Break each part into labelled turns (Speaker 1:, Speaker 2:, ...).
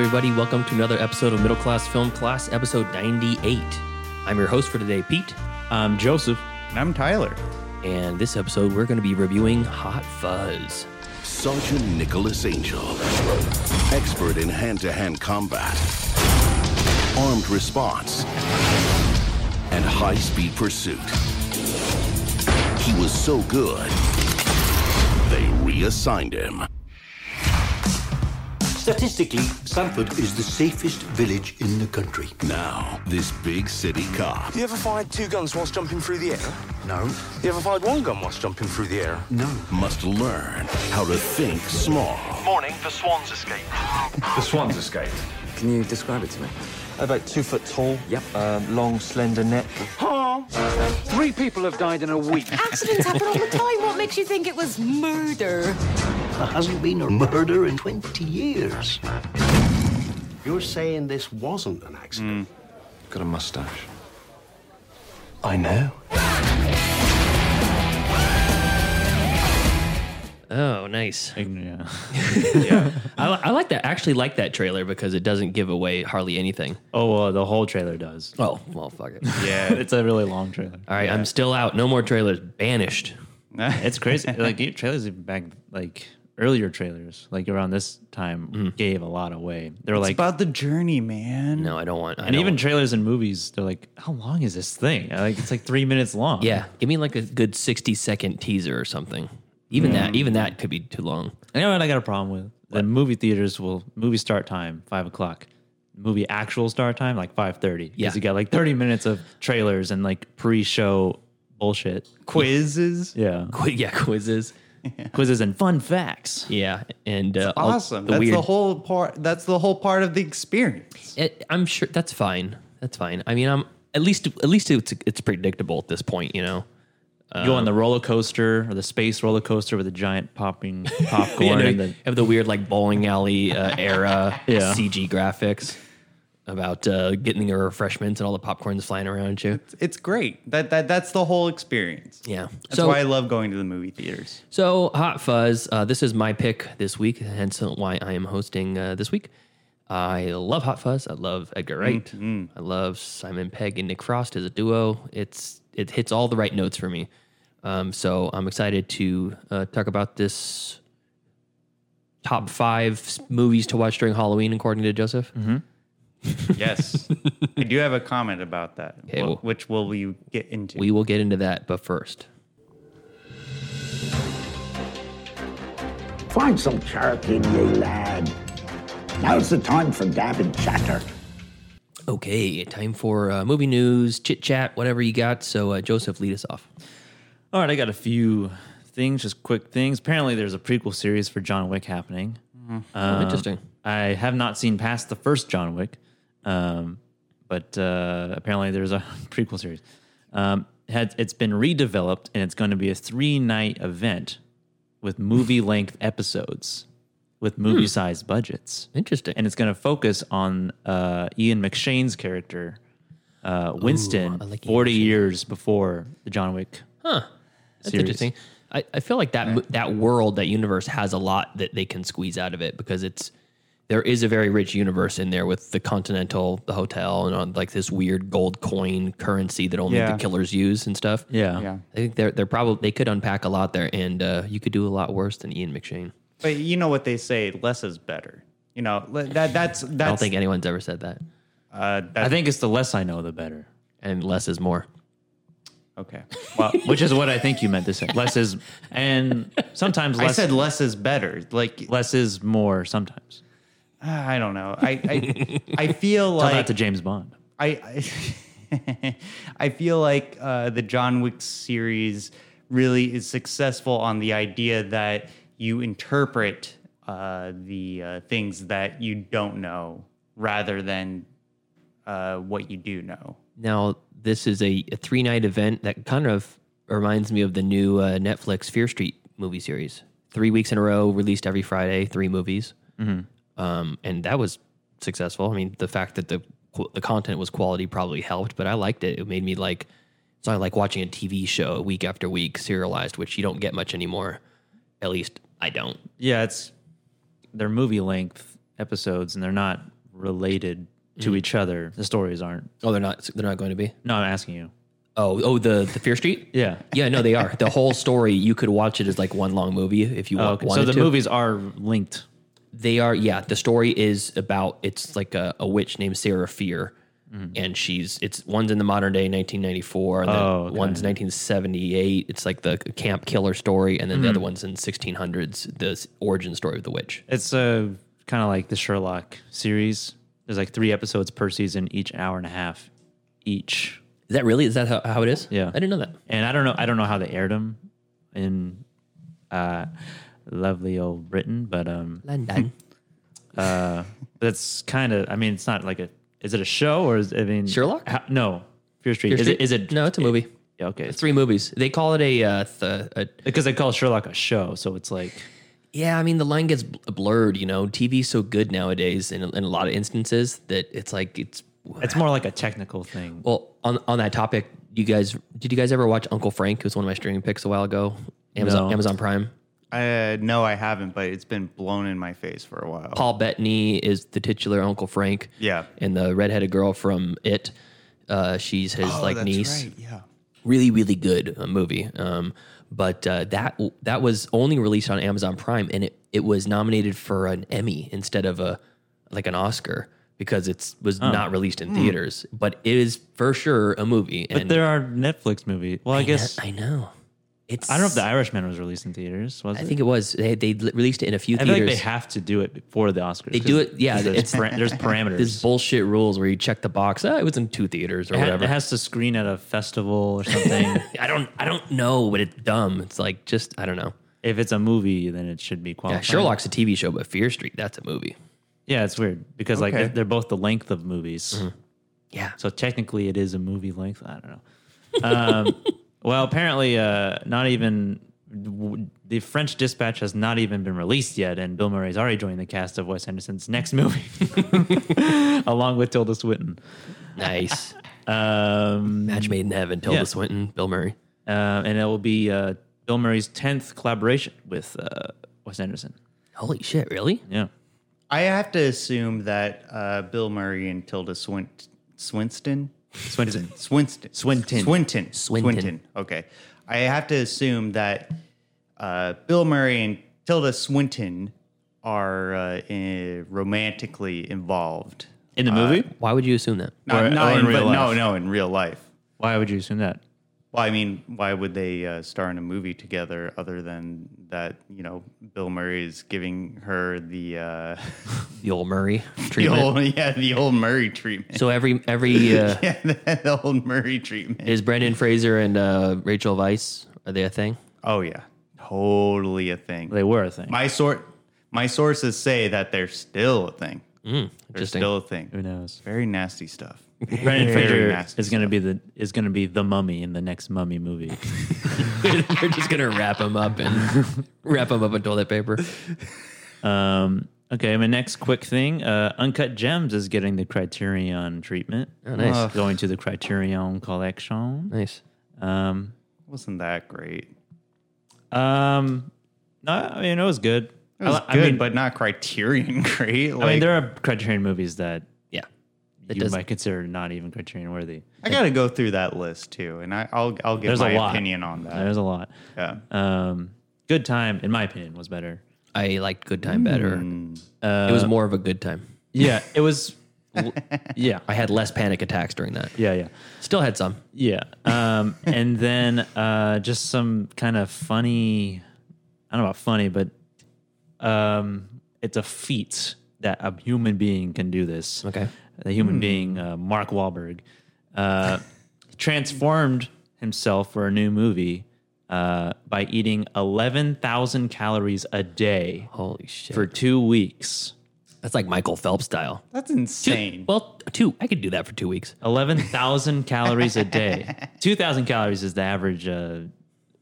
Speaker 1: everybody. Welcome to another episode of Middle Class Film Class, episode 98. I'm your host for today, Pete.
Speaker 2: I'm Joseph.
Speaker 3: And I'm Tyler.
Speaker 1: And this episode, we're going to be reviewing Hot Fuzz.
Speaker 4: Sergeant Nicholas Angel, expert in hand to hand combat, armed response, and high speed pursuit. He was so good, they reassigned him.
Speaker 5: Statistically, Sanford is the safest village in the country.
Speaker 4: Now, this big city cop
Speaker 6: You ever fired two guns whilst jumping through the air?
Speaker 5: No,
Speaker 6: You ever fired one gun whilst jumping through the air?
Speaker 5: no.
Speaker 4: must learn how to think small.
Speaker 7: Morning for Swan's escape.
Speaker 8: The swans escaped.
Speaker 9: Can you describe it to me?
Speaker 10: About two foot tall.
Speaker 9: Yep.
Speaker 10: Uh, long, slender neck.
Speaker 11: Three people have died in a week.
Speaker 12: Accidents happen all the time. What makes you think it was murder?
Speaker 5: There hasn't been a murder in 20 years.
Speaker 7: You're saying this wasn't an accident?
Speaker 8: Got a mustache.
Speaker 7: I know.
Speaker 1: Oh, nice.
Speaker 2: Yeah.
Speaker 1: I, li- I like that. Actually, like that trailer because it doesn't give away hardly anything.
Speaker 2: Oh, well, the whole trailer does.
Speaker 1: Oh, well, fuck it.
Speaker 2: Yeah, it's a really long trailer.
Speaker 1: All right, I'm still out. No more trailers. Banished.
Speaker 2: It's crazy. like your trailers even back like earlier trailers, like around this time, gave a lot away. They're
Speaker 3: It's
Speaker 2: like,
Speaker 3: about the journey, man.
Speaker 1: No, I don't want. I
Speaker 2: and
Speaker 1: don't-
Speaker 2: even trailers and movies, they're like, how long is this thing? Like it's like three minutes long.
Speaker 1: yeah, give me like a good 60 second teaser or something. Even
Speaker 2: Hmm.
Speaker 1: that, even that could be too long.
Speaker 2: You know what I got a problem with? The movie theaters will movie start time five o'clock, movie actual start time like five thirty.
Speaker 1: Yeah.
Speaker 2: you got like thirty minutes of trailers and like pre-show bullshit.
Speaker 3: Quizzes.
Speaker 2: Yeah,
Speaker 1: Qu- yeah, quizzes.
Speaker 2: quizzes and fun facts.
Speaker 1: Yeah, and uh, all
Speaker 3: Awesome.
Speaker 1: The
Speaker 3: that's
Speaker 1: weird,
Speaker 3: the whole part. That's the whole part of the experience.
Speaker 1: It, I'm sure that's fine. That's fine. I mean, I'm at least at least it's it's predictable at this point. You know,
Speaker 2: You go on the roller coaster or the space roller coaster with the giant popping popcorn.
Speaker 1: Yeah,
Speaker 2: and
Speaker 1: no,
Speaker 2: the,
Speaker 1: have the weird like bowling alley uh, era
Speaker 2: Yeah.
Speaker 1: CG graphics about uh, getting your refreshments and all the popcorns flying around you.
Speaker 3: It's great. That that that's the whole experience.
Speaker 1: Yeah.
Speaker 3: That's
Speaker 1: so
Speaker 3: why I love going to the movie theaters.
Speaker 1: so Hot Fuzz. Uh, this is my pick this week, hence why I am hosting uh, this week. I love Hot Fuzz. I love Edgar Wright. I love Simon Pegg and Nick Frost as a duo. It's it hits all the right notes for me. Um, so I'm excited to uh, talk about this top five s- movies to watch during Halloween, according to Joseph.
Speaker 3: Yes, I do have a comment about that,
Speaker 1: Okay,
Speaker 3: wh-
Speaker 1: well-
Speaker 3: which will we get into?
Speaker 1: We will get into that, but first.
Speaker 13: Find some charity in you, lad. Now's the time for gab and chatter.
Speaker 1: Okay, time for uh, movie news, chit chat, whatever you got. So uh, Joseph, lead us off.
Speaker 2: all right, I got a few things, just quick things. Apparently, there's a prequel series for John Wick happening. Um,
Speaker 1: interesting.
Speaker 2: I have not seen past the first John Wick, um, but uh, apparently there's a prequel series. Um, had, it's been redeveloped and it's going to be a three night event with movie length episodes with movie sized budgets.
Speaker 1: Interesting.
Speaker 2: And it's going to focus on uh, Ian McShane's character, uh, Winston,
Speaker 1: I like Ian
Speaker 2: 40 years before the John Wick.
Speaker 1: Huh. That's
Speaker 2: series.
Speaker 1: interesting. I, I feel like that mo- that world, that universe has a lot that they can squeeze out of it because it's there is a very rich universe in there with the Continental, the hotel, and on, like this weird gold coin currency that only
Speaker 3: Yeah.
Speaker 1: the killers use and stuff.
Speaker 2: Yeah.
Speaker 3: yeah.
Speaker 1: I think they're they're probably they could unpack a lot there, and uh, you could do a lot worse than Ian McShane.
Speaker 3: But you know what they say: less is better. You know le- that that's that's.
Speaker 1: I don't think anyone's ever said that.
Speaker 3: Uh,
Speaker 2: I
Speaker 3: that,
Speaker 2: think it's the less I know, the better,
Speaker 1: And less is more.
Speaker 3: okay. Well,
Speaker 2: which is what I think you meant to say. Less is, and sometimes
Speaker 3: I
Speaker 2: less,
Speaker 3: said less is better. Like
Speaker 2: less is more sometimes.
Speaker 3: I don't know. I I, I feel
Speaker 2: Tell that
Speaker 3: like
Speaker 2: to James Bond.
Speaker 3: I, I I feel like uh, the John Wick series really is successful on the idea that you interpret uh, the uh, things that you don't know rather than uh, what you do know.
Speaker 1: Now, this is a, a three night event that kind of reminds me of the new uh, Netflix Fear Street movie series. Three weeks in a row, released every Friday, three movies. Um, and that was successful. I mean, the fact that the qu- the content was quality probably helped, but I liked it. It made me like it's not like watching a TV show week after week serialized, which you don't get much anymore. At least I don't.
Speaker 2: Yeah, it's they're movie length episodes, and they're not related to each other. Mm-hmm. The stories aren't.
Speaker 1: Oh, they're not. They're not going to be.
Speaker 2: No, I'm asking you.
Speaker 1: Oh, oh, the the Fear Street.
Speaker 2: Yeah.
Speaker 1: yeah, no, they are. The whole story you could watch it as like one long movie if you wa-
Speaker 2: Oh, okay. So
Speaker 1: wanted
Speaker 2: the
Speaker 1: to.
Speaker 2: movies are linked.
Speaker 1: They are. Yeah, the story is about it's like a, a witch named Sarah Fear,
Speaker 2: Mm-hmm.
Speaker 1: and she's it's one's in the modern day 1994, and then
Speaker 2: Oh, okay.
Speaker 1: one's 1978. It's like the camp killer story, and then the
Speaker 2: Mm.
Speaker 1: other one's in 1600s, the s- origin story of the witch.
Speaker 2: It's uh, kind of like the Sherlock series. There's like three episodes per season, each hour and a half each.
Speaker 1: Is that really? Is that how, how it is?
Speaker 2: Yeah.
Speaker 1: I didn't know that.
Speaker 2: And I don't know. I don't know how they aired them in uh, lovely old Britain, but um,
Speaker 1: London.
Speaker 2: uh, that's kind of. I mean, it's not like a. Is it a show or is I mean
Speaker 1: Sherlock?
Speaker 2: How, no, Fear Street.
Speaker 1: Fear
Speaker 2: is
Speaker 1: Street?
Speaker 2: it? Is it?
Speaker 1: No, it's a movie.
Speaker 2: Yeah, okay.
Speaker 1: It's three movies. They call it a, uh, th- a
Speaker 2: Because they call Sherlock a show, so it's like
Speaker 1: Yeah, I mean the line gets bl- blurred. You know, TV's so good nowadays in, in a lot of instances that it's like it's
Speaker 2: it's more like a technical thing.
Speaker 1: well on on that topic. You guys, did you guys ever watch Uncle Frank? It was one of my streaming picks a while ago. Amazon,
Speaker 2: No.
Speaker 1: Amazon Prime.
Speaker 3: Uh, no, I haven't, but it's been blown in my face for a while.
Speaker 1: Paul Bettany is the titular Uncle Frank.
Speaker 3: Yeah.
Speaker 1: and the redheaded girl from It. Uh, she's his
Speaker 3: Oh,
Speaker 1: like
Speaker 3: that's
Speaker 1: niece.
Speaker 3: right, Yeah.
Speaker 1: really really good uh, movie um but uh, that that was only released on Amazon Prime and it it was nominated for an Emmy instead of a like an Oscar because it's was not released in theaters but it is for sure a movie
Speaker 2: But
Speaker 1: and
Speaker 2: there are Netflix movies. Well, I,
Speaker 1: I
Speaker 2: guess I,
Speaker 1: I know it's
Speaker 2: don't know if The Irishman was released in theaters. Was
Speaker 1: I
Speaker 2: it?
Speaker 1: think it was they they li- released it in a few
Speaker 2: I feel like
Speaker 1: theaters
Speaker 2: they have to do it before the Oscars.
Speaker 1: They do it- yeah,
Speaker 2: There's,
Speaker 1: it's-
Speaker 2: par- there's parameters.
Speaker 1: this bullshit rules where you check the box ah, it was in two theaters or
Speaker 2: it, ha-
Speaker 1: whatever
Speaker 2: it has to screen at a festival or something.
Speaker 1: I don't I don't know but it's dumb it's like just I don't know
Speaker 2: if it's a movie, then it should be
Speaker 1: yeah
Speaker 2: qualified.
Speaker 1: Sherlock's a TV show but Fear Street that's a movie
Speaker 2: Yeah, it's weird because like
Speaker 3: Okay.
Speaker 2: they're- they're both the length of movies.
Speaker 1: Mm-hmm. yeah
Speaker 2: So technically, it is a movie length. I don't know. Um, well, apparently, uh, not even w- the French Dispatch has not even been released yet, and Bill Murray's already joined the cast of Wes Anderson's next movie, along with Tilda Swinton.
Speaker 1: nice.
Speaker 2: Um,
Speaker 1: Match made in heaven. Tilda
Speaker 2: Yeah.
Speaker 1: Swinton, Bill Murray.
Speaker 2: uh, and it will be uh, Bill Murray's tenth collaboration with uh, Wes Anderson.
Speaker 1: Holy shit! Really?
Speaker 2: Yeah,
Speaker 3: I have to assume that uh, Bill Murray and Tilda Swint- Swinston?
Speaker 2: Swinton.
Speaker 3: Swinston.
Speaker 2: Swinton.
Speaker 3: Swinton.
Speaker 1: Swinton.
Speaker 3: Okay. I have to assume that uh, Bill Murray and Tilda Swinton are uh, eh, romantically involved.
Speaker 2: In the movie?
Speaker 1: Why would you assume that?
Speaker 3: Not,
Speaker 2: Or-
Speaker 3: not
Speaker 2: or
Speaker 3: in,
Speaker 2: in real
Speaker 3: but No,
Speaker 2: life.
Speaker 3: no, in real life.
Speaker 2: Why would you assume that?
Speaker 3: Well, I mean, why would they uh, star in a movie together other than that, you know, Bill Murray is giving her the, uh,
Speaker 1: The old Murray
Speaker 3: the
Speaker 1: treatment.
Speaker 3: old, yeah, the old Murray treatment.
Speaker 1: so every every uh,
Speaker 3: yeah, the, the old Murray treatment.
Speaker 1: is Brendan Fraser and uh, Rachel Weisz are they a thing?
Speaker 3: oh yeah, totally a thing.
Speaker 2: They were a thing.
Speaker 3: my sort, my sources say that they're still a thing. They're
Speaker 1: Interesting.
Speaker 3: still a thing.
Speaker 2: Who knows?
Speaker 3: Very nasty stuff.
Speaker 2: Brendan
Speaker 3: Very
Speaker 2: Fraser
Speaker 3: nasty
Speaker 2: is going to be the is going to be the mummy in the next mummy movie.
Speaker 1: They're just gonna wrap him up and wrap him up in toilet paper.
Speaker 2: Um, okay, my next quick thing: uh, Uncut Gems is getting the Criterion treatment.
Speaker 1: Oh, nice.
Speaker 3: Ugh.
Speaker 2: Going to the Criterion collection.
Speaker 1: Nice.
Speaker 2: Um,
Speaker 3: Wasn't that great?
Speaker 2: um, no, I mean it was good.
Speaker 3: It was
Speaker 2: I,
Speaker 3: good,
Speaker 2: I mean,
Speaker 3: but not Criterion great. Like,
Speaker 2: I
Speaker 3: I,
Speaker 2: mean, there are Criterion movies that
Speaker 1: Yeah. That
Speaker 2: you
Speaker 1: does-
Speaker 2: might consider not even Criterion worthy.
Speaker 3: got to go through that list too, and I, I'll I'll give
Speaker 2: There's a
Speaker 3: my
Speaker 2: lot.
Speaker 3: opinion on that.
Speaker 2: There's a lot.
Speaker 3: yeah.
Speaker 2: Um, Good Time, in my opinion, was better.
Speaker 1: I liked Good Time better.
Speaker 2: Hmm.
Speaker 1: it
Speaker 2: Uh,
Speaker 1: was more of a good time.
Speaker 2: Yeah, it was. yeah,
Speaker 1: I had less panic attacks during that.
Speaker 2: yeah, yeah.
Speaker 1: Still had some.
Speaker 2: Yeah. Um, and then uh, just some kind of funny, I don't know about funny, but um, it's a feat that a human being can do this.
Speaker 1: Okay.
Speaker 2: The human being, uh, Mark Wahlberg, uh, transformed himself for a new movie uh, by eating 11,000 calories a day
Speaker 1: Holy shit.
Speaker 2: for two weeks.
Speaker 1: That's like Michael Phelps style.
Speaker 3: That's
Speaker 1: Two-
Speaker 3: insane.
Speaker 1: Well, two. I could do that for two weeks.
Speaker 2: 11,000 calories a day. 2,000 calories is the average uh,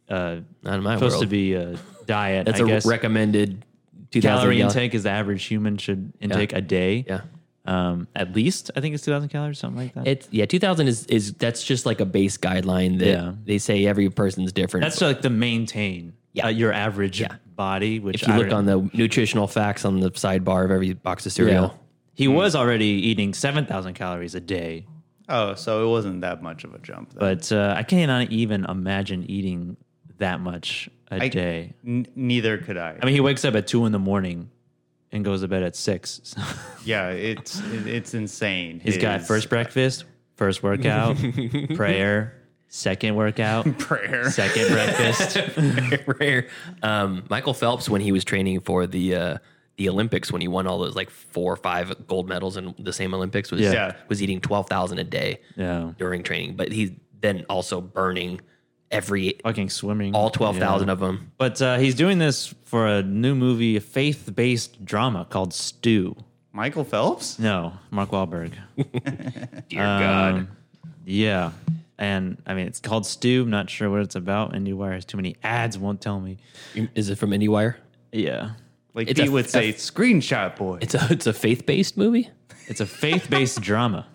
Speaker 2: uh,
Speaker 1: Not in my
Speaker 2: supposed
Speaker 1: world.
Speaker 2: to be a diet.
Speaker 1: That's
Speaker 2: I
Speaker 1: a
Speaker 2: guess.
Speaker 1: recommended 2000
Speaker 2: calorie
Speaker 1: gal-
Speaker 2: intake is the average human should intake a day.
Speaker 1: Yeah.
Speaker 2: Um, at least I think it's 2000 calories, something like that.
Speaker 1: It's yeah, 2000 is is that's just like a base guideline that
Speaker 2: Yeah.
Speaker 1: they say every person's different.
Speaker 2: That's like the maintain
Speaker 1: Yeah.
Speaker 2: uh, your average
Speaker 1: Yeah.
Speaker 2: body, which
Speaker 1: if you
Speaker 2: I
Speaker 1: look
Speaker 2: don't-
Speaker 1: on the nutritional facts on the sidebar of every box of cereal,
Speaker 2: He was already eating 7,000 calories a day.
Speaker 3: Oh, so it wasn't that much of a jump. Though.
Speaker 2: But uh, I cannot even imagine eating that much a
Speaker 3: I-
Speaker 2: day.
Speaker 3: N- neither could I.
Speaker 2: I mean, he wakes up at two in the morning and goes to bed at six. So
Speaker 3: yeah, it's it- it's insane.
Speaker 2: he's got
Speaker 3: His-
Speaker 2: first breakfast, first workout, prayer, second workout,
Speaker 3: Prayer.
Speaker 2: second breakfast.
Speaker 1: Rare. Um, Michael Phelps, when he was training for the uh, the Olympics, when he won all those like four or five gold medals in the same Olympics, was
Speaker 2: Yeah.
Speaker 3: Yeah.
Speaker 1: was eating twelve thousand a day
Speaker 2: Yeah.
Speaker 1: during training, but he's then also burning every
Speaker 2: Fucking swimming.
Speaker 1: all twelve thousand of them.
Speaker 2: But uh, he's doing this for a new movie, a faith based drama called Stew.
Speaker 3: Michael Phelps.
Speaker 2: No, Mark Wahlberg.
Speaker 1: Dear God.
Speaker 2: Um, Yeah. And I mean, it's called Stew. I'm not sure what it's about. IndieWire has too many ads, won't tell me.
Speaker 1: Is it from IndieWire?
Speaker 2: Yeah.
Speaker 3: Like
Speaker 1: It's
Speaker 3: he
Speaker 1: a-
Speaker 3: would say, "Screenshot boy."
Speaker 1: It's a it's a faith based movie.
Speaker 2: It's a faith based drama.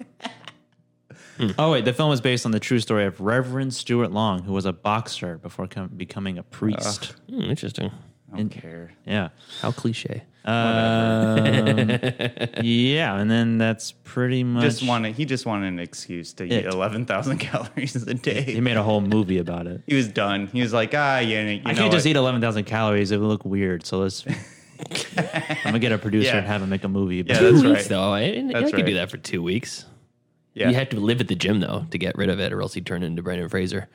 Speaker 2: Oh, wait. The film is based on the true story of Reverend Stuart Long, who was a boxer before com- becoming a priest.
Speaker 1: Hmm, interesting.
Speaker 3: I don't care.
Speaker 2: Yeah.
Speaker 1: How cliche.
Speaker 2: Yeah. And then that's pretty much.
Speaker 3: Just wanted he just wanted an excuse to eat eleven thousand calories a
Speaker 2: He
Speaker 3: day.
Speaker 2: made a whole movie about it.
Speaker 3: He was done. He was like, ah, yeah, you
Speaker 2: I
Speaker 3: know
Speaker 2: can't just
Speaker 3: what?
Speaker 2: eat 11,000 calories. It would look weird. So let's. I'm going to get a producer
Speaker 3: Yeah.
Speaker 2: and have him make a movie.
Speaker 3: Yeah,
Speaker 2: about it.
Speaker 3: that's
Speaker 1: two weeks
Speaker 3: right.
Speaker 1: though. I, I
Speaker 3: That's
Speaker 1: could do
Speaker 3: right.
Speaker 1: that for two weeks.
Speaker 3: Yeah.
Speaker 1: You had to live at the gym though to get rid of it, or else you turn into Brandon Fraser.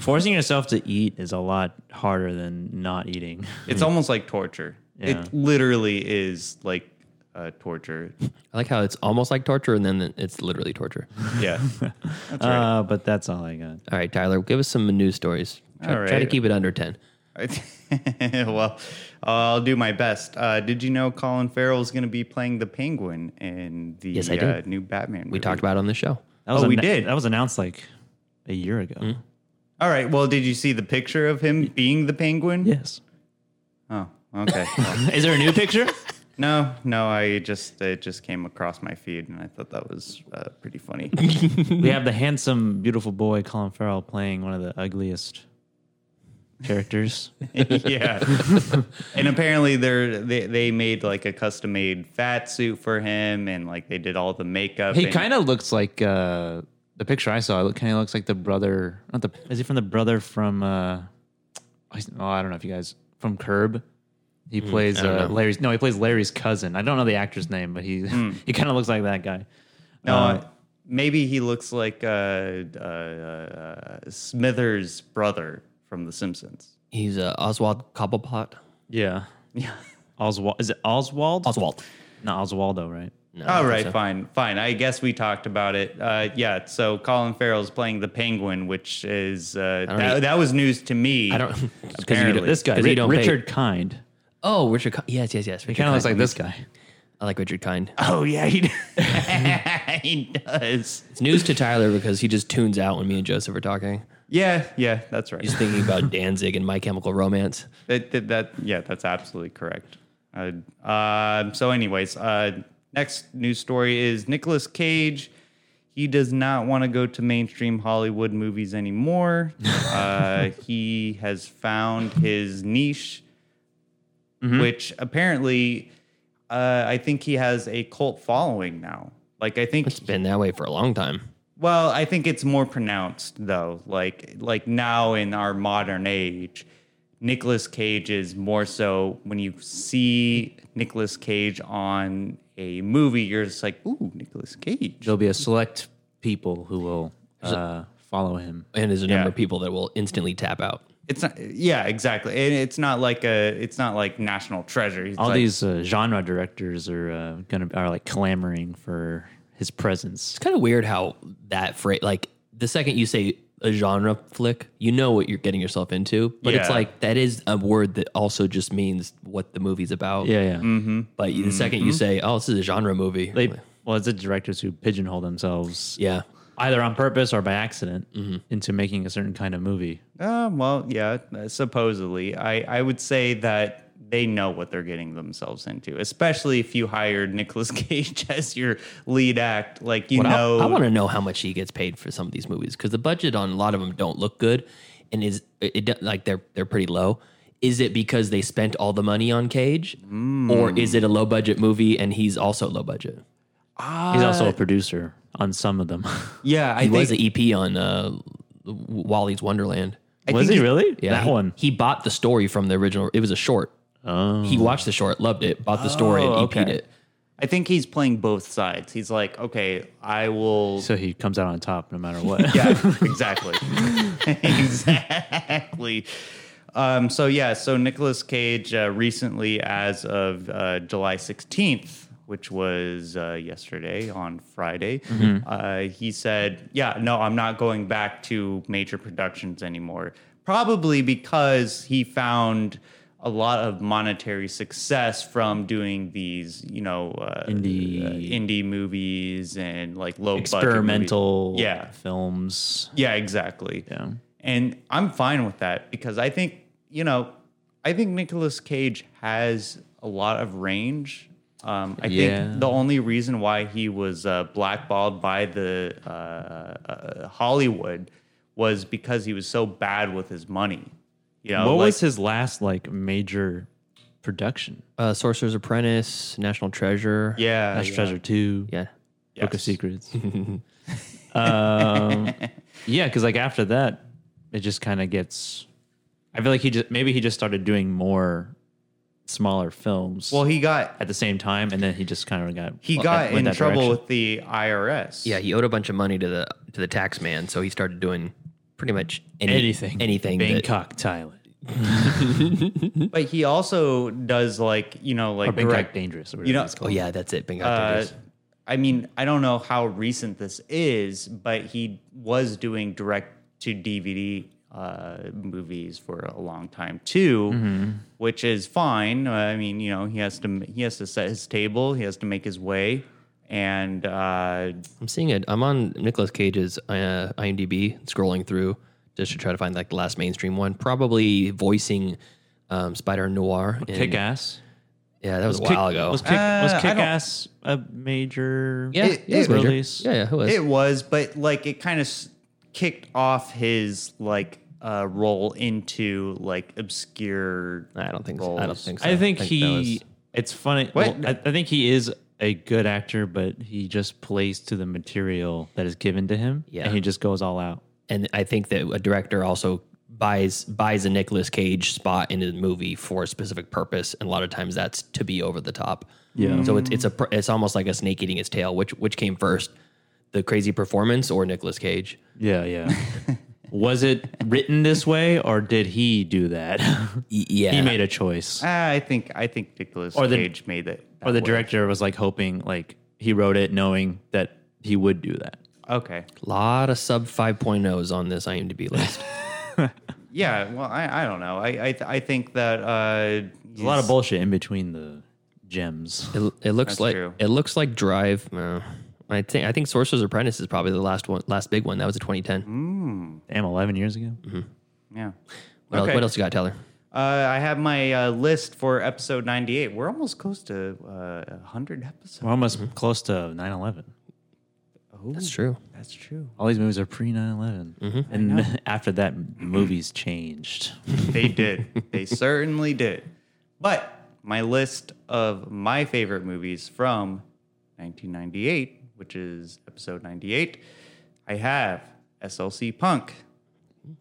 Speaker 2: Forcing yourself to eat is a lot harder than not eating.
Speaker 3: It's almost like torture.
Speaker 2: Yeah.
Speaker 3: It literally is like uh, torture.
Speaker 1: I like how it's almost like torture, and then it's literally torture.
Speaker 3: Yeah.
Speaker 2: Uh, but that's all I got.
Speaker 1: All right, Tyler, give us some news stories. Try,
Speaker 3: All
Speaker 1: try to
Speaker 3: right.
Speaker 1: keep it under ten.
Speaker 3: well, I'll do my best. Uh, did you know Colin Farrell is going to be playing the Penguin in the
Speaker 1: Yes, I did.
Speaker 3: uh, new Batman?
Speaker 1: We talked about it on the show.
Speaker 2: That was
Speaker 3: Oh, we
Speaker 2: anno-
Speaker 3: did. Hmm?
Speaker 2: That was announced like a year ago.
Speaker 3: All right. Well, did you see the picture of him being the Penguin?
Speaker 2: Yes.
Speaker 3: Oh, okay. Well,
Speaker 2: Is there a new picture?
Speaker 3: no, no. I just it just came across my feed, and I thought that was uh, pretty funny.
Speaker 2: we have the handsome, beautiful boy Colin Farrell playing one of the ugliest characters.
Speaker 3: yeah. and apparently they're they they made like a custom made fat suit for him, and like they did all the makeup.
Speaker 2: he kind of looks like uh, the picture I saw. It kind of looks like the brother. Not the. Is he from the brother from? Uh, oh, I don't know if you guys from Curb. He plays uh, Larry's. No, he plays Larry's cousin. I don't know the actor's name, but he he kind of looks like that guy. Uh,
Speaker 3: No, I- uh, maybe he looks like uh, uh, uh, Smithers' brother from The Simpsons.
Speaker 1: He's uh, Oswald Cobblepot.
Speaker 2: Yeah. Yeah. Oswald. Is it Oswald?
Speaker 1: Oswald.
Speaker 2: Not Oswaldo, right?
Speaker 3: All right, fine, fine. I guess we talked about it. Uh, yeah, so Colin Farrell's playing the Penguin, which is uh, that,
Speaker 1: even-
Speaker 3: that was news to me.
Speaker 1: e- I don't. 'cause you don't-
Speaker 3: Apparently.
Speaker 2: This guy,
Speaker 1: 'cause you
Speaker 2: Ri-
Speaker 1: don't pay-
Speaker 2: Richard Kind.
Speaker 1: Oh, Richard. Kind. Yes, yes, yes.
Speaker 2: He
Speaker 1: Richard
Speaker 2: kind of looks
Speaker 1: Kind.
Speaker 2: like this guy.
Speaker 1: I like Richard Kind.
Speaker 3: Oh yeah, he, he does.
Speaker 1: It's news to Tyler because he just tunes out when me and Joseph are talking.
Speaker 3: Yeah, yeah, that's right.
Speaker 1: He's thinking about Danzig and My Chemical Romance.
Speaker 3: That, that, that yeah, that's absolutely correct. Uh, um, so, anyways, uh, next news story is Nicolas Cage. He does not want to go to mainstream Hollywood movies anymore. uh, he has found his niche, which apparently, uh, I think he has a cult following now. Like, I think
Speaker 1: It's been that way for a long time.
Speaker 3: well, I think it's more pronounced though. Like like now in our modern age, Nicolas Cage is more so when you see Nicolas Cage on a movie, you're just like, ooh, Nicolas Cage.
Speaker 2: There'll be a select people who will uh, follow him.
Speaker 1: And there's a number
Speaker 3: Yeah.
Speaker 1: of people that will instantly tap out.
Speaker 3: It's not yeah, exactly. And it's not like a it's not like national treasure. It's
Speaker 2: All
Speaker 3: like-
Speaker 2: these uh, genre directors are uh, gonna are like clamoring for his presence.
Speaker 1: It's kind of weird how that phrase, like the second you say a genre flick, you know what you're getting yourself into. But it's
Speaker 3: Yeah.
Speaker 1: like that is a word that also just means what the movie's about.
Speaker 2: Yeah, yeah.
Speaker 1: But the 2nd
Speaker 3: Mm-hmm.
Speaker 1: you say, "Oh, this is a genre movie,"
Speaker 2: They, well, it's the directors who pigeonhole themselves
Speaker 1: yeah,
Speaker 2: either on purpose or by accident into making a certain kind of movie.
Speaker 3: Uh, well, yeah, supposedly. I, I would say that they know what they're getting themselves into, especially if you hired Nicolas Cage as your lead act. Like, you
Speaker 1: But I-
Speaker 3: know,
Speaker 1: I, want to know how much he gets paid for some of these movies because the budget on a lot of them don't look good, and is it, it like they're they're pretty low. is it because they spent all the money on Cage,
Speaker 3: Mm.
Speaker 1: or is it a low budget movie and he's also low budget?
Speaker 2: He's also a producer on some of them.
Speaker 3: Yeah, I
Speaker 1: he was
Speaker 3: think-
Speaker 1: the EP on uh, W- Wally's Wonderland.
Speaker 3: I Was think he he- really?
Speaker 1: Yeah,
Speaker 2: That
Speaker 1: he-
Speaker 2: one.
Speaker 1: He bought the story from the original. It was a short.
Speaker 2: Oh.
Speaker 1: He watched the short, loved it, bought the story, and
Speaker 3: Oh,
Speaker 1: EP'd
Speaker 3: okay.
Speaker 1: it.
Speaker 3: I think he's playing both sides. He's like, okay, I will.
Speaker 2: so he comes out on top no matter what.
Speaker 3: yeah, exactly, exactly. Um, so yeah, so Nicolas Cage uh, recently, as of uh, July sixteenth, which was uh, yesterday on Friday,
Speaker 2: Mm-hmm.
Speaker 3: uh, he said, "Yeah, no, I'm not going back to major productions anymore." Probably because he found a lot of monetary success from doing these, you know, uh,
Speaker 2: Indie-
Speaker 3: uh, indie movies and like low budget movies.
Speaker 2: Experimental
Speaker 3: yeah,
Speaker 2: films.
Speaker 3: yeah, exactly.
Speaker 2: Yeah.
Speaker 3: And I'm fine with that because I think, you know, I think Nicolas Cage has a lot of range. Um, I
Speaker 2: Yeah.
Speaker 3: think the only reason why he was uh, blackballed by the uh, uh, Hollywood was because he was so bad with his money. You know,
Speaker 2: what
Speaker 3: like-
Speaker 2: was his last like major production?
Speaker 1: Uh, Sorcerer's Apprentice, National Treasure.
Speaker 3: Yeah,
Speaker 2: National
Speaker 3: yeah.
Speaker 2: Treasure Two,
Speaker 1: Yeah.
Speaker 2: Book of
Speaker 3: Yes.
Speaker 2: Secrets. um, yeah, because like after that, it just kind of gets. I feel like he just maybe he just started doing more smaller films.
Speaker 3: Well, he got
Speaker 2: at the same time, and then he just kind of got
Speaker 3: he
Speaker 2: well,
Speaker 3: got
Speaker 2: went
Speaker 3: in
Speaker 2: that
Speaker 3: trouble
Speaker 2: direction.
Speaker 3: with the IRS.
Speaker 1: Yeah, he owed a bunch of money to the to the tax man, so he started doing pretty much any,
Speaker 2: anything,
Speaker 1: anything. that-
Speaker 2: Bangkok, Thailand,
Speaker 3: but he also does like you know like
Speaker 2: or Bangkok
Speaker 3: direct-
Speaker 2: Dangerous. Or whatever
Speaker 3: You know,
Speaker 2: it's
Speaker 1: oh yeah, that's it. Bangkok.
Speaker 3: Uh,
Speaker 1: Dangerous.
Speaker 3: I mean, I don't know how recent this is, but he was doing direct to DVD uh, movies for a long time too,
Speaker 2: Mm-hmm.
Speaker 3: which is fine. Uh, I mean, you know, he has to he has to set his table, he has to make his way, and uh,
Speaker 1: I'm seeing it. I'm on Nicolas Cage's uh, IMDb, scrolling through just to try to find like the last mainstream one. Probably voicing um, Spider Noir. in-
Speaker 2: Kick ass.
Speaker 1: Yeah, that was a
Speaker 2: Kick-
Speaker 1: while ago.
Speaker 2: Was kick, was
Speaker 3: Uh, I
Speaker 2: kick
Speaker 3: don't-
Speaker 2: ass a major?
Speaker 1: yeah,
Speaker 3: it-
Speaker 1: it was
Speaker 3: it-
Speaker 1: major.
Speaker 2: release.
Speaker 1: Yeah, yeah, it was.
Speaker 3: it was, but like it kind of s- kicked off his like uh, role into like obscure.
Speaker 1: I don't think. So. I don't
Speaker 3: roles.
Speaker 1: think. So.
Speaker 2: I think
Speaker 1: that
Speaker 2: he.
Speaker 1: was-
Speaker 2: it's funny.
Speaker 3: What?
Speaker 2: well, I, I think he is a good actor, but he just plays to the material that is given to him,
Speaker 1: Yeah.
Speaker 2: and he just goes all out.
Speaker 1: and I think that a director also buys buys a Nicolas Cage spot in a movie for a specific purpose, and a lot of times that's to be over the top. Yeah. So it's it's a pr- it's almost like a snake eating its tail. Which which came first, the crazy performance or Nicolas Cage?
Speaker 2: Yeah, yeah. Was it written this way, or did he do that?
Speaker 1: Y- yeah.
Speaker 2: he made a choice,
Speaker 3: Ah, I think I think Nicolas
Speaker 2: Or the-
Speaker 3: Cage made it.
Speaker 2: or the
Speaker 3: that way.
Speaker 2: director was like hoping, like he wrote it knowing that he would do that.
Speaker 3: Okay.
Speaker 1: lot of sub 5.0s on this IMDb list.
Speaker 3: Yeah, well, I, I don't know. I I, th- I think that uh,
Speaker 2: There's a lot of bullshit in between the gems.
Speaker 1: it, it looks
Speaker 3: That's
Speaker 1: like
Speaker 3: true.
Speaker 1: it looks like Drive. uh, I think I think Sorcerer's Apprentice is probably the last one, last big one. That was a 2010.
Speaker 2: Damn, eleven years ago.
Speaker 3: Yeah,
Speaker 1: What, else,
Speaker 3: Okay.
Speaker 1: what else you got, Tyler?
Speaker 3: uh, I have my uh, list for episode ninety eight. We're almost close to uh, hundred episodes.
Speaker 2: We're almost close to 9-11.
Speaker 1: That's true.
Speaker 3: That's true.
Speaker 2: All these movies are pre 9-11. And after that, movies changed.
Speaker 3: They did. they certainly did. But my list of my favorite movies from nineteen ninety eight, which is episode ninety eight, I have SLC Punk,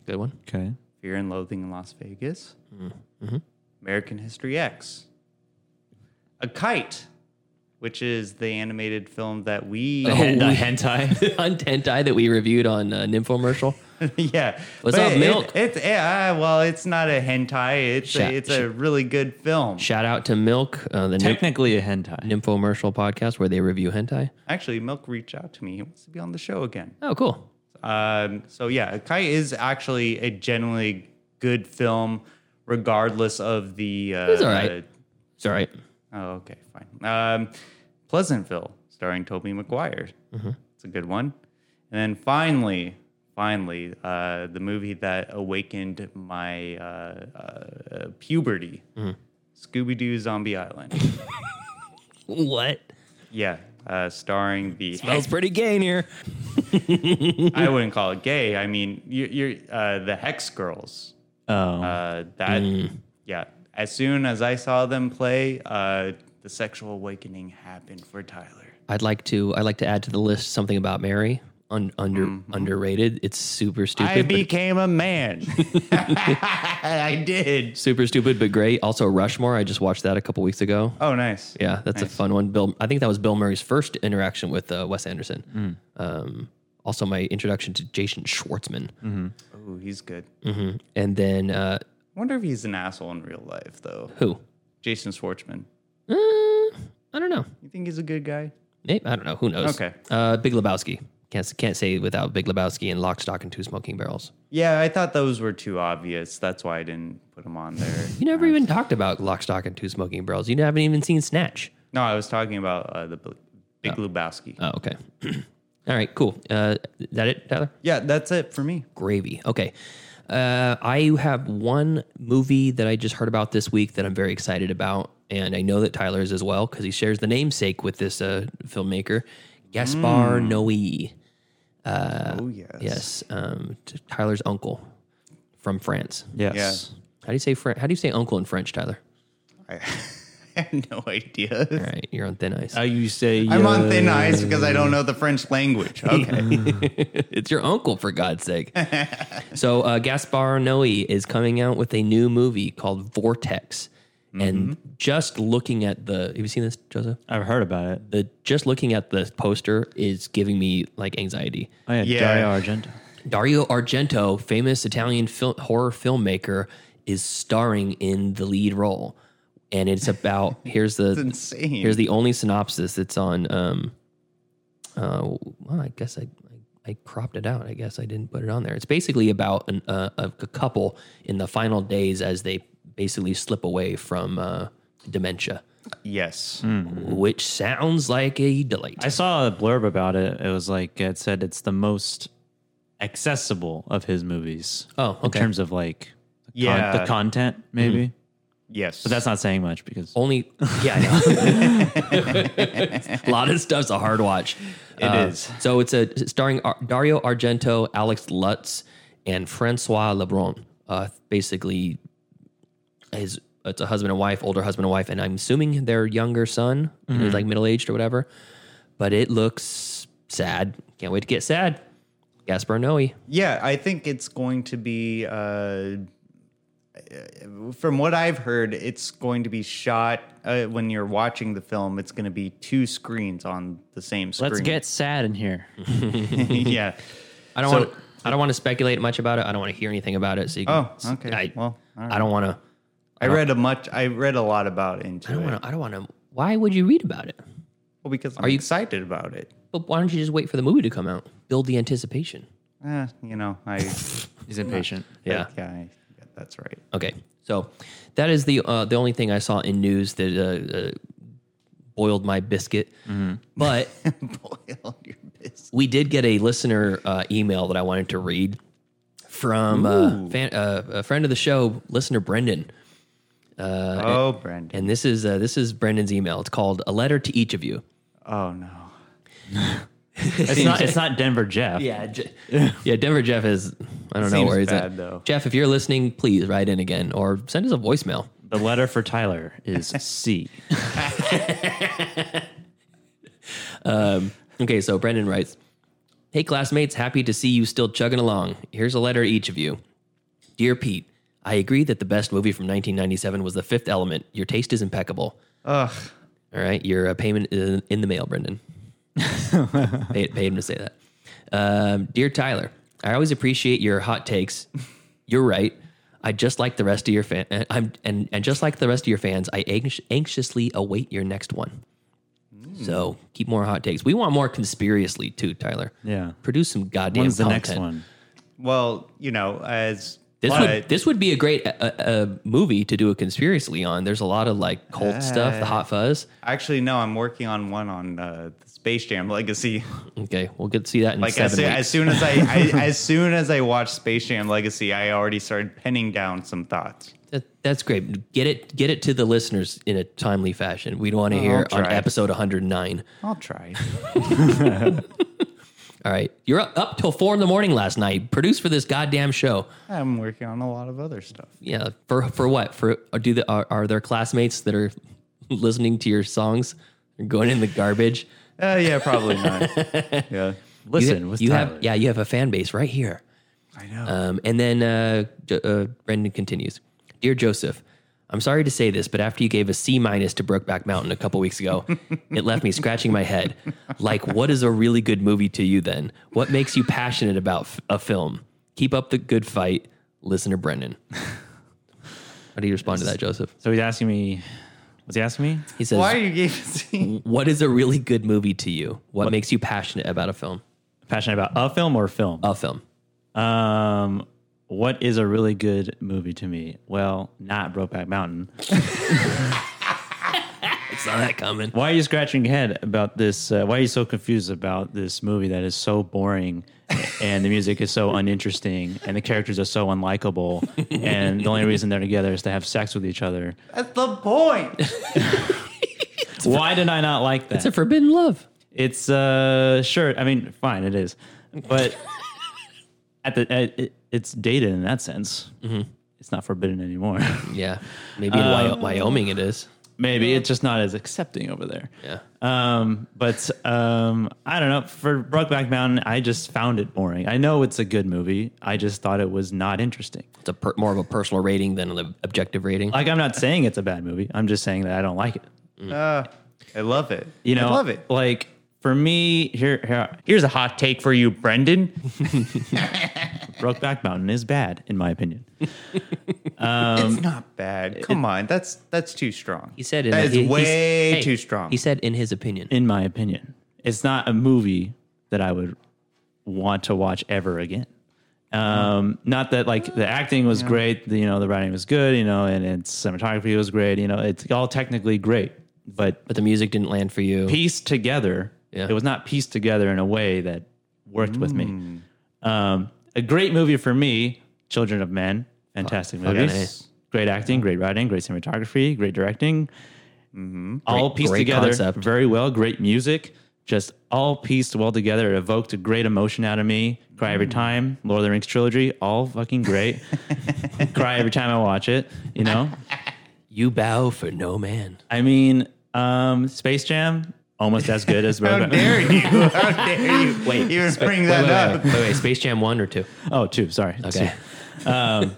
Speaker 1: Good one.
Speaker 2: Okay.
Speaker 3: Fear and Loathing in Las Vegas, American History X, A Kite, which is the animated film that we
Speaker 2: And uh, hentai.
Speaker 1: Untent eye that we reviewed on uh, Nymphomercial.
Speaker 3: yeah.
Speaker 1: What's
Speaker 3: But
Speaker 1: up,
Speaker 3: it-
Speaker 1: Milk?
Speaker 3: It's yeah, well, it's not a hentai. It's
Speaker 1: Sha-
Speaker 3: a, it's a really good film.
Speaker 1: Shout out to Milk, uh, the Nymph-
Speaker 2: Technically a hentai.
Speaker 1: Nymphomercial podcast where they review hentai.
Speaker 3: Actually, Milk reached out to me. He wants to be on the show again.
Speaker 1: Oh, cool.
Speaker 3: Um, so yeah, Kai is actually a generally good film, regardless of the. Uh,
Speaker 1: was all right. It's all right.
Speaker 3: Oh, okay, fine. Um, Pleasantville, starring Toby McGuire. It's a good one. And then finally, finally, uh, the movie that awakened my uh, uh, puberty, Scooby Doo Zombie Island.
Speaker 1: What?
Speaker 3: yeah, uh, starring the.
Speaker 1: Smells pretty gay in here.
Speaker 3: I wouldn't call it gay. I mean, you, you're uh, the Hex Girls.
Speaker 2: Oh.
Speaker 3: Uh, that. yeah, as soon as I saw them play, uh, the sexual awakening happened for Tyler.
Speaker 1: I'd like to I'd like to add to the list something about Mary. Un, under underrated. It's super stupid.
Speaker 3: I
Speaker 1: but it's
Speaker 3: became a man. I did.
Speaker 1: super stupid but great. Also Rushmore. I just watched that a couple weeks ago.
Speaker 3: Oh, nice.
Speaker 1: Yeah, that's a
Speaker 3: Nice.
Speaker 1: fun one. Bill, I think that was Bill Murray's first interaction with uh, Wes Anderson. Um, also, my introduction to Jason Schwartzman,
Speaker 3: Oh, he's good.
Speaker 1: hmm and then uh,
Speaker 3: I wonder if he's an asshole in real life, though.
Speaker 1: who?
Speaker 3: Jason Schwartzman.
Speaker 1: Uh, I don't know.
Speaker 3: You think he's a good guy?
Speaker 1: Maybe, I don't know. Who knows?
Speaker 3: Okay.
Speaker 1: Uh, Big Lebowski. Can't can't say without Big Lebowski and Lock, Stock, and Two Smoking Barrels.
Speaker 3: Yeah, I thought those were too obvious. That's why I didn't put him on there.
Speaker 1: You never even talked about Lock, Stock, and Two Smoking Barrels. You haven't even seen Snatch.
Speaker 3: No, I was talking about uh, the Bl- Big Lebowski.
Speaker 1: Oh, okay. All right, cool. Uh, is that it, Tyler?
Speaker 3: Yeah, that's it for me.
Speaker 1: gravy. Okay. Uh, I have one movie that I just heard about this week that I'm very excited about, and I know that Tyler's as well because he shares the namesake with this uh, filmmaker, Gaspar Noé.
Speaker 3: Hmm.
Speaker 1: Uh,
Speaker 3: oh yes.
Speaker 1: Yes, um, t- Tyler's uncle from France.
Speaker 2: Yes.
Speaker 3: Yes.
Speaker 1: How do you say Fran- How do you say uncle in French, Tyler?
Speaker 3: I, I had no idea.
Speaker 1: All right, you're on thin ice.
Speaker 2: How Uh, you say?
Speaker 3: I'm on thin ice because I don't know the French language. Okay.
Speaker 1: it's your uncle, for God's sake. so, uh, Gaspar Noé is coming out with a new movie called Vortex. And just looking at the, have you seen this, Joseph?
Speaker 2: I've heard about it.
Speaker 1: The just looking at the poster is giving me like anxiety.
Speaker 2: Oh yeah,
Speaker 3: Yeah.
Speaker 2: Dario Argento.
Speaker 1: Dario Argento, famous Italian fil- horror filmmaker, is starring in the lead role, and it's about here's the
Speaker 3: It's insane.
Speaker 1: here's the only synopsis that's on. Um, uh, well, I guess I, I I cropped it out. I guess I didn't put it on there. It's basically about an, uh, a a couple in the final days as they basically slip away from uh, dementia,
Speaker 3: yes.
Speaker 2: Mm.
Speaker 1: which sounds like a delight.
Speaker 2: I saw a blurb about it. It was like it said it's the most accessible of his movies.
Speaker 1: Oh, okay.
Speaker 2: In terms of like, the
Speaker 3: Yeah.
Speaker 2: con- the content maybe.
Speaker 3: Yes.
Speaker 2: But that's not saying much because
Speaker 1: Only, yeah, I know. a lot of stuff's a hard watch. It is.
Speaker 3: is.
Speaker 1: So it's a starring Ar- Dario Argento, Alex Lutz, and Francois Lebrun. Uh, basically, his it's a husband and wife, older husband and wife, and I'm assuming their younger son,
Speaker 3: Mm-hmm.
Speaker 1: who's like middle aged or whatever. But it looks sad. Can't wait to get sad. Gaspar Noe.
Speaker 3: Yeah, I think it's going to be. Uh, from what I've heard, it's going to be shot uh, when you're watching the film. It's going to be two screens on the same screen.
Speaker 2: let's get sad in here.
Speaker 3: yeah.
Speaker 1: I don't
Speaker 3: So-
Speaker 1: want. I don't want to speculate much about it. I don't want to hear anything about it. So you can,
Speaker 3: Oh, okay.
Speaker 1: I,
Speaker 3: well, all right.
Speaker 1: I don't want to.
Speaker 3: I read a much. I read a lot about into
Speaker 1: I don't
Speaker 3: it.
Speaker 1: want to. I don't want to. Why would you read about it?
Speaker 3: Well, because I'm
Speaker 1: you-
Speaker 3: excited about it.
Speaker 1: But why don't you just wait for the movie to come out? Build the anticipation.
Speaker 3: Eh, you know, I
Speaker 2: He's impatient.
Speaker 1: Yeah.
Speaker 3: yeah, I, yeah, that's right.
Speaker 1: Okay. So that is the uh, the only thing I saw in news that uh, uh, boiled my biscuit.
Speaker 3: Mm-hmm.
Speaker 1: But
Speaker 3: Boil your business.
Speaker 1: we did get a listener uh, email that I wanted to read from uh, fan, uh, a friend of the show, listener Brendan.
Speaker 3: oh, Brendan.
Speaker 1: And this is uh, this is Brendan's email. It's called "A Letter to Each of You."
Speaker 3: Oh no.
Speaker 2: It's not. It's not Denver Jeff.
Speaker 1: Yeah, Je- yeah. Denver Jeff is. I don't know
Speaker 3: Seems
Speaker 1: where he's
Speaker 3: bad,
Speaker 1: at.
Speaker 3: though.
Speaker 1: Jeff, if you're listening, please write in again or send us a voicemail.
Speaker 2: The letter for Tyler is C.
Speaker 1: Okay, so Brendan writes Hey, classmates, happy to see you still chugging along. Here's a letter to each of you. Dear Pete, I agree that the best movie from 1997 was The Fifth Element. Your taste is impeccable.
Speaker 3: Ugh.
Speaker 1: All right, your uh, payment is in the mail, Brendan. pay, pay him to say that. Um, Dear Tyler, I always appreciate your hot takes. You're right. I just like the rest of your fan. and I'm and and just like the rest of your fans, I anx- anxiously await your next one. So keep more hot takes. We want more conspiriously too, Tyler.
Speaker 2: Yeah.
Speaker 1: Produce some goddamn
Speaker 2: When's the
Speaker 1: content.
Speaker 2: next one?
Speaker 3: Well, you know, as
Speaker 1: This
Speaker 3: but-
Speaker 1: would this would be a great uh, uh, movie to do a conspiriously on. There's a lot of like cult stuff, the hot fuzz.
Speaker 3: Actually, no. I'm working on one on uh, the Space Jam Legacy.
Speaker 1: Okay, we'll get to see that in
Speaker 3: Like
Speaker 1: seven
Speaker 3: as, soo-
Speaker 1: weeks.
Speaker 3: as soon as I, I as soon as I watched Space Jam Legacy, I already started penning down some thoughts.
Speaker 1: That, that's great. Get it, get it to the listeners in a timely fashion. We'd want to hear
Speaker 3: I'll
Speaker 1: on
Speaker 3: try.
Speaker 1: episode 109.
Speaker 3: I'll try.
Speaker 1: All right. You're up, up till four in the morning last night. Produced for this goddamn show.
Speaker 3: I'm working on a lot of other stuff.
Speaker 1: Yeah. For for what? For do the are, are there classmates that are listening to your songs and going in the garbage?
Speaker 3: Uh, yeah, probably not. yeah.
Speaker 2: Listen,
Speaker 1: you,
Speaker 2: with
Speaker 1: you have
Speaker 2: Tyler.
Speaker 1: yeah, you have a fan base right here.
Speaker 3: I know.
Speaker 1: Um, and then uh, J- uh, Brendan continues, dear Joseph. I'm sorry to say this, but after you gave a C minus to Brokeback Mountain a couple weeks ago, it left me scratching my head. Like, what is a really good movie to you then? What makes you passionate about f- a film? Keep up the good fight, listener Brendan. How do you respond to that, Joseph?
Speaker 2: So he's asking me. What's he asking me?
Speaker 1: He says,
Speaker 3: Why are you giving?
Speaker 1: "What is a really good movie to you? What, makes you passionate about a film?
Speaker 2: Passionate about a film or film?
Speaker 1: A film?
Speaker 2: Um, what is a really good movie to me? Well, not Brokeback Mountain.
Speaker 1: It's not that coming.
Speaker 2: Why are you scratching your head about this? Uh, why are you so confused about this movie that is so boring, and the music is so uninteresting, and the characters are so unlikable, and the only reason they're together is to have sex with each other?
Speaker 3: That's the point.
Speaker 2: Why did I not like that?
Speaker 1: It's a forbidden love.
Speaker 2: It's uh sure. I mean, fine, it is, but at the at, it, it's dated in that sense.
Speaker 3: Mm-hmm.
Speaker 2: It's not forbidden anymore.
Speaker 1: Yeah, maybe in Wyo- Wyoming it is.
Speaker 2: Maybe it's just not as accepting over there.
Speaker 1: Yeah,
Speaker 2: Um, but um, I don't know. For Brokeback Mountain, I just found it boring. I know it's a good movie. I just thought it was not interesting.
Speaker 1: it's a per, more of a personal rating than an objective rating.
Speaker 2: Like I'm not saying it's a bad movie. I'm just saying that I don't like it.
Speaker 3: Uh, I love it.
Speaker 2: You know,
Speaker 3: I love it.
Speaker 2: Like for me, here, here
Speaker 3: Here's a hot take for you, Brendan.
Speaker 2: Brokeback Mountain is bad in my opinion.
Speaker 3: it's not bad. Come on, that's that's too strong.
Speaker 1: he said in
Speaker 3: that is
Speaker 1: he- he's-
Speaker 3: way
Speaker 1: hey,
Speaker 3: too strong.
Speaker 1: He said in his opinion.
Speaker 2: in my opinion. It's not a movie that I would want to watch ever again. Um, Not that like the acting was great, the, you know, the writing was good, you know, and, and cinematography was great, you know, it's all technically great, but
Speaker 1: but the music didn't land for you.
Speaker 2: pieced together,
Speaker 1: Yeah.
Speaker 2: it was not pieced together in a way that worked with
Speaker 1: Mm.
Speaker 2: me. Um, a great movie for me, Children of Men, fantastic movie.
Speaker 1: nice.
Speaker 2: Great acting, great writing, great cinematography, great directing all
Speaker 1: Mm-hmm. Great-
Speaker 2: pieced
Speaker 1: great
Speaker 2: together
Speaker 1: concept.
Speaker 2: very well. Great music, just all pieced well together. It evoked a great emotion out of me. Cry
Speaker 1: Mm.
Speaker 2: every time. Lord of the Rings trilogy, all fucking great. Cry every time I watch it. You know,
Speaker 1: You bow for no man.
Speaker 2: I mean, um, Space Jam almost as good as
Speaker 3: How
Speaker 2: Rogue.
Speaker 3: dare you? How dare you? Wait, you bring that
Speaker 1: wait,
Speaker 3: up?
Speaker 1: wait, wait, wait, Space Jam one or two?
Speaker 2: Oh, two. Sorry.
Speaker 1: Okay.
Speaker 2: Two. Um,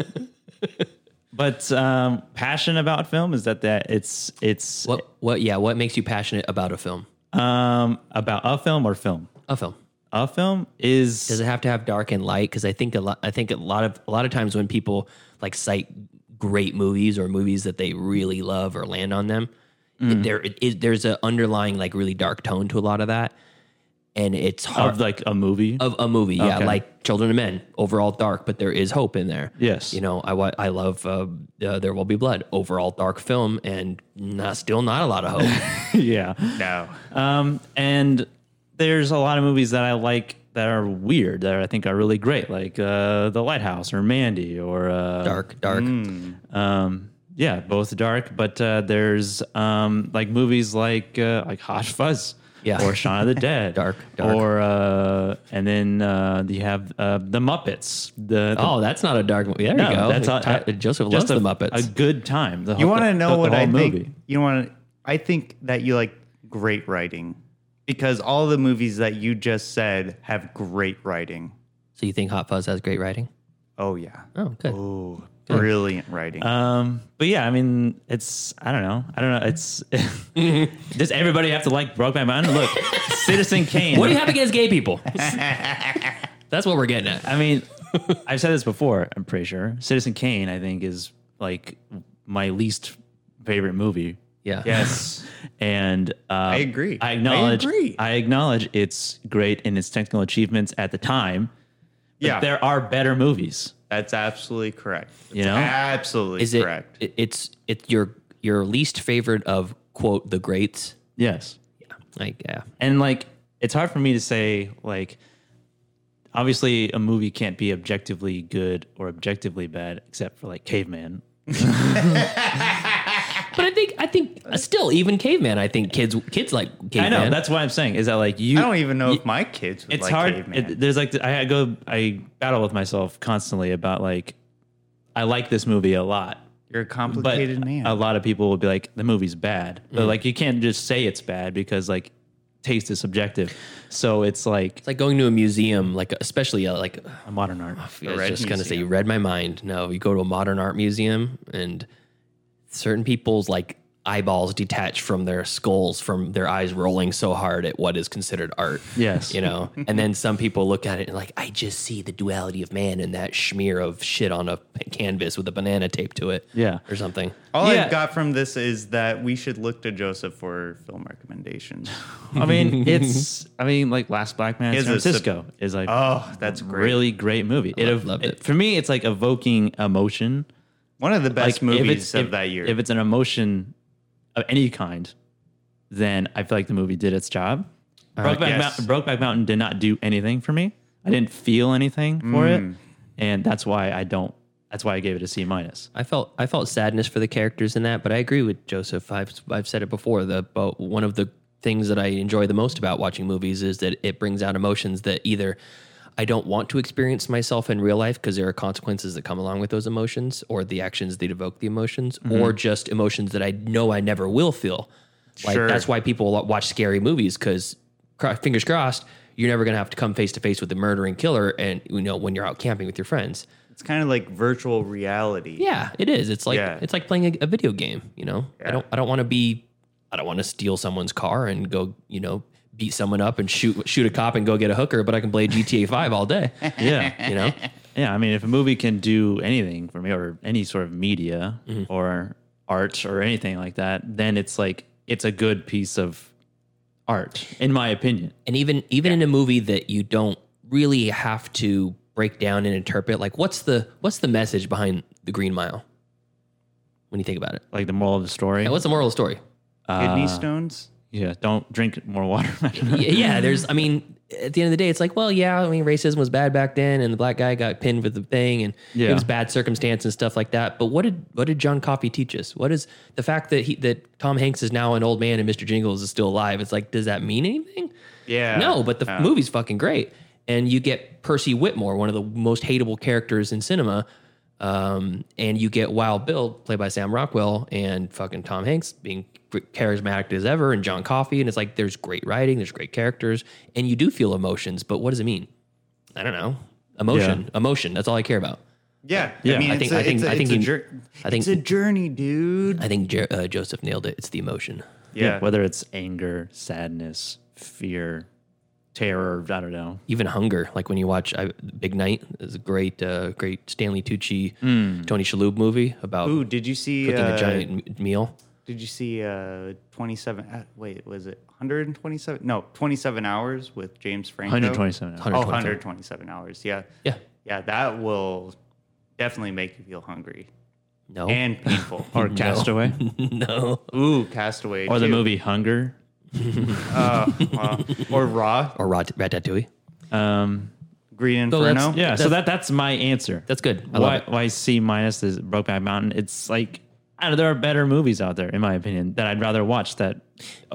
Speaker 2: but um, passion about film is that that it's it's
Speaker 1: What? What? Yeah. What makes you passionate about a film?
Speaker 2: um about a film or film.
Speaker 1: A film.
Speaker 2: A film is
Speaker 1: Does it have to have dark and light? Because I think a lot. I think a lot of a lot of times when people like cite great movies or movies that they really love or land on them, it- there it, it- there's an underlying like really dark tone to a lot of that, and it's hard
Speaker 2: of like a movie.
Speaker 1: of a movie. Yeah,
Speaker 2: Okay.
Speaker 1: like Children of Men, overall dark, but there is hope in there.
Speaker 2: Yes.
Speaker 1: you know, I wa- I love uh, uh, There Will Be Blood, overall dark film, and not still not a lot of hope.
Speaker 2: yeah.
Speaker 3: No.
Speaker 2: Um, and there's a lot of movies that I like that are weird that I think are really great, like uh, The Lighthouse or Mandy or uh,
Speaker 1: dark, dark.
Speaker 2: Um, yeah, both dark, but uh, there's um, like movies like uh, like Hot Fuzz.
Speaker 1: Yeah.
Speaker 2: or Shaun of the Dead,
Speaker 1: Dark, dark.
Speaker 2: or uh, and then uh, you have uh, the Muppets. The, the
Speaker 1: Oh, that's not a dark movie. There you
Speaker 2: no,
Speaker 1: go.
Speaker 2: that's all-
Speaker 1: Ty- Joseph
Speaker 2: just
Speaker 1: loves the
Speaker 2: a-
Speaker 1: Muppets.
Speaker 2: A good time. The
Speaker 3: You
Speaker 2: whole-
Speaker 3: want to
Speaker 2: the-
Speaker 3: know
Speaker 2: the
Speaker 3: what I
Speaker 2: whole
Speaker 3: think?
Speaker 2: movie.
Speaker 3: You want to? I think that you like great writing because all the movies that you just said have great writing.
Speaker 1: so you think Hot Fuzz has great writing?
Speaker 3: Oh yeah.
Speaker 1: Oh, good.
Speaker 3: Oh, brilliant writing.
Speaker 2: Um, but yeah, I mean, it's I don't know, I don't know. It's does everybody have to like Brokeback Mountain? Look, Citizen Kane.
Speaker 1: What do you have against gay people? That's what we're getting at.
Speaker 2: I mean, I've said this before. I'm pretty sure Citizen Kane. I think is like my least favorite movie.
Speaker 1: Yeah.
Speaker 3: yes.
Speaker 2: And uh, I
Speaker 3: agree.
Speaker 2: I acknowledge.
Speaker 3: I agree.
Speaker 2: I acknowledge it's great in its technical achievements at the time. but
Speaker 3: Yeah.
Speaker 2: there are better movies.
Speaker 3: That's absolutely correct.
Speaker 2: You know?
Speaker 3: absolutely
Speaker 1: Is it,
Speaker 3: correct.
Speaker 1: it- It's it's your your least favorite of quote the greats.
Speaker 2: Yes.
Speaker 1: Like yeah.
Speaker 2: and like it's hard for me to say like obviously a movie can't be objectively good or objectively bad except for like caveman
Speaker 1: But I think I think uh, still even caveman. I think kids kids like caveman.
Speaker 2: I know. That's why I'm saying is that like you.
Speaker 3: I don't even know if my kids would
Speaker 2: it's
Speaker 3: like
Speaker 2: hard.
Speaker 3: caveman.
Speaker 2: it- there's like I I go I battle with myself constantly about like I like this movie a lot.
Speaker 3: You're a complicated
Speaker 2: but uh,
Speaker 3: man. Mm.
Speaker 2: A lot of people will be like the movie's bad, but like you can't just say it's bad because like taste is subjective. So it's like it's
Speaker 1: like going to a museum, like especially uh like
Speaker 2: a modern art.
Speaker 1: I was just gonna say you read my mind. No, you go to a modern art museum and certain people's like eyeballs detach from their skulls from their eyes rolling so hard at what is considered art.
Speaker 2: Yes.
Speaker 1: You know? and then some people look at it and like, I just see the duality of man and that smear of shit on a p- canvas with a banana taped to it.
Speaker 2: Yeah.
Speaker 1: Or something.
Speaker 3: All
Speaker 2: Yeah.
Speaker 3: I've got from this is that we should look to Joseph for film recommendations.
Speaker 2: I mean, it's I mean, like Last Black Man in
Speaker 3: Is
Speaker 2: San
Speaker 3: a sub-
Speaker 2: Francisco is like
Speaker 3: Oh, that's great.
Speaker 2: really great movie. It, ev-
Speaker 1: loved it.
Speaker 2: for me, it's like evoking emotion.
Speaker 3: One of the best
Speaker 2: like
Speaker 3: movies
Speaker 2: if it's,
Speaker 3: of
Speaker 2: if-
Speaker 3: that year.
Speaker 2: If it's an emotion of any kind, then I feel like the movie did its job. Brokeback,
Speaker 3: Uh, yes.
Speaker 2: Mou- Brokeback Mountain did not do anything for me. I didn't feel anything for
Speaker 3: Mm.
Speaker 2: it, and that's why I don't. That's why I gave it a C minus.
Speaker 1: I felt I felt sadness for the characters in that, but I agree with Joseph. I've I've said it before. The but one of the things that I enjoy the most about watching movies is that it brings out emotions that either I don't want to experience myself in real life because there are consequences that come along with those emotions or the actions that evoke the emotions, or just emotions that I know I never will feel. Like
Speaker 3: Sure.
Speaker 1: that's why people lo- watch scary movies because fingers crossed, you're never gonna have to come face to face with the murdering killer, and you know when you're out camping with your friends.
Speaker 3: it's kind of like virtual reality.
Speaker 1: Yeah, it is. It's like
Speaker 3: Yeah.
Speaker 1: it's like playing a, a video game. You know, I don't I don't want to be, I don't want to steal someone's car and go, you know, beat someone up and shoot shoot a cop and go get a hooker. But I can play GTA Five all day.
Speaker 2: Yeah,
Speaker 1: You know,
Speaker 2: yeah. I mean, if a movie can do anything for me, or any sort of media
Speaker 1: Mm-hmm.
Speaker 2: or art or anything like that, then it's like it's a good piece of art, in my opinion.
Speaker 1: and even even in a movie that you don't really have to break down and interpret, like what's the what's the message behind the Green Mile? When you think about it,
Speaker 2: Like the moral of the story.
Speaker 1: And what's the moral of the story?
Speaker 2: Uh.
Speaker 3: Kidney stones.
Speaker 2: Yeah, don't drink more water.
Speaker 1: yeah, yeah, there's, I mean, at the end of the day, it's like, well, yeah, I mean, racism was bad back then, and the black guy got pinned with the thing, and
Speaker 2: Yeah.
Speaker 1: it was bad circumstance and stuff like that. But what did what did John Coffey teach us? What is the fact that he that Tom Hanks is now an old man and Mr. Jingles is still alive? It's like, does that mean anything?
Speaker 3: Yeah.
Speaker 1: No, but the f- movie's fucking great, and you get Percy Whitmore, one of the most hateable characters in cinema. Um, and you get Wild Bill, played by Sam Rockwell, and fucking Tom Hanks being charismatic as ever, and John Coffey. And it's like there's great writing, there's great characters, and you do feel emotions. But what does it mean? I don't know. Emotion, emotion. That's all I care about.
Speaker 3: Yeah.
Speaker 2: Yeah,
Speaker 3: I mean,
Speaker 1: I
Speaker 3: it's
Speaker 1: think-
Speaker 3: a-
Speaker 1: I think-
Speaker 3: it's
Speaker 1: I
Speaker 3: a-
Speaker 1: think
Speaker 3: it's a
Speaker 1: you-
Speaker 3: jour-
Speaker 1: I think-
Speaker 3: it's a journey, dude.
Speaker 1: I think Jer- uh, Joseph nailed it. It's the emotion.
Speaker 3: Yeah.
Speaker 2: Whether it's anger, sadness, fear, terror, I don't know.
Speaker 1: even hunger. Like when you watch I, Big Night is a great, uh, great Stanley Tucci, Tony Shalhoub movie about
Speaker 3: Hmm. Ooh, did you see?
Speaker 1: cooking
Speaker 3: Uh,
Speaker 1: a giant m- meal.
Speaker 3: Did you see uh, 27? Uh, wait, was it 127? No, 27 hours with James Franco.
Speaker 2: 127 hours.
Speaker 3: Oh,
Speaker 1: 127.
Speaker 3: 127 hours. Yeah.
Speaker 1: Yeah,
Speaker 3: Yeah, that will definitely make you feel hungry
Speaker 1: no,
Speaker 3: and painful.
Speaker 2: Or Castaway.
Speaker 1: no,
Speaker 3: Ooh, Castaway.
Speaker 2: Or the
Speaker 3: too.
Speaker 2: movie Hunger.
Speaker 3: Uh, wow. or Raw,
Speaker 1: or rat- ratatouille.
Speaker 2: Um,
Speaker 3: Green
Speaker 1: So that's-
Speaker 3: Inferno.
Speaker 2: yeah, so that that's my answer.
Speaker 1: That's good. I
Speaker 2: why,
Speaker 1: love it.
Speaker 2: why C minus is Brokeback Mountain. It's like I don't know, there are better movies out there, in my opinion, that I'd rather watch that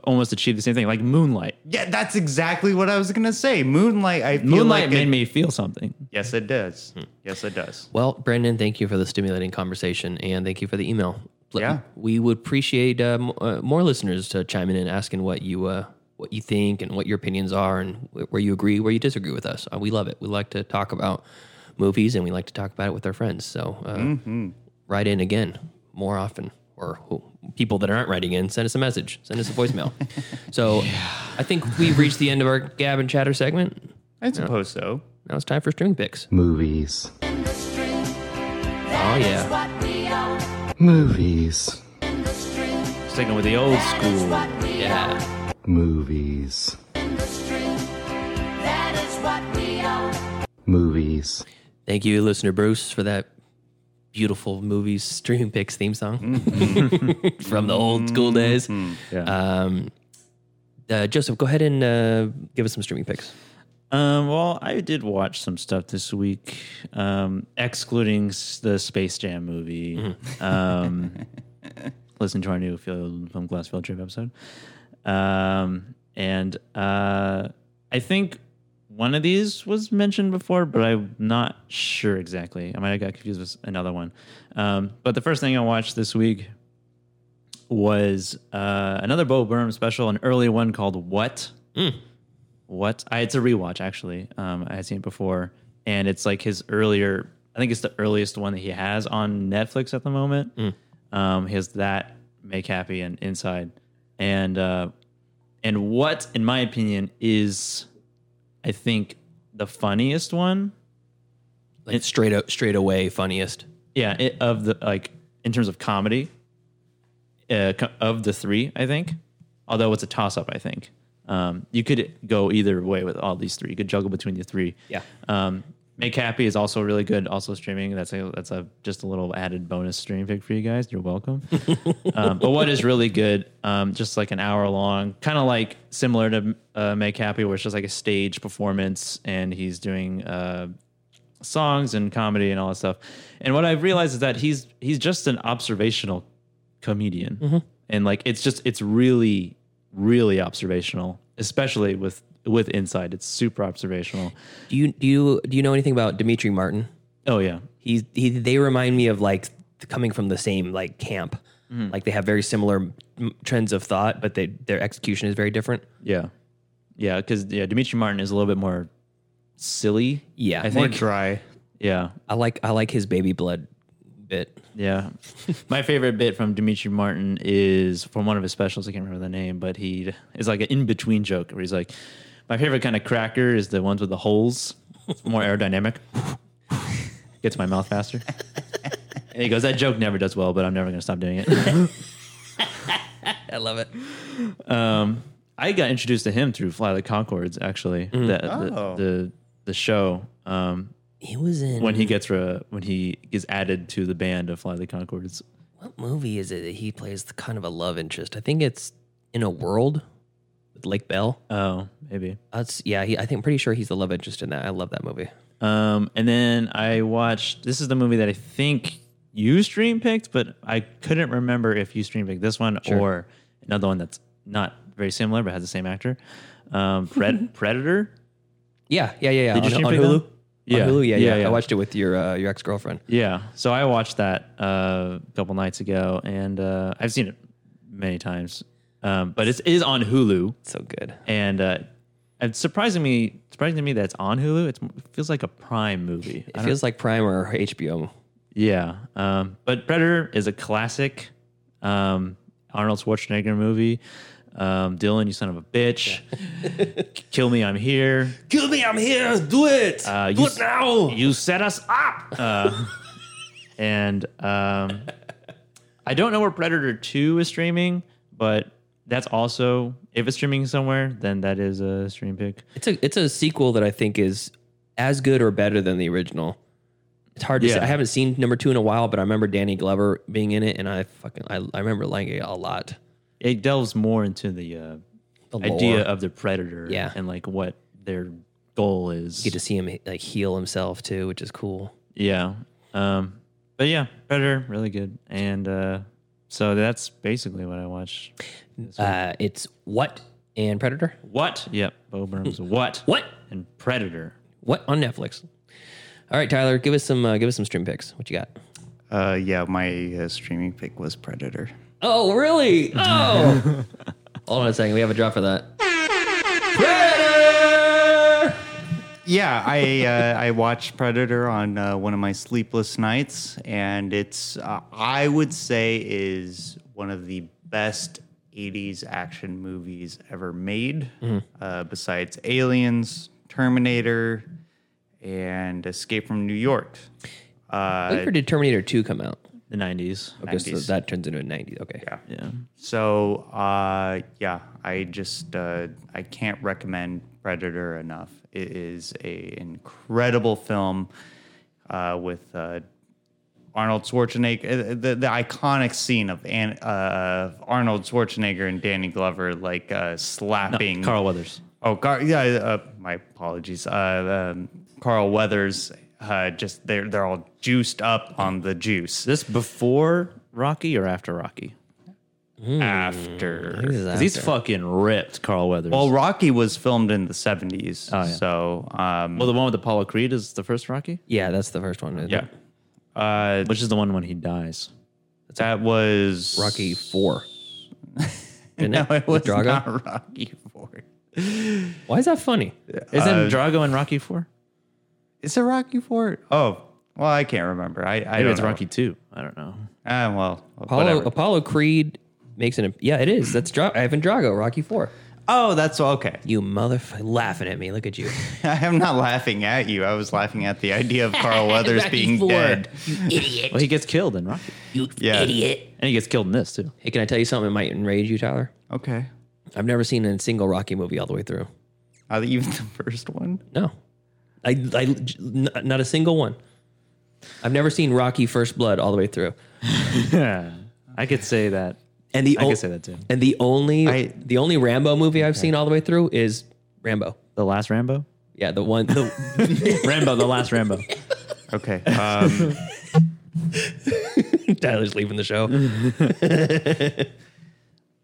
Speaker 2: almost achieve the same thing. Like Moonlight.
Speaker 3: Yeah, that's exactly what I was gonna say. Moonlight. I feel
Speaker 2: Moonlight
Speaker 3: like
Speaker 2: made
Speaker 3: it-
Speaker 2: me feel something.
Speaker 3: Yes, it does.
Speaker 1: Hmm.
Speaker 3: Yes, it does.
Speaker 1: Well, Brandon, thank you for the stimulating conversation and thank you for the email. Pl-
Speaker 3: Yeah.
Speaker 1: we would appreciate uh, m- uh, more listeners to chime in and asking what you uh, what you think and what your opinions are and wh- where you agree, where you disagree with us. Uh, we love it. We like to talk about movies and we like to talk about it with our friends. So uh, write in again more often. Or who, people that aren't writing in, send us a message, send us a voicemail. so I think we've reached the end of our Gab and Chatter segment.
Speaker 3: I suppose so.
Speaker 1: Now it's time for string picks.
Speaker 9: Movies.
Speaker 1: Oh, yeah.
Speaker 9: Movies.
Speaker 2: Sticking with the old school.
Speaker 1: Yeah.
Speaker 9: Movies. Movies.
Speaker 1: Thank you, listener Bruce, for that beautiful movies streaming picks theme song from the old school days. Um, uh, Joseph, go ahead and uh, give us some streaming picks.
Speaker 2: Um, well, I did watch some stuff this week, um, excluding s- the Space Jam movie. Um, listen to our new field, film class field trip episode. Um, and uh, I think one of these was mentioned before, but I'm not sure exactly. I might have got confused with another one. Um, but the first thing I watched this week was uh, another Bo Burnham special, an early one called What? What? I, it's a rewatch, actually. Um, I had seen it before. And it's like his earlier, I think it's the earliest one that he has on Netflix at the moment. Um, he has that, Make Happy, and Inside. And, uh, and What, in my opinion, is, I think, the funniest one.
Speaker 1: Like straight out, straight away funniest.
Speaker 2: Yeah, it, of the like in terms of comedy, uh, co- of the three, I think. Although it's a toss up, I think um, you could go either way with all these three. You could juggle between the three.
Speaker 1: Yeah.
Speaker 2: Um, Make Happy is also really good. Also streaming. That's a that's a just a little added bonus stream pick for you guys. You're welcome. um, but what is really good, um, just like an hour long, kind of like similar to uh, Make Happy, where it's just like a stage performance, and he's doing uh, songs and comedy and all that stuff. And what I've realized is that he's he's just an observational comedian,
Speaker 1: Mm-hmm.
Speaker 2: and like it's just it's really really observational, especially with with Inside. It's super observational.
Speaker 1: Do you do you do you know anything about Dimitri Martin?
Speaker 2: Oh yeah,
Speaker 1: he's he. They remind me of like coming from the same like camp. Like they have very similar m- trends of thought, but they their execution is very different.
Speaker 2: Yeah, yeah, because yeah, Dimitri Martin is a little bit more silly.
Speaker 1: Yeah,
Speaker 2: I
Speaker 1: more
Speaker 2: think dry. Yeah,
Speaker 1: I like I like his baby blood bit.
Speaker 2: Yeah. My favorite bit from Dimitri Martin is from one of his specials. I can't remember the name, but he is like an in between joke where he's like, My favorite kind of cracker is the ones with the holes, It's more aerodynamic, gets my mouth faster. And he goes, That joke never does well, but I'm never going to stop doing it.
Speaker 1: I love it.
Speaker 2: um, I got introduced to him through Fly the Concords, actually, the,
Speaker 3: Oh.
Speaker 2: the, the, the show. Um,
Speaker 1: He was in
Speaker 2: when he gets re- when he is added to the band of Fly the Concords,
Speaker 1: what movie is it that he plays the kind of a love interest? I think it's in a world with Lake Bell.
Speaker 2: oh maybe.
Speaker 1: That's yeah. He, I think pretty sure he's the love interest in that. I love that movie.
Speaker 2: Um, and then I watched. This is the movie that I think you stream picked, but I couldn't remember if you stream picked this one
Speaker 1: Sure.
Speaker 2: or another one that's not very similar but has the same actor. Um, Pred- Predator.
Speaker 1: Yeah, yeah, yeah, yeah.
Speaker 2: Did you
Speaker 1: on,
Speaker 2: stream
Speaker 1: on
Speaker 2: pick
Speaker 1: Hulu?
Speaker 2: that? Yeah.
Speaker 1: On Hulu. Yeah, yeah,
Speaker 2: Yeah, yeah.
Speaker 1: I watched it with your uh, your ex girlfriend.
Speaker 2: Yeah. So I watched that uh, a couple nights ago, and uh, I've seen it many times. Um, but it's, it is on Hulu,
Speaker 1: So good.
Speaker 2: and uh, it's surprising me surprising to me that it's on Hulu. It's, it feels like a Prime movie. I
Speaker 1: It
Speaker 2: don't-
Speaker 1: feels like Prime or HBO.
Speaker 2: Yeah. Um, but Predator is a classic um, Arnold Schwarzenegger movie. Um, Dylan, you son of a bitch. Kill me, I'm here.
Speaker 1: Kill me, I'm here. Do it.
Speaker 2: Uh, you, s- You set us up. Uh, and um, I don't know where Predator 2 is streaming, but that's also, if it's streaming somewhere, then that is a stream pick.
Speaker 1: It's a it's a sequel that I think is as good or better than the original. It's hard to say.
Speaker 2: Yeah.
Speaker 1: I haven't seen number two in a while, but I remember Danny Glover being in it, and I fucking I, I remember liking it a lot.
Speaker 2: It delves more into the, uh,
Speaker 1: The
Speaker 2: idea
Speaker 1: lore.
Speaker 2: of the Predator
Speaker 1: Yeah.
Speaker 2: and like what their goal is.
Speaker 1: You get to see him like heal himself too, which is cool.
Speaker 2: Yeah. Um, but yeah, Predator, really good. And uh, so that's basically what I watched.
Speaker 1: Uh, it's what and Predator.
Speaker 2: What? Yep. Bo Burnham's What?
Speaker 1: What?
Speaker 2: And Predator.
Speaker 1: What on Netflix? All right, Tyler, give us some uh, give us some stream picks. What you got?
Speaker 3: Uh, yeah, my uh, streaming pick was Predator.
Speaker 1: Oh, really? Oh. Hold on a second. We have a drop for that.
Speaker 3: Yeah, I uh, I watched Predator on uh, one of my sleepless nights, and it's uh, I would say is one of the best '80s action movies ever made, uh, besides Aliens, Terminator, and Escape from New York.
Speaker 1: When
Speaker 3: Uh,
Speaker 1: did Terminator 2 come out?
Speaker 2: The 90s.
Speaker 1: Okay, so
Speaker 3: 90s.
Speaker 1: that turns into a 90s. Okay.
Speaker 3: yeah.
Speaker 2: Yeah.
Speaker 3: So uh, yeah, I just uh, I can't recommend Predator enough. It is a incredible film uh, with uh, Arnold Schwarzenegger, uh, the, the iconic scene of An- uh, Arnold Schwarzenegger and Danny Glover like uh, slapping
Speaker 2: Carl Weathers.
Speaker 3: Oh, Gar- yeah. Uh, my apologies. Uh, um, Carl Weathers. Uh, just they're they're all juiced up on the juice.
Speaker 2: Is this before Rocky or after Rocky? after.
Speaker 3: think it was
Speaker 2: 'Cause He's
Speaker 3: after.
Speaker 2: fucking ripped, Carl Weathers.
Speaker 3: Well, Rocky was filmed in the 70s.
Speaker 2: Oh, yeah.
Speaker 3: So, um,
Speaker 2: well, the one with Apollo Creed is the first Rocky?
Speaker 1: Yeah, that's the first one.
Speaker 2: Yeah.
Speaker 3: Uh,
Speaker 2: Which is the one when he dies.
Speaker 3: that was
Speaker 1: Rocky Four. Isn't
Speaker 3: no,
Speaker 1: it?
Speaker 3: it was
Speaker 1: With Drago?
Speaker 3: not Rocky Four.
Speaker 1: Why is that funny?
Speaker 2: Isn't
Speaker 3: Uh,
Speaker 2: Drago in Rocky 4?
Speaker 3: Is it Rocky Four? Oh, well, I can't remember. I, I
Speaker 2: Maybe
Speaker 3: don't
Speaker 2: it's
Speaker 3: know.
Speaker 2: Rocky 2. I don't know.
Speaker 3: Ah, well,
Speaker 1: Apollo
Speaker 3: whatever.
Speaker 1: Apollo Creed makes an yeah, it is. That's Dra- Ivan Drago, Rocky Four.
Speaker 3: Oh, that's okay.
Speaker 1: You motherfucker, laughing at me. Look at you,
Speaker 3: I am not laughing at you. I was laughing at the idea of Carl Weathers
Speaker 1: Rocky
Speaker 3: being
Speaker 1: Four.
Speaker 3: dead.
Speaker 1: you idiot,
Speaker 2: Well, he gets killed in Rocky.
Speaker 1: you
Speaker 3: Yeah.
Speaker 1: idiot.
Speaker 2: And he gets killed in this, too.
Speaker 1: Hey, can I tell you something that might enrage you, Tyler?
Speaker 3: Okay.
Speaker 1: I've never seen a single Rocky movie all the way through.
Speaker 3: Uh, even the first one?
Speaker 1: No, I, I n- not a single one. I've never seen Rocky First Blood all the way through.
Speaker 2: Yeah. I could say that.
Speaker 1: And the
Speaker 2: I
Speaker 1: o-
Speaker 2: could say that, too.
Speaker 1: And the only
Speaker 3: I-
Speaker 1: the only Rambo movie I've seen all the way through is Rambo.
Speaker 2: The last Rambo?
Speaker 1: Yeah, the one the
Speaker 2: Rambo, the last Rambo.
Speaker 3: Okay. Um,
Speaker 1: Tyler's leaving the show.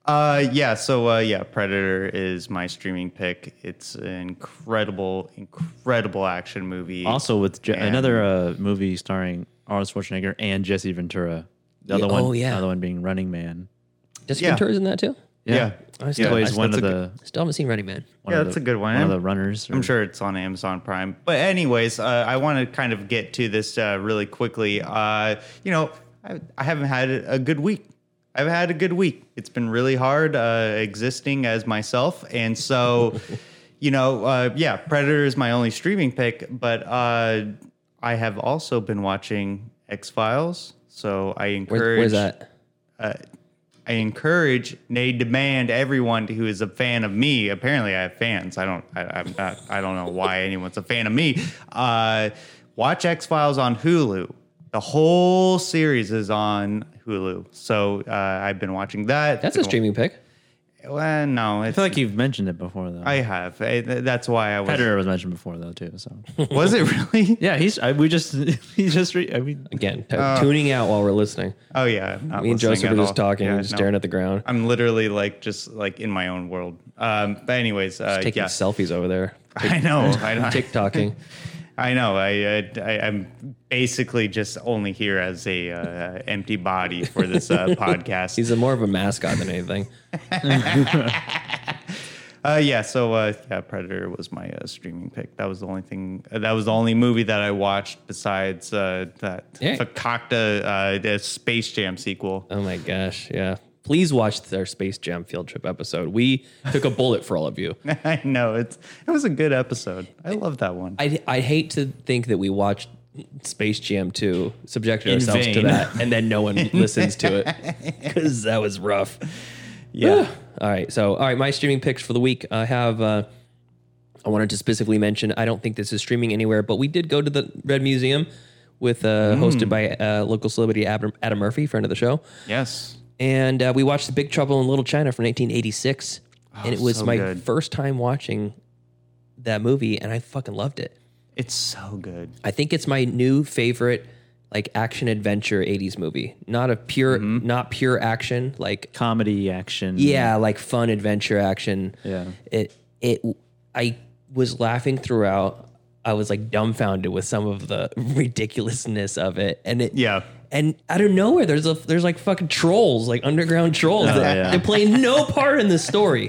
Speaker 3: uh, yeah. So, uh, yeah, Predator is my streaming pick. It's an incredible, incredible action movie.
Speaker 2: Also with Je-
Speaker 3: And-
Speaker 2: another uh, movie starring Arnold Schwarzenegger and Jesse Ventura. The other
Speaker 1: Yeah,
Speaker 2: one,
Speaker 1: oh, yeah.
Speaker 2: the other one being Running Man.
Speaker 1: Jesse
Speaker 3: Yeah.
Speaker 1: Ventura's in that too.
Speaker 3: Yeah.
Speaker 1: I
Speaker 2: He
Speaker 1: still,
Speaker 2: plays
Speaker 1: I
Speaker 2: one of
Speaker 3: that's a
Speaker 2: the.
Speaker 1: still haven't seen Running Man.
Speaker 2: One
Speaker 3: Yeah,
Speaker 2: of
Speaker 3: that's
Speaker 2: the-
Speaker 3: a good one.
Speaker 2: One of the runners. or-
Speaker 3: I'm sure it's on Amazon Prime. But anyways, uh, I want to kind of get to this uh, really quickly. Uh, you know, I, I haven't had a good week. I've had a good week. It's been really hard uh, existing as myself, and so, you know, uh, yeah, Predator is my only streaming pick. But uh, I have also been watching X Files, so I encourage.
Speaker 1: Where, where's that?
Speaker 3: I encourage, nay, demand everyone who is a fan of me. Apparently, I have fans. I don't. I, I'm not. I don't know why anyone's a fan of me. Uh, watch X Files on Hulu. The whole series is on Hulu. So uh, I've been watching that.
Speaker 1: That's a streaming pick.
Speaker 3: Well, no, it's,
Speaker 2: I feel like you've mentioned it before, though.
Speaker 3: I have. I, th- that's why I was.
Speaker 2: Predator was mentioned before, though, too. So
Speaker 3: Was it really?
Speaker 2: yeah, he's. I, we just. He just. Re, I mean,
Speaker 1: Again, t- tuning out while we're listening.
Speaker 3: Oh yeah. I'm not
Speaker 1: Me and
Speaker 3: Uh, listening
Speaker 1: Joseph
Speaker 3: at
Speaker 1: are just
Speaker 3: all.
Speaker 1: talking,
Speaker 3: Yeah,
Speaker 1: just
Speaker 3: no.
Speaker 1: staring at the ground,
Speaker 3: I'm literally like just like in my own world. Um, but anyways, uh,
Speaker 1: taking
Speaker 3: yeah.
Speaker 1: selfies over there,
Speaker 3: I know. I know.
Speaker 1: TikToking.
Speaker 3: I know. I, uh, I I'm basically just only here as a uh, empty body for this uh, podcast.
Speaker 1: He's a more of a mascot than anything.
Speaker 3: Uh, yeah. So uh, yeah, Predator was my uh, streaming pick. That was the only thing. Uh, that was the only movie that I watched besides uh, that
Speaker 1: Yeah.
Speaker 3: Fakakta uh, the Space Jam sequel.
Speaker 1: Oh my gosh, yeah. Please watch our Space Jam field trip episode. We took a bullet for all of you.
Speaker 3: I know it's it was a good episode. I love that one.
Speaker 1: I I hate to think that we watched Space Jam 2, subjected
Speaker 2: In
Speaker 1: ourselves to
Speaker 2: vain.
Speaker 1: that, and then no one listens to it because that was rough.
Speaker 3: yeah.
Speaker 1: All right, so all right, my streaming picks for the week. I have. Uh, I wanted to specifically mention. I don't think this is streaming anywhere, but we did go to the Red Museum with
Speaker 3: Mm.
Speaker 1: uh, hosted by uh, local celebrity Adam, Adam Murphy, friend of the show,
Speaker 3: Yes.
Speaker 1: and uh, we watched The Big Trouble in Little China from 1986, and it was
Speaker 3: Oh, so
Speaker 1: my
Speaker 3: good.
Speaker 1: first time watching that movie, and I fucking loved it.
Speaker 3: It's so good.
Speaker 1: I think it's my new favorite like action adventure 80s movie. Not a pure
Speaker 3: Mm-hmm.
Speaker 1: not pure action, like
Speaker 2: comedy action.
Speaker 1: yeah, like fun adventure action.
Speaker 2: Yeah.
Speaker 1: It it I was laughing throughout. I was like dumbfounded with some of the ridiculousness of it. And it
Speaker 3: Yeah.
Speaker 1: And out of nowhere, there's a there's like fucking trolls, like underground trolls.
Speaker 3: Oh,
Speaker 1: that,
Speaker 2: yeah.
Speaker 1: They play no part in the story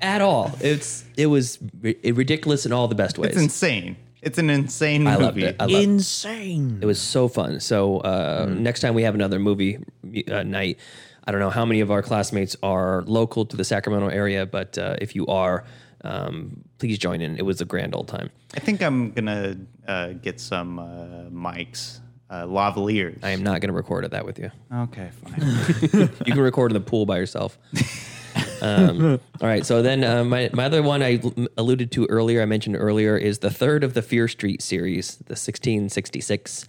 Speaker 1: at all. It's it was ri- ridiculous in all the best ways.
Speaker 3: It's insane. It's an insane
Speaker 1: I
Speaker 3: movie.
Speaker 1: loved it. I loved
Speaker 2: Insane.
Speaker 1: it was so fun. So uh, next time we have another movie uh, night, I don't know how many of our classmates are local to the Sacramento area, but uh, if you are, um, please join in. It was a grand old time.
Speaker 3: I think I'm gonna uh, get some uh, mics, uh, lavaliers.
Speaker 1: I am not going to record at that with you.
Speaker 3: Okay, fine.
Speaker 1: You can record in the pool by yourself. um, all right. So then uh, my, my other one I l- alluded to earlier, I mentioned earlier, is the third of the Fear Street series, the 1666.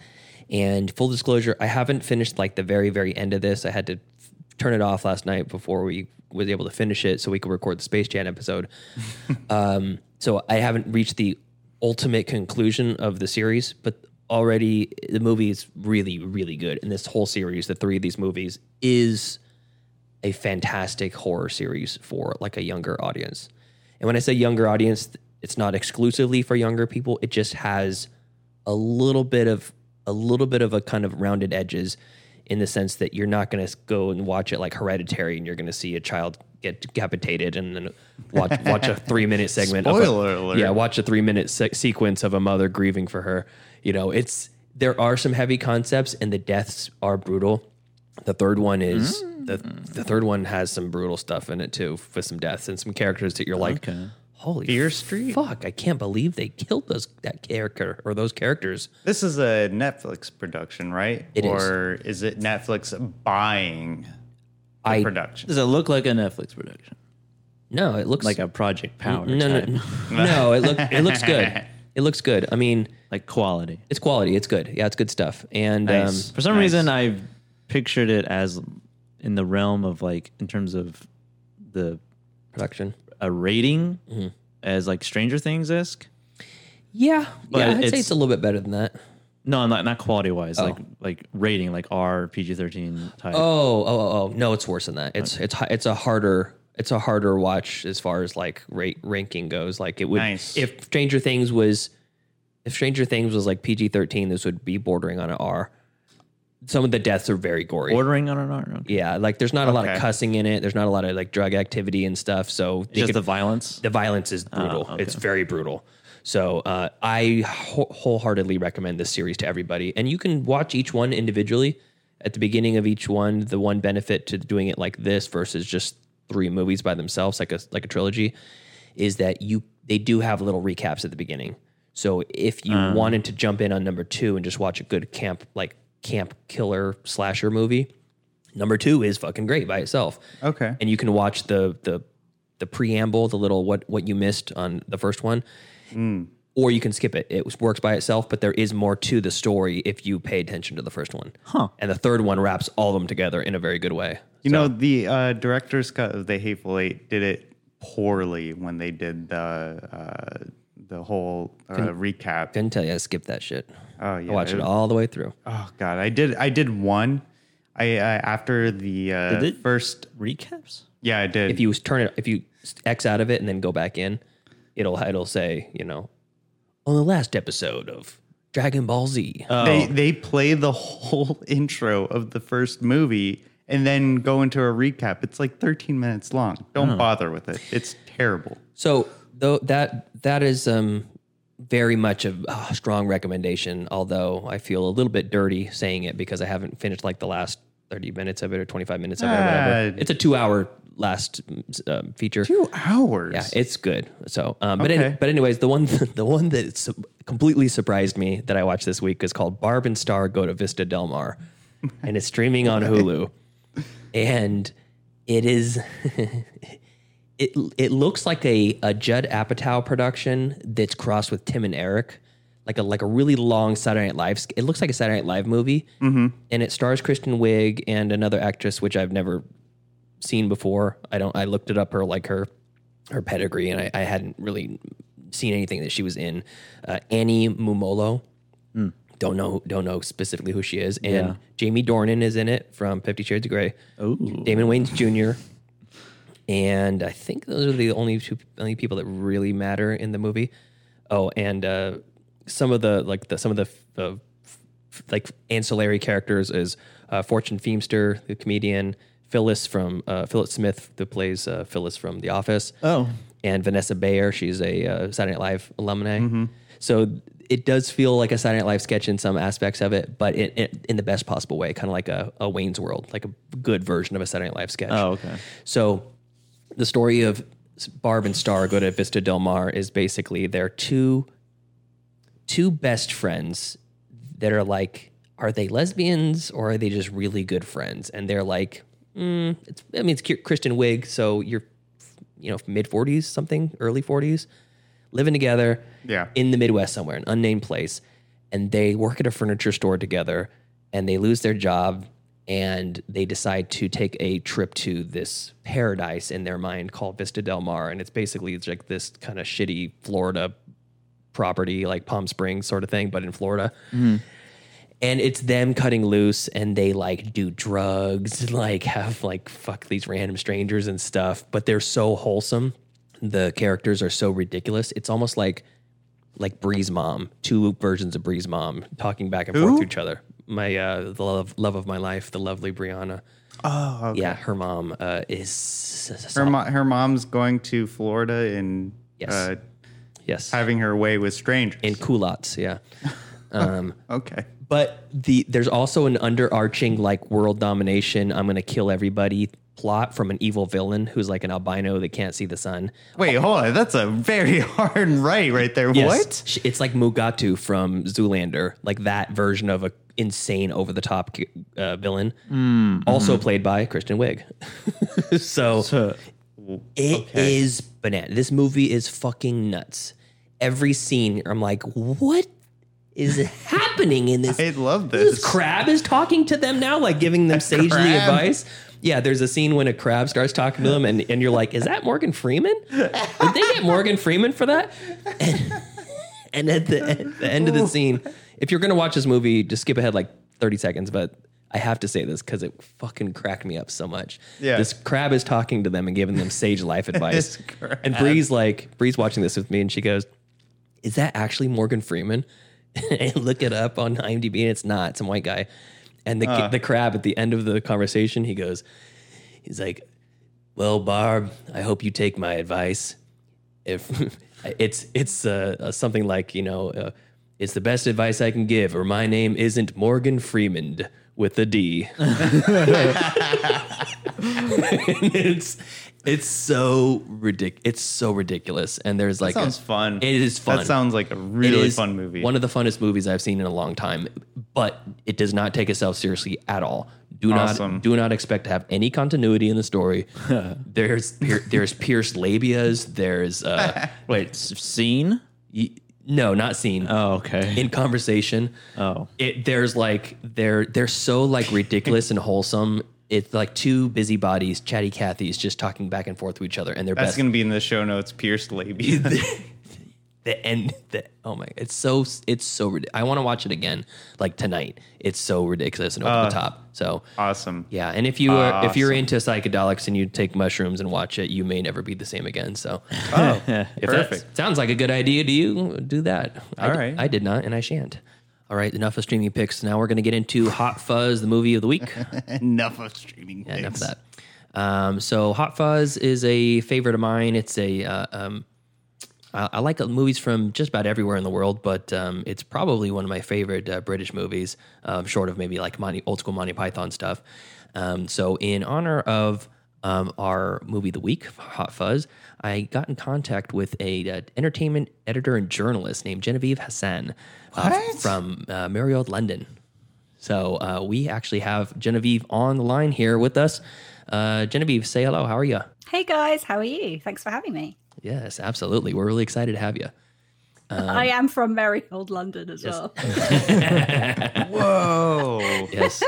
Speaker 1: And full disclosure, I haven't finished like the very, very end of this. I had to f- turn it off last night before we was able to finish it so we could record the Space Jam episode. um, so I haven't reached the ultimate conclusion of the series, but already the movie is really, really good. And this whole series, the three of these movies, is a fantastic horror series for like a younger audience. And when I say younger audience, it's not exclusively for younger people. It just has a little bit of a little bit of a kind of rounded edges in the sense that you're not going to go and watch it like Hereditary and you're going to see a child get decapitated and then watch watch a 3 minute segment of a-
Speaker 3: Spoiler alert.
Speaker 1: Yeah, watch a 3 minute se- sequence of a mother grieving for her. You know, it's there are some heavy concepts and the deaths are brutal. The third one is
Speaker 2: Mm.
Speaker 1: the the third one has some brutal stuff in it too, with some deaths and some characters that you're like, holy Fear Street, fuck! I can't believe they killed those that character or those characters.
Speaker 3: This is a Netflix production, right?
Speaker 1: It is.
Speaker 3: or is. it Netflix buying the
Speaker 1: I-
Speaker 3: production?
Speaker 2: Does it look like a Netflix production?
Speaker 1: No, it looks
Speaker 2: Like a Project Power
Speaker 1: No, no,
Speaker 2: type.
Speaker 1: no, no, it look it looks good. It looks good. I mean,
Speaker 2: like quality.
Speaker 1: it's quality. It's good. Yeah, it's good stuff. And
Speaker 2: Nice.
Speaker 1: um,
Speaker 2: For some reason, I pictured it as in the realm of like in terms of the
Speaker 1: production
Speaker 2: a rating
Speaker 1: Mm-hmm.
Speaker 2: as like Stranger Things esque.
Speaker 1: yeah,
Speaker 2: But
Speaker 1: yeah, I'd say
Speaker 2: it's-
Speaker 1: it's a little bit better than that.
Speaker 2: No, not not quality wise.
Speaker 1: Oh.
Speaker 2: Like like rating like R PG thirteen type.
Speaker 1: Oh, oh, oh, oh, no, it's worse than that. It's it's hi- it's a harder it's a harder watch as far as like rate ranking goes. Like it would
Speaker 3: Nice.
Speaker 1: if Stranger Things was if Stranger Things was like PG thirteen, this would be bordering on an R. Some of the deaths are very gory.
Speaker 2: Ordering on an R. Okay.
Speaker 1: yeah, like there's not a lot of
Speaker 3: Okay.
Speaker 1: cussing in it. There's not a lot of like drug activity and stuff. So
Speaker 2: It's
Speaker 1: they
Speaker 2: just
Speaker 1: could-
Speaker 2: the violence.
Speaker 1: the violence is brutal. It's very brutal. So uh, I wh- wholeheartedly recommend this series to everybody, and you can watch each one individually. At the beginning of each one, the one benefit to doing it like this versus just three movies by themselves, like a like a trilogy, is that you they do have little recaps at the beginning. So if you wanted to jump in on number two and just watch a good camp like camp killer slasher movie, number two is fucking great by itself
Speaker 3: Okay.
Speaker 1: and you can watch the the the preamble, the little what what you missed on the first one,
Speaker 3: Mm.
Speaker 1: or you can skip it. It was- works by itself, but there is more to the story if you pay attention to the first one. Huh. And the third one wraps all of them together in a very good way.
Speaker 3: You know, the uh, director's cut of The Hateful Eight did it poorly when they did the uh, the whole uh, recap.
Speaker 1: Couldn't tell you I skipped that shit.
Speaker 3: Oh yeah,
Speaker 1: I watched it
Speaker 3: it-
Speaker 1: all the way through.
Speaker 3: Oh god, I did. I did one. I uh, after the uh,
Speaker 2: Did it-
Speaker 3: first.
Speaker 2: Recaps.
Speaker 3: Yeah, I did.
Speaker 1: If you turn it, if you X out of it and then go back in, it'll it'll say you know on the last episode of Dragon Ball Z.
Speaker 3: They they play the whole intro of the first movie and then go into a recap. It's like 13 minutes long. Don't
Speaker 1: Oh.
Speaker 3: bother with it. It's terrible.
Speaker 1: So though that that is um very much a uh, strong recommendation, although I feel a little bit dirty saying it because I haven't finished like the last thirty minutes of it or twenty five minutes of it. Or whatever.
Speaker 3: Ah.
Speaker 1: It's a two hour last um, feature.
Speaker 3: Two hours.
Speaker 1: Yeah, it's good. So, um, but any-
Speaker 3: Okay.
Speaker 1: but anyways, the one the one that su- completely surprised me that I watched this week is called Barb and Star Go to Vista Del Mar, and it's streaming on Hulu, and it is. It, it looks like a, a Judd Apatow production that's crossed with Tim and Eric, like a like a really long Saturday Night Live. sk- It looks like a Saturday Night Live movie, and it stars Kristen Wiig and another actress which I've never seen before. I don't. I looked it up her like her her pedigree, and I, I hadn't really seen anything that she was in. Uh, Annie Mumolo. Don't know. Don't know specifically who she is. And
Speaker 2: Yeah.
Speaker 1: Jamie Dornan is in it from Fifty Shades of Grey. Oh, Damon Wayans Jr. And I think those are the only two only people that really matter in the movie. Oh, and uh, some of the like the some of the uh, f- like ancillary characters is uh, Fortune Feimster, the comedian, Phyllis from uh, Phyllis Smith, who plays uh, Phyllis from The Office.
Speaker 2: Oh.
Speaker 1: and Vanessa Bayer, she's a uh, Saturday Night Live alumni.
Speaker 2: Mm-hmm.
Speaker 1: So it does feel like a Saturday Night Live sketch in some aspects of it, but it, it, in the best possible way, kind of like a, a Wayne's World, like a good version of a Saturday Night Live sketch.
Speaker 2: Oh, okay.
Speaker 1: So the story of Barb and Star go to Vista Del Mar is basically they're two two best friends that are like, are they lesbians or are they just really good friends? And they're like, mm, it's, I mean, it's Ki- Kristen Wiig, so you're, you know, mid forties, something, early forties, living together,
Speaker 3: Yeah.
Speaker 1: in the Midwest somewhere, an unnamed place, and they work at a furniture store together, and they lose their job, and they decide to take a trip to this paradise in their mind called Vista Del Mar, and it's basically it's like this kind of shitty Florida property, like Palm Springs sort of thing, but in Florida. and it's them cutting loose and they like do drugs and like have like fuck these random strangers and stuff but they're so wholesome the characters are so ridiculous it's almost like like breeze mom two versions of breeze mom talking back and forth
Speaker 14: Who?
Speaker 1: to each other my uh the love love of my life the lovely brianna
Speaker 3: Oh, okay.
Speaker 1: yeah her mom uh is
Speaker 3: Her, mo- her mom's going to Florida and
Speaker 1: Yes.
Speaker 3: uh,
Speaker 1: yes,
Speaker 3: having her way with strangers
Speaker 1: in culottes. Yeah. Um,
Speaker 3: okay.
Speaker 1: But the there's also an underarching like world domination. I'm gonna kill everybody plot from an evil villain who's like an albino that can't see the sun.
Speaker 3: Wait, hold on. That's a very hard right right there.
Speaker 1: Yes.
Speaker 3: What?
Speaker 1: Sh- It's like Mugatu from Zoolander, like that version of a insane over the top uh, villain,
Speaker 2: Mm,
Speaker 1: also
Speaker 2: mhm.
Speaker 1: played by Kristen Wiig. Mm-hmm. so, it is banana. This movie is fucking nuts. Every scene, I'm like, what is happening in this? I
Speaker 3: love
Speaker 1: this. crab is talking to them now, like giving them sagely
Speaker 3: crab.
Speaker 1: advice. Yeah, there's a scene when a crab starts talking to them, and, and you're like, is that Morgan Freeman? Did they get Morgan Freeman for that? And at the, at the end of the scene, if you're going to watch this movie, just skip ahead like 30 seconds, but I have to say this because it fucking cracked me up so much.
Speaker 2: Yeah.
Speaker 1: This crab is talking to them and giving them sage life advice.
Speaker 2: This crab.
Speaker 1: and Bree's like, Bree's watching this with me and she goes, Is that actually Morgan Freeman? and look it up on IMDb and it's not. Some white guy. And the,
Speaker 2: Uh.
Speaker 1: the crab at the end of the conversation, he goes, He's like, Well, Barb, I hope you take my advice if it's it's uh, uh, something like you know uh, it's the best advice I can give, or my name isn't Morgan Freeman with a D. And it's it's so ridic it's so ridiculous, and there's
Speaker 3: That
Speaker 1: like a-
Speaker 3: sounds fun.
Speaker 1: It is
Speaker 3: That
Speaker 1: fun.
Speaker 3: sounds like a
Speaker 1: It
Speaker 3: really
Speaker 1: is
Speaker 3: fun movie.
Speaker 1: One of the funnest movies I've seen in a long time, but it does not take itself seriously at all. Do
Speaker 3: Awesome.
Speaker 1: not do not expect to have any continuity in the story. there's pier- there's pierced labias. There's uh,
Speaker 2: wait scene.
Speaker 1: no, not scene.
Speaker 2: Oh, okay.
Speaker 1: In conversation.
Speaker 2: Oh.
Speaker 1: It there's like they're they're so like ridiculous and wholesome. It's like two busybodies, chatty Cathy's, just talking back and forth to each other, and they're
Speaker 3: That's
Speaker 1: best
Speaker 3: going to be in the show notes. Pierce labia.
Speaker 1: the end the oh my it's so it's so rid- i want to watch it again like tonight it's so ridiculous and over
Speaker 3: Uh,
Speaker 1: the top so
Speaker 3: awesome
Speaker 1: yeah and if you are if you're into psychedelics and you take mushrooms and watch it you may never be the same again so
Speaker 2: Oh,
Speaker 1: if
Speaker 2: perfect.
Speaker 1: that sounds like a good idea to you do that I
Speaker 2: All
Speaker 1: di-
Speaker 2: right.
Speaker 1: i did not and i shan't all right enough of streaming picks now we're going to get into hot fuzz the movie of the week
Speaker 3: enough of streaming.
Speaker 1: yeah, enough of
Speaker 3: things.
Speaker 1: that. Um, so Hot Fuzz is a favorite of mine. It's a uh, um, I, I like movies from just about everywhere in the world, but um, it's probably one of my favorite uh, British movies, um, short of maybe like Monty, old school Monty Python stuff. Um, so in honor of um, our movie of the week, Hot Fuzz, I got in contact with a uh, entertainment editor and journalist named Genevieve Hassan uh, from uh, Marriott, London. So uh, we actually have Genevieve on the line here with us. Uh, Genevieve, say hello. How are you?
Speaker 15: Hey guys, how are you? Thanks for having me.
Speaker 1: Yes, absolutely. We're really excited to have you. Um,
Speaker 15: I am from merry old London as well.
Speaker 1: Whoa! Yes,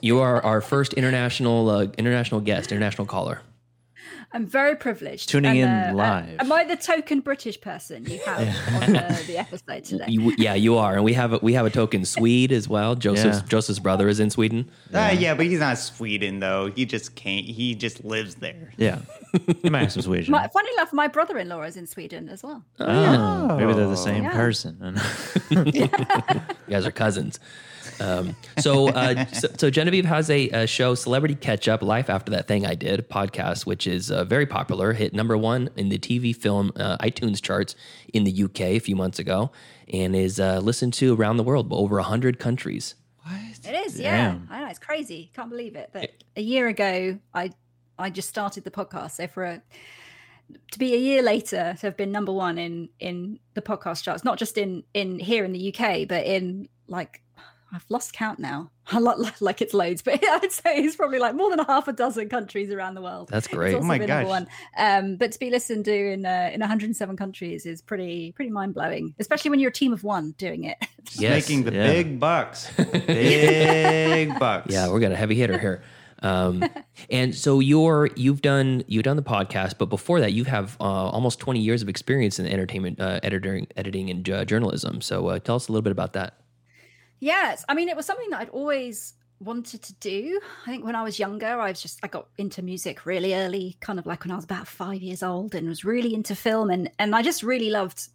Speaker 1: you are our first international uh, international guest, international caller.
Speaker 15: I'm very privileged.
Speaker 1: Tuning
Speaker 15: And,
Speaker 1: in
Speaker 15: uh,
Speaker 1: live.
Speaker 15: am I the token British person you have on uh, the, the episode today?
Speaker 1: You, yeah, you are, and we have a, we have a token Swede as well. Joseph's Joseph's brother is in Sweden.
Speaker 3: Ah, yeah, but he's not Sweden though. He just can't. He just lives there.
Speaker 1: Yeah,
Speaker 2: you might have some Swedish.
Speaker 15: My, funny enough, my brother-in-law is in Sweden as well.
Speaker 2: Oh, maybe they're the same
Speaker 15: Yeah.
Speaker 2: person. Mm-hmm.
Speaker 1: You guys are cousins. Um, so, uh, so, so Genevieve has a, a show, Celebrity Catch Up, Life After That Thing I Did podcast, which is uh, very popular, hit number one in the TV film uh, iTunes charts in the UK a few months ago, and is uh, listened to around the world, but over 100 countries.
Speaker 15: It is, yeah.
Speaker 1: Damn.
Speaker 15: I know it's crazy. Can't believe it. But a year ago, I I just started the podcast. So for a to be a year later to have been number one in in the podcast charts, not just in in here in the UK, but in like I've lost count now. I lo- like it's loads, but I'd say it's probably like more than a half a dozen countries around the world.
Speaker 1: That's
Speaker 15: It's
Speaker 1: great. Oh
Speaker 15: also
Speaker 1: my
Speaker 15: been number
Speaker 1: gosh.
Speaker 15: one. Um, but to be listened to in uh, in 107 countries is pretty pretty mind blowing, especially when you're a team of one doing it.
Speaker 3: Just making the big bucks. Big bucks.
Speaker 1: Yeah, we're got a heavy hitter here. Um, and so you're you've done you've done the podcast, but before that, you have uh, almost 20 years of experience in entertainment uh, editing, editing and uh, journalism. So uh, tell us a little bit about that.
Speaker 15: Yes, I mean it was something that I'd always wanted to do. I think when I was younger, I was just I got into music really early, kind of like when I was about five years old, and was really into film and and I just really loved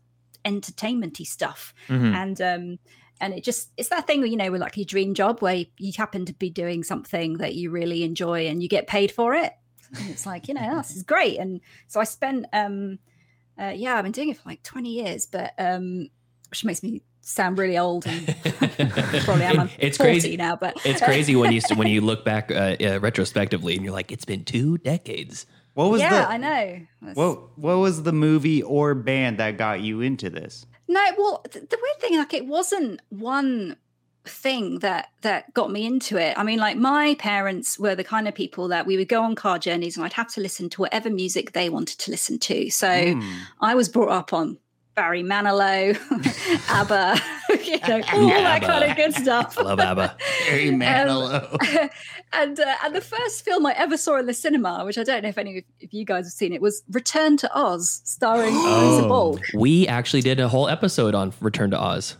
Speaker 15: entertainmenty stuff.
Speaker 14: Mhm.
Speaker 15: And um and it just it's that thing where you know with like your dream job where you happen to be doing something that you really enjoy and you get paid for it. And it's like you know this is great. And so I spent um uh, yeah I've been doing it for like twenty years, but um which makes me sound really old and probably am. I'm
Speaker 1: It- it's
Speaker 15: 40
Speaker 1: crazy
Speaker 15: now, but
Speaker 1: it's crazy when you when you look back uh, uh, retrospectively and you're like, it's been two decades.
Speaker 3: What was
Speaker 15: yeah,
Speaker 3: the
Speaker 15: I know. That's-
Speaker 3: what What was the movie or band that got you into this?
Speaker 15: No, well, th- the weird thing, like, it wasn't one thing that that got me into it. I mean, like, my parents were the kind of people that we would go on car journeys, and I'd have to listen to whatever music they wanted to listen to. So
Speaker 3: Hmm.
Speaker 14: Mm.
Speaker 15: I was brought up on Barry Manilow, ABBA, you know, all that kind of good stuff.
Speaker 1: Love ABBA.
Speaker 3: Barry
Speaker 15: Um, and uh, and the first film I ever saw in the cinema, which I don't know if any of if you guys have seen it, was Return to Oz, starring
Speaker 1: Oh.
Speaker 15: Rosa Balk.
Speaker 1: we actually did a whole episode on Return to Oz.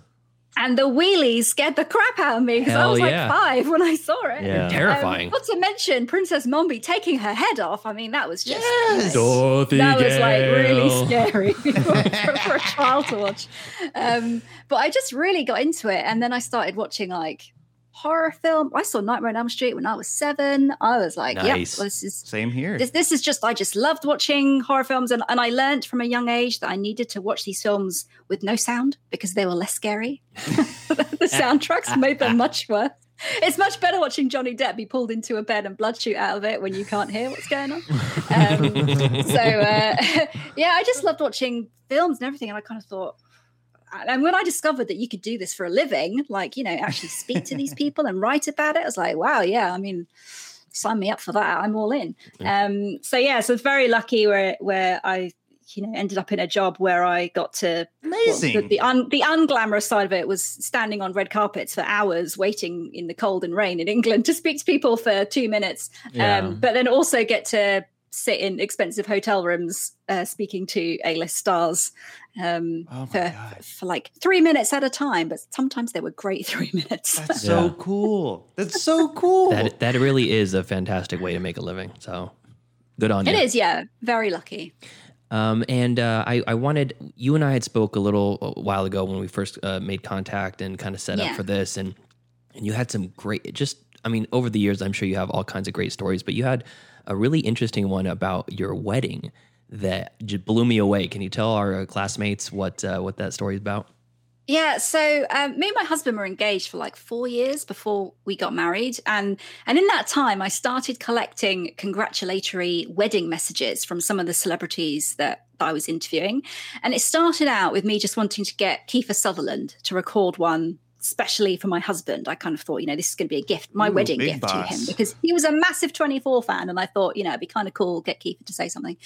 Speaker 15: And the wheelies scared the crap out of me because I
Speaker 1: Hell
Speaker 15: was like
Speaker 1: yeah.
Speaker 15: five when I saw it. Um,
Speaker 1: Yeah. Terrifying.
Speaker 15: not to mention Princess Mombi taking her head off. I mean, that was just
Speaker 1: Dorothy
Speaker 15: that was like really
Speaker 1: Gale.
Speaker 15: scary for, for a child to watch. Um, but I just really got into it, and then I started watching like horror film. I saw Nightmare on Elm Street when I was seven. I was like, yeah, this is
Speaker 3: same here.
Speaker 15: this, this is just, I just loved watching horror films. And, and I learned from a young age that I needed to watch these films with no sound because they were less scary. the soundtracks made them much worse. It's much better watching Johnny Depp be pulled into a bed and blood shoot out of it when you can't hear what's going on. Um, so, uh, yeah, I just loved watching films and everything. And I kind of thought, and when I discovered that you could do this for a living, like, you know, actually speak to these people and write about it, I was like, wow, yeah, I mean, sign me up for that. I'm all in. Um, so yeah, so very lucky where where I you know ended up in a job where I got to
Speaker 3: Amazing.
Speaker 15: the the, un, the unglamorous side of it was standing on red carpets for hours, waiting in the cold and rain in England to speak to people for two minutes.
Speaker 14: Yeah.
Speaker 15: Um, but then also get to sit in expensive hotel rooms uh, speaking to A-list stars um,
Speaker 3: Oh
Speaker 15: for, for like three minutes at a time. But sometimes they were great three minutes.
Speaker 3: That's so
Speaker 1: Yeah.
Speaker 3: cool. That's so cool.
Speaker 1: That that really is a fantastic way to make a living. So good on
Speaker 15: It
Speaker 1: you.
Speaker 15: is, yeah. Very lucky.
Speaker 1: Um, and uh, I, I wanted you and I had spoke a little uh, while ago when we first uh, made contact and kind of set
Speaker 15: Yeah.
Speaker 1: up for this, and and you had some great. Just I mean, over the years, I'm sure you have all kinds of great stories, but you had a really interesting one about your wedding that just blew me away. Can you tell our uh, classmates what uh, what that story is about?
Speaker 15: Yeah, so um, me and my husband were engaged for like four years before we got married, and and in that time, I started collecting congratulatory wedding messages from some of the celebrities that I was interviewing, and it started out with me just wanting to get Kiefer Sutherland to record one. Especially for my husband, I kind of thought, you know, this is going to be a gift, my
Speaker 14: Ooh,
Speaker 15: wedding
Speaker 14: big
Speaker 15: gift to him,
Speaker 14: boss.
Speaker 15: because he was a massive 24 fan. And I thought, you know, it'd be kind of cool, get Kiefer to say something.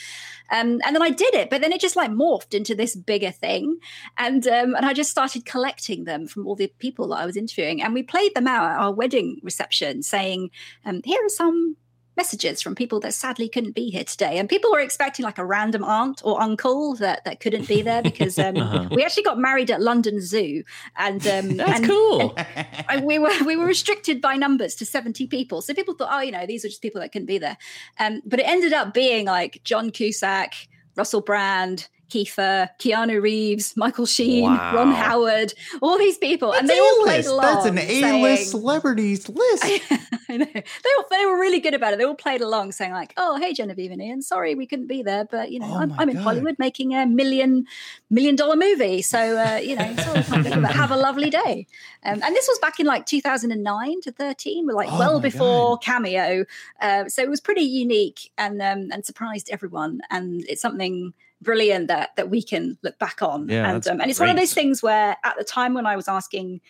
Speaker 15: Um, and then I did it, but then it just like morphed into this bigger thing, and um, and I just started collecting them from all the people that I was interviewing, and we played them out at our wedding reception, saying, um, "Here are some." Messages from people that sadly couldn't be here today, and people were expecting like a random aunt or uncle that that couldn't be there because um,
Speaker 14: Uh-huh.
Speaker 15: we actually got married at London Zoo, and um,
Speaker 14: That's
Speaker 15: and-
Speaker 14: cool.
Speaker 15: and- and we were we were restricted by numbers to 70 people. So people thought, oh, you know, these are just people that couldn't be there. Um, but it ended up being like John Cusack, Russell Brand, Kiefer, Keanu Reeves, Michael Sheen,
Speaker 3: Wow.
Speaker 15: Ron Howard, all these people. and they all played
Speaker 3: A-list.
Speaker 15: along.
Speaker 3: That's an A-list
Speaker 15: saying-
Speaker 3: celebrities list.
Speaker 15: they, all, they were really good about it. They all played along, saying like, "Oh, hey Genevieve and Ian, sorry we couldn't be there, but you know,
Speaker 14: Oh
Speaker 15: I'm, I'm in Hollywood making a million million dollar movie, so uh, you know, sorry, we can't be there, but have a lovely day." Um, and this was back in like 2009 to 13, we're like
Speaker 14: Oh
Speaker 15: well
Speaker 14: my
Speaker 15: before Cameo, uh, so it was pretty unique and um, and surprised everyone. And it's something brilliant that that we can look back on.
Speaker 14: Yeah,
Speaker 15: and
Speaker 14: that's
Speaker 15: um, and it's one of
Speaker 14: great.
Speaker 15: those things where at the time when I was asking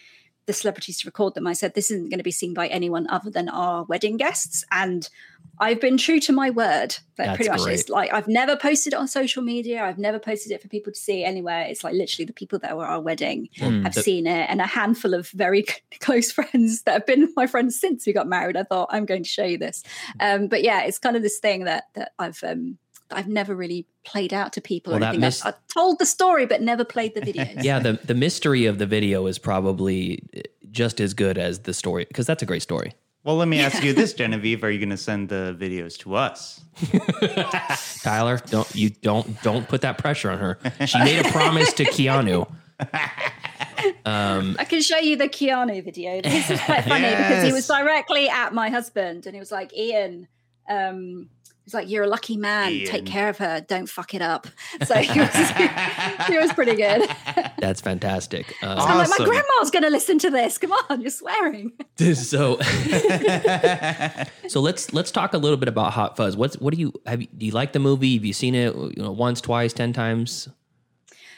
Speaker 15: the celebrities to record them. I said, this isn't going to be seen by anyone other than our wedding guests. And I've been true to my word. That
Speaker 14: That's
Speaker 15: pretty much is
Speaker 14: great.
Speaker 15: like I've never posted it on social media. I've never posted it for people to see anywhere. It's like literally the people that were at our wedding
Speaker 14: Mm,
Speaker 15: have
Speaker 14: that-
Speaker 15: seen it, and a handful of very close friends that have been my friends since we got married. I thought I'm going to show you this. Um, but yeah, it's kind of this thing that that I've um, that I've never really played out to people.
Speaker 1: Well,
Speaker 15: or
Speaker 1: that
Speaker 15: anything.
Speaker 1: miss-
Speaker 15: I've, I've told the story, but never played the videos.
Speaker 1: yeah, the the mystery of the video is probably uh, just as good as the story because that's a great story.
Speaker 3: Well, let me ask you this, Genevieve: Are you going to send the videos to us?
Speaker 1: Tyler, don't you don't don't put that pressure on her. She made a promise to Keanu. Um,
Speaker 15: I can show you the Keanu video. This is quite funny because he was directly at my husband and he was like, Ian, um, he's like, You're a lucky man. Take
Speaker 1: Ian.
Speaker 15: care of her. Don't fuck it up. So he was, he was pretty good.
Speaker 1: that's fantastic. Um,
Speaker 15: I'm like, My grandma's going to listen to this. Come on, you're swearing.
Speaker 1: so so let's let's talk a little bit about Hot Fuzz. What's what do you have? You, do you like the movie? Have you seen it you know, once, twice, ten times?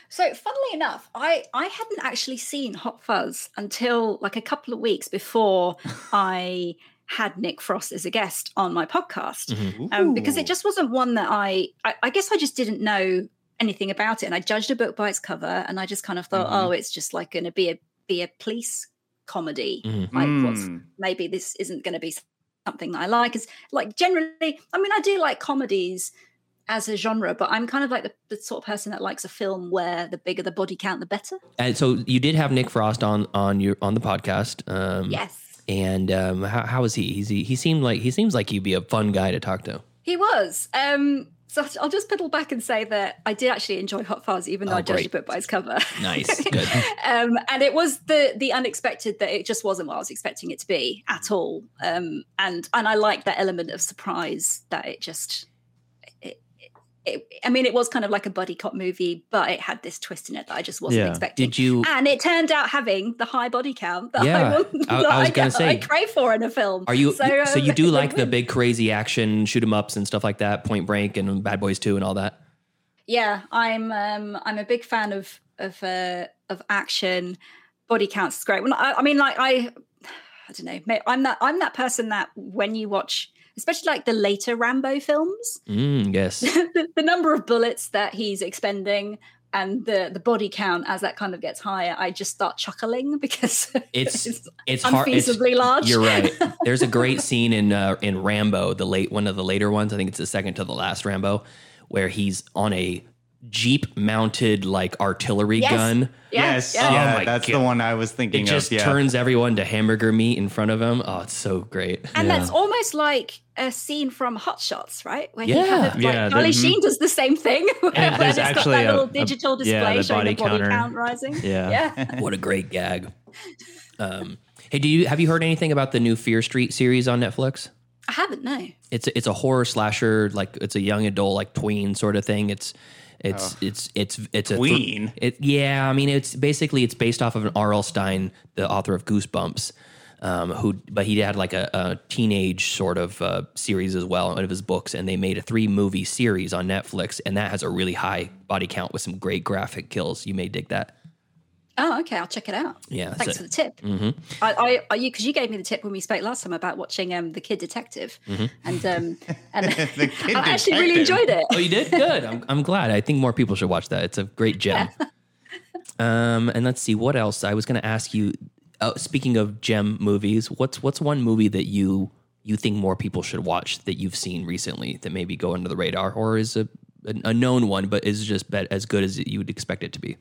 Speaker 15: So, funnily enough, I I hadn't actually seen Hot Fuzz until like a couple of weeks before I had Nick Frost as a guest on my podcast um, because it just wasn't one that I, I I guess I just didn't know anything about it and I judged a book by its cover and I just kind of thought
Speaker 12: Mhm.
Speaker 15: oh it's just like going to be a be a police comedy
Speaker 12: Mhm.
Speaker 3: Mm-hmm.
Speaker 15: like
Speaker 3: Hmm.
Speaker 15: what's
Speaker 12: Mm.
Speaker 15: maybe this isn't going to be something that I like is like generally I mean I do like comedies as a genre but I'm kind of like the, the sort of person that likes a film where the bigger the body count the better
Speaker 1: And so you did have Nick Frost on on your on the podcast. Um,
Speaker 15: Yes.
Speaker 1: And um, how how is he? He's, he he seemed like he seems like he'd be a fun guy to talk to.
Speaker 15: He was. Um, so I'll just piddle back and say that I did actually enjoy Hot Fuzz, even though
Speaker 1: Oh,
Speaker 15: I judged
Speaker 1: great.
Speaker 15: it book by its cover.
Speaker 1: Nice. Good.
Speaker 15: um, and it was the the unexpected that it just wasn't what I was expecting it to be at all. Um, and and I like that element of surprise that it just. It, it, I mean, it was kind of like a buddy cop movie, but it had this twist in it that I just wasn't
Speaker 1: Yeah.
Speaker 15: expecting.
Speaker 1: Did you-
Speaker 15: And it turned out having the high body count that
Speaker 1: Yeah.
Speaker 15: I, want,
Speaker 1: I- I
Speaker 15: that I,
Speaker 1: was gonna
Speaker 15: get-
Speaker 1: say-
Speaker 15: I crave for in a film.
Speaker 1: Are you so, you
Speaker 15: um,
Speaker 1: do like the big crazy action shoot 'em ups and stuff like that, Point Break and Bad Boys Two and all that?
Speaker 15: Yeah, I'm um I'm a big fan of of uh of action. Body counts is great. Well, I, I mean, like I, I don't know. ma- I'm that I'm that person that when you watch, especially like the later Rambo films,
Speaker 1: Mm, yes.
Speaker 15: the, the number of bullets that he's expending and the the body count as that kind of gets higher, I just start chuckling because
Speaker 1: It's it's, hard. It's,
Speaker 15: unfeasibly large.
Speaker 1: You're right. There's a great scene in uh, in Rambo, the late one of the later ones. I think it's the second to the last Rambo, where he's on a jeep mounted like artillery
Speaker 3: Yes.
Speaker 1: gun.
Speaker 3: Yes,
Speaker 1: Oh
Speaker 3: yeah,
Speaker 1: my
Speaker 3: that's
Speaker 1: God.
Speaker 3: the one I was thinking
Speaker 1: It
Speaker 3: of.
Speaker 1: just
Speaker 3: yeah.
Speaker 1: turns everyone to hamburger meat in front of him. Oh, it's so great.
Speaker 15: And that's almost like a scene from Hot Shots, right? Where
Speaker 1: Yeah.
Speaker 15: he kind of like
Speaker 1: Yeah,
Speaker 15: Charlie
Speaker 1: the-
Speaker 15: Sheen does the same thing. Where
Speaker 1: there's
Speaker 15: it's got
Speaker 1: actually
Speaker 15: that
Speaker 1: a-
Speaker 15: little
Speaker 1: a-
Speaker 15: digital
Speaker 1: yeah,
Speaker 15: display
Speaker 1: the
Speaker 15: showing
Speaker 1: body
Speaker 15: the body
Speaker 1: counter.
Speaker 15: count rising. yeah.
Speaker 1: what a great gag. Um, hey, do you have you heard anything about the new Fear Street series on Netflix?
Speaker 15: I haven't no.
Speaker 1: It's a, it's a horror slasher, like it's a young adult, like tween sort of thing. It's it's
Speaker 15: Oh.
Speaker 1: it's it's it's a thr-
Speaker 3: Tween?
Speaker 1: it, yeah, I mean, it's basically it's based off of an R.L. Stein, the author of Goosebumps, um, who but he had like a, a teenage sort of uh, series as well, one of his books, and they made a three movie series on Netflix, and that has a really high body count with some great graphic kills. You may dig that.
Speaker 15: Oh, okay. I'll check it out.
Speaker 1: Yeah,
Speaker 15: Thanks
Speaker 1: so-
Speaker 15: for the tip.
Speaker 1: hmm
Speaker 15: I, I, are you because you gave me the tip when we spoke last time about watching um the Kid Detective,
Speaker 1: Mhm.
Speaker 15: and um and I actually really enjoyed it.
Speaker 1: Oh, you did? Good. I'm, I'm glad. I think more people should watch that. It's a great gem. Um, and let's see what else. I was going to ask you. Uh, speaking of gem movies, what's what's one movie that you you think more people should watch that you've seen recently that maybe go under the radar or is a an- a known one but is just bet as good as you would expect it to be?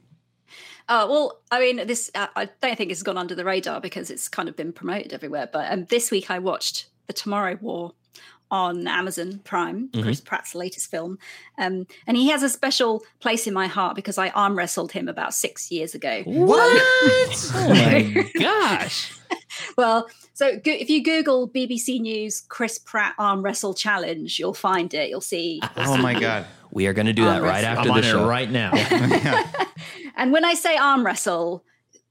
Speaker 15: Uh, well, I mean, this I I don't think it's gone under the radar because it's kind of been promoted everywhere. But um, this week I watched The Tomorrow War on Amazon Prime,
Speaker 12: Mhm.
Speaker 15: Chris Pratt's latest film, um, and he has a special place in my heart because I arm wrestled him about six years ago.
Speaker 1: oh my gosh!
Speaker 15: Well, so go- if you Google BBC News Chris Pratt arm wrestle challenge, you'll find it. You'll see.
Speaker 3: Oh my god.
Speaker 1: We are going to do that right after
Speaker 2: Um, I'm on
Speaker 1: the
Speaker 2: it
Speaker 1: show. Mm-hmm.
Speaker 2: right now.
Speaker 15: And when I say arm wrestle,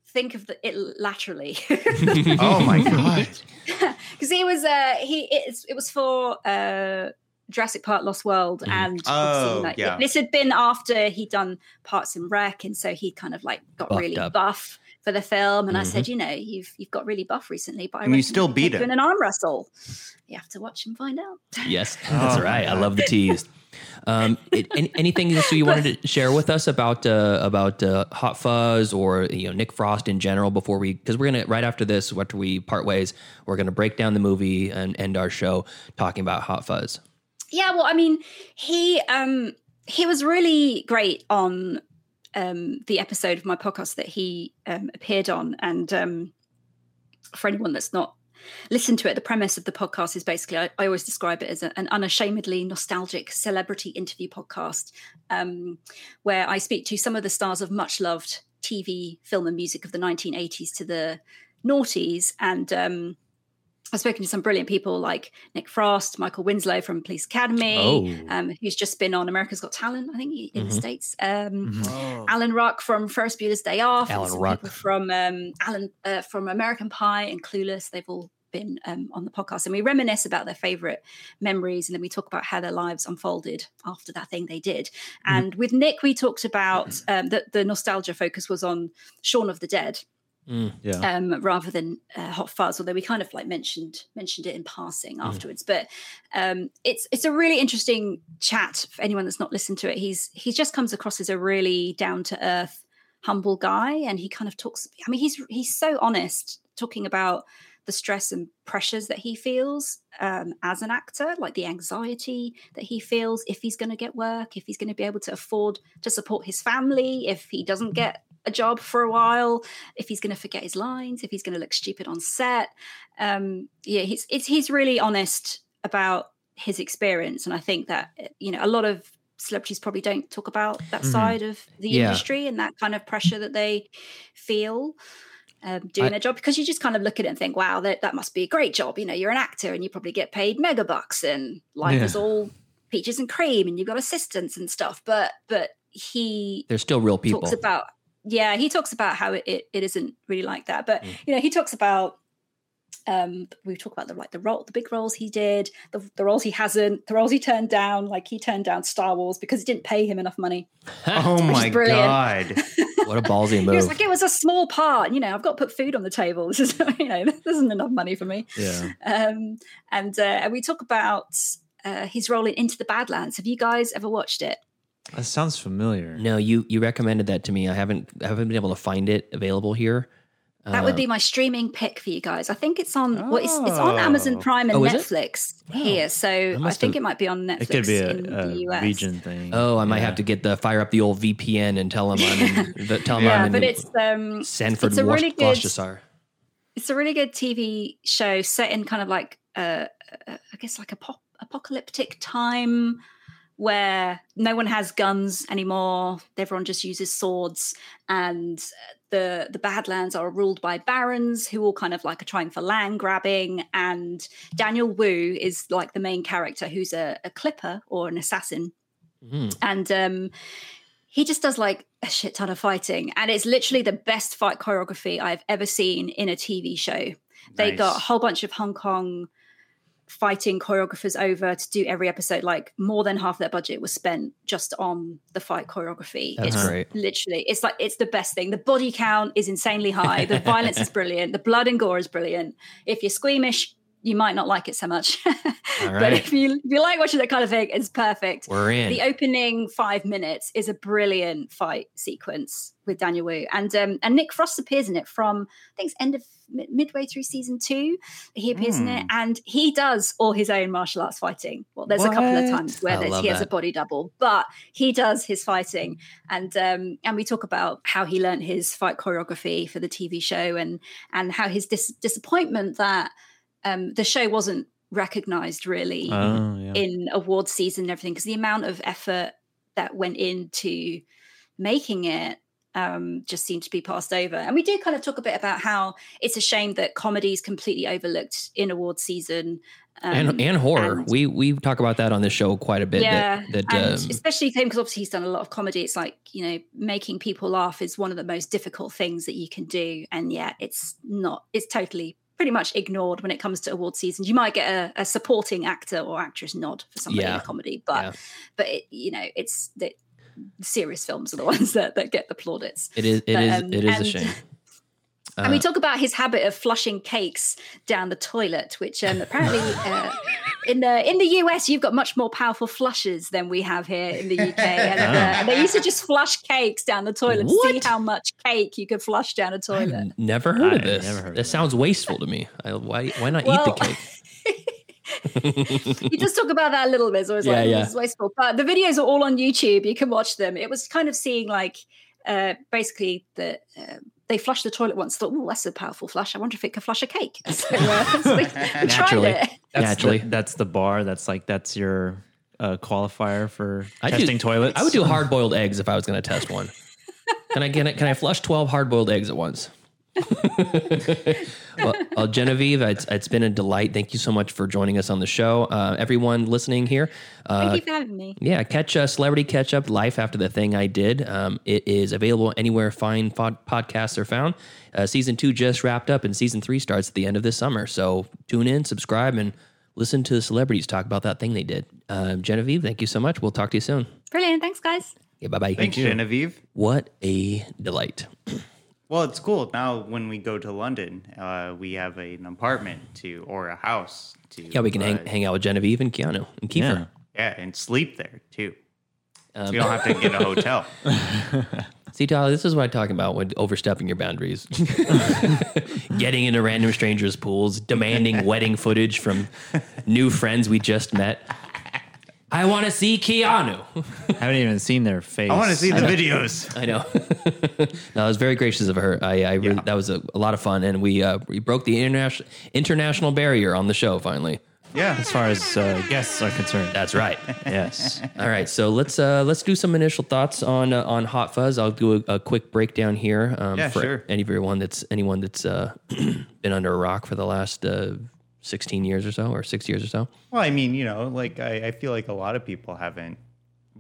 Speaker 15: think of the, it laterally.
Speaker 3: oh my god.
Speaker 15: because he was uh he it's it was for uh Jurassic Park Lost World
Speaker 3: Mm.
Speaker 15: and obviously,
Speaker 12: Oh,
Speaker 15: like,
Speaker 12: yeah.
Speaker 15: this had been after he'd done Parts and Rec and so he kind of like got
Speaker 3: Buffed
Speaker 15: really
Speaker 3: up.
Speaker 15: buff for the film and I said
Speaker 3: Mhm.
Speaker 15: you know you've you've got really buff recently but I
Speaker 3: And you
Speaker 15: reckon
Speaker 3: still
Speaker 15: could
Speaker 3: beat
Speaker 15: take you
Speaker 3: him.
Speaker 15: in an arm wrestle you have to watch and find out
Speaker 1: Yes, that's
Speaker 3: Oh,
Speaker 1: right. I
Speaker 3: God.
Speaker 1: love the tease. Um, it, an- anything else you wanted to share with us about uh, about uh, Hot Fuzz or you know Nick Frost in general before we because we're gonna right after this after we part ways we're gonna break down the movie and end our show talking about Hot Fuzz.
Speaker 15: yeah well I mean he um he was really great on um the episode of my podcast that he um appeared on and um for anyone that's not listened to it, the premise of the podcast is basically I, I always describe it as a, an unashamedly nostalgic celebrity interview podcast um, where I speak to some of the stars of much loved TV, film, and music of the 1980s to the noughties. And um, I've spoken to some brilliant people like Nick Frost, Michael Winslow from Police Academy,
Speaker 14: Oh.
Speaker 15: um, who's just been on America's Got Talent, I think, in the
Speaker 14: Mhm.
Speaker 15: States. Um,
Speaker 14: Mhm. Oh.
Speaker 15: Alan Ruck from Ferris Bueller's Day Off. and
Speaker 14: Alan
Speaker 15: some
Speaker 14: Ruck.
Speaker 15: people From um, Alan uh, from American Pie and Clueless. They've all been um, on the podcast. And we reminisce about their favorite memories. And then we talk about how their lives unfolded after that thing they did.
Speaker 14: Mm-hmm.
Speaker 15: And with Nick, we talked about um, that the nostalgia focus was on Shaun of the Dead um, rather than uh, Hot Fuzz, although we kind of like mentioned mentioned it in passing
Speaker 14: Mm.
Speaker 15: afterwards. But um, it's it's a really interesting chat for anyone that's not listened to it. He's he just comes across as a really down to earth, humble guy, and he kind of talks. I mean, he's he's so honest talking about the stress and pressures that he feels um, as an actor, like the anxiety that he feels if he's going to get work, if he's going to be able to afford to support his family, if he doesn't get a job for a while, if he's going to forget his lines, if he's going to look stupid on set. Um, yeah, he's it's, he's really honest about his experience, and I think that you know a lot of celebrities probably don't talk about that
Speaker 1: Mhm.
Speaker 15: side of the
Speaker 1: Yeah.
Speaker 15: industry and that kind of pressure that they feel um, doing
Speaker 1: I-
Speaker 15: their job because you just kind of look at it and think, wow, that, that must be a great job. You know, you're an actor and you probably get paid mega bucks and life
Speaker 1: Yeah.
Speaker 15: is all peaches and cream and you've got assistants and stuff. But but he
Speaker 1: They're still real people.
Speaker 15: talks about yeah, he talks about how it, it, it isn't really like that. But you know, he talks about um we talk about the like the role the big roles he did the, the roles he hasn't the roles he turned down like he turned down star wars because it didn't pay him enough money
Speaker 3: oh
Speaker 15: Which is
Speaker 3: my
Speaker 15: brilliant.
Speaker 3: god.
Speaker 1: what a ballsy
Speaker 15: He was
Speaker 1: move.
Speaker 15: like, it was a small part. You know, I've got to put food on the table. This is, you know, this isn't enough money for me.
Speaker 1: Yeah.
Speaker 15: Um, and uh, and we talk about uh, his role in Into the Badlands. Have you guys ever watched it?
Speaker 2: That sounds familiar.
Speaker 1: No, you you recommended that to me. I haven't I haven't been able to find it available here.
Speaker 15: That would be
Speaker 1: Um,
Speaker 15: my streaming pick for you guys. I think it's on. Well, it's, it's on Amazon
Speaker 1: Oh.
Speaker 15: Prime and
Speaker 1: Oh, is it?
Speaker 15: Netflix here. So I
Speaker 1: must
Speaker 15: think
Speaker 1: have-
Speaker 15: it might be on Netflix
Speaker 2: It could be
Speaker 15: in the
Speaker 2: a, a
Speaker 15: US.
Speaker 2: region thing.
Speaker 1: Oh, I might have to get the fire up the old VPN and tell them I'm in, the, tell them
Speaker 15: yeah,
Speaker 1: I'm
Speaker 15: but
Speaker 1: in
Speaker 15: it's um,
Speaker 1: Sanford,
Speaker 15: it's a
Speaker 1: Wash-
Speaker 15: really good-
Speaker 1: Gloucestershire.
Speaker 15: it's a really good TV show set in kind of like uh, uh, I guess like a pop- apocalyptic time where no one has guns anymore. Everyone just uses swords, and uh, the the Badlands are ruled by barons who all kind of like are trying for land grabbing. And Daniel Wu is like the main character who's a, a clipper or an assassin and um he just does like a shit ton of fighting and it's literally the best fight choreography i've ever seen in a tv show they got a
Speaker 14: Nice.
Speaker 15: whole bunch of hong kong fighting choreographers over to do every episode like more than half their budget was spent just on the fight choreography
Speaker 14: That's
Speaker 15: it's
Speaker 14: great.
Speaker 15: literally it's like it's the best thing the body count is insanely high the violence is brilliant the blood and gore is brilliant if you're squeamish you might not like it so much
Speaker 1: All
Speaker 15: but
Speaker 1: right.
Speaker 15: if you, if you like watching that kind of thing it's perfect
Speaker 1: We're in.
Speaker 15: the opening five minutes is a brilliant fight sequence with Daniel Wu, and um, and Nick Frost appears in it from I think it's end of mid- midway through season two. He appears in
Speaker 14: Mm.
Speaker 15: it, and he does all his own martial arts fighting. Well, there's a couple of
Speaker 14: What?
Speaker 15: times where
Speaker 14: I
Speaker 15: there's,
Speaker 14: love
Speaker 15: he has a
Speaker 14: that.
Speaker 15: body double, but he does his fighting, and um, and we talk about how he learned his fight choreography for the TV show, and and how his dis- disappointment that um, the show wasn't recognized really
Speaker 14: Oh, yeah.
Speaker 15: in award season and everything because the amount of effort that went into making it um, just seemed to be passed over. And we do kind of talk a bit about how it's a shame that comedy is completely overlooked in award season. um,
Speaker 1: and, and horror. we we talk about that on this show quite a bit.
Speaker 15: yeah,
Speaker 1: that,
Speaker 15: and
Speaker 1: that um,
Speaker 15: especially him because obviously he's done a lot of comedy. It's like you know, making people laugh is one of the most difficult things that you can do, and yeah, it's not. It's totally pretty much ignored when it comes to award seasons. You might get a, a supporting actor or actress nod for somebody in
Speaker 14: Yeah,
Speaker 15: a comedy, but
Speaker 1: yeah.
Speaker 15: but it, you know, it's the serious films are the ones that that get the plaudits.
Speaker 1: it is it
Speaker 15: But,
Speaker 1: is
Speaker 15: um,
Speaker 1: it is a
Speaker 15: and-
Speaker 1: shame.
Speaker 15: and we
Speaker 1: Uh,
Speaker 15: talk about his habit of flushing cakes down the toilet, which um, apparently uh, in the in the US you've got much more powerful flushes than we have here in the UK. And, uh,
Speaker 1: Oh.
Speaker 15: and they used to just flush cakes down the toilet, to see
Speaker 1: What?
Speaker 15: how much cake you could flush down a toilet.
Speaker 1: never heard of
Speaker 2: I
Speaker 1: this.
Speaker 2: never
Speaker 1: this sounds wasteful to me. I, why why not
Speaker 15: Well,
Speaker 1: eat the
Speaker 15: you
Speaker 1: cake?
Speaker 15: just talk about that a little bit. It's always
Speaker 1: Yeah,
Speaker 15: like, oh,
Speaker 1: yeah.
Speaker 15: this is wasteful. But the videos are all on YouTube. You can watch them. It was kind of seeing like uh, basically the uh, they flushed the toilet once. Thought, oh, that's a powerful flush. I wonder if it could flush a cake. So, uh, so we, we tried
Speaker 2: Naturally,
Speaker 15: it.
Speaker 2: That's
Speaker 1: Naturally.
Speaker 2: the, that's the bar. That's like that's your uh, qualifier for
Speaker 1: I do-
Speaker 2: testing toilets.
Speaker 1: I would do hard boiled eggs if I was going to test one. can I can I, can I flush twelve hard boiled eggs at once? well, well, Genevieve, it's, it's been a delight. Thank you so much for joining us on the show. Uh, everyone listening here, uh,
Speaker 15: Thank you for having me.
Speaker 1: yeah, catch uh, Celebrity Catch Up Life After the Thing I Did. Um, it is available anywhere fine pod- podcasts are found. Uh, season two just wrapped up, and season three starts at the end of this summer. So tune in, subscribe, and listen to the celebrities talk about that thing they did. Um, Genevieve, thank you so much. We'll talk to you soon.
Speaker 15: Brilliant. Thanks, guys.
Speaker 1: Yeah, bye bye.
Speaker 3: Thanks, Genevieve.
Speaker 1: What a delight.
Speaker 3: Well, it's cool. Now, when we go to London, uh, we have an apartment to or a house to.
Speaker 1: Yeah, we can hang,
Speaker 3: uh,
Speaker 1: hang out with Genevieve and Keanu and Kiefer.
Speaker 3: Yeah, and sleep there too.
Speaker 1: Um,
Speaker 3: So we don't have to get a hotel.
Speaker 1: See, Tyler, this is what I'm talking about when overstepping your boundaries, getting into random strangers' pools, demanding wedding footage from new friends we just met. I want to see Keanu.
Speaker 2: I haven't even seen their face.
Speaker 3: I want to see the
Speaker 1: know.
Speaker 3: videos.
Speaker 1: I know. no, it was very gracious of her. I, I really, that was a, a lot of fun, and we uh, we broke the international international barrier on the show finally.
Speaker 3: Yeah.
Speaker 2: As far as uh, guests are concerned,
Speaker 1: That's right.
Speaker 2: yes.
Speaker 1: All right, so let's uh, let's do some initial thoughts on uh, on Hot Fuzz. I'll do a, a quick breakdown here um,
Speaker 3: Yeah,
Speaker 1: for
Speaker 3: sure.
Speaker 1: anyone that's anyone that's uh, been under a rock for the last uh, sixteen years or so, or six years or so.
Speaker 3: Well, I mean, you know, like I, I feel like a lot of people haven't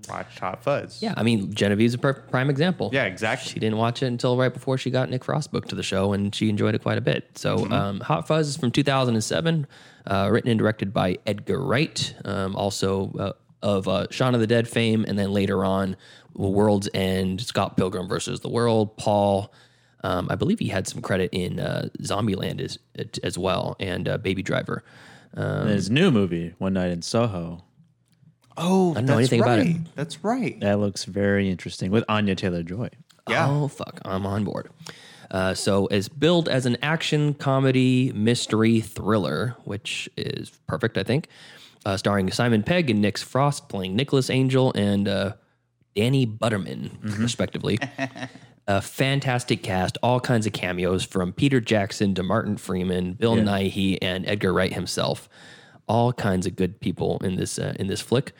Speaker 3: watched Hot Fuzz.
Speaker 1: Yeah, I mean Genevieve's a per- prime example.
Speaker 3: Yeah,
Speaker 1: She
Speaker 3: exactly.
Speaker 1: didn't watch it until right before she got Nick Frost booked to the show, and she enjoyed it quite a bit. So, um, Hot Fuzz is from 2007, uh, written and directed by Edgar Wright, um, also uh, of uh, Shaun of the Dead fame, and then later on, World's End, Scott Pilgrim versus the World, Paul. Um, I believe he had some credit in uh, Zombieland as, as well, and uh, Baby Driver.
Speaker 2: And his new movie, One Night in Soho,
Speaker 3: Oh,
Speaker 1: I don't know anything about it.
Speaker 3: That's right.
Speaker 2: that looks very interesting with Anya Taylor Joy.
Speaker 3: Yeah.
Speaker 1: Oh fuck, I'm on board. Uh, so it's billed as an action comedy mystery thriller, which is perfect, I think. Uh, starring Simon Pegg and Nick Frost playing Nicholas Angel and uh, Danny Butterman, respectively. A fantastic cast, all kinds of cameos from Peter Jackson to Martin Freeman, Bill Nighy, and Edgar Wright himself. All kinds of good people in this uh, in this flick.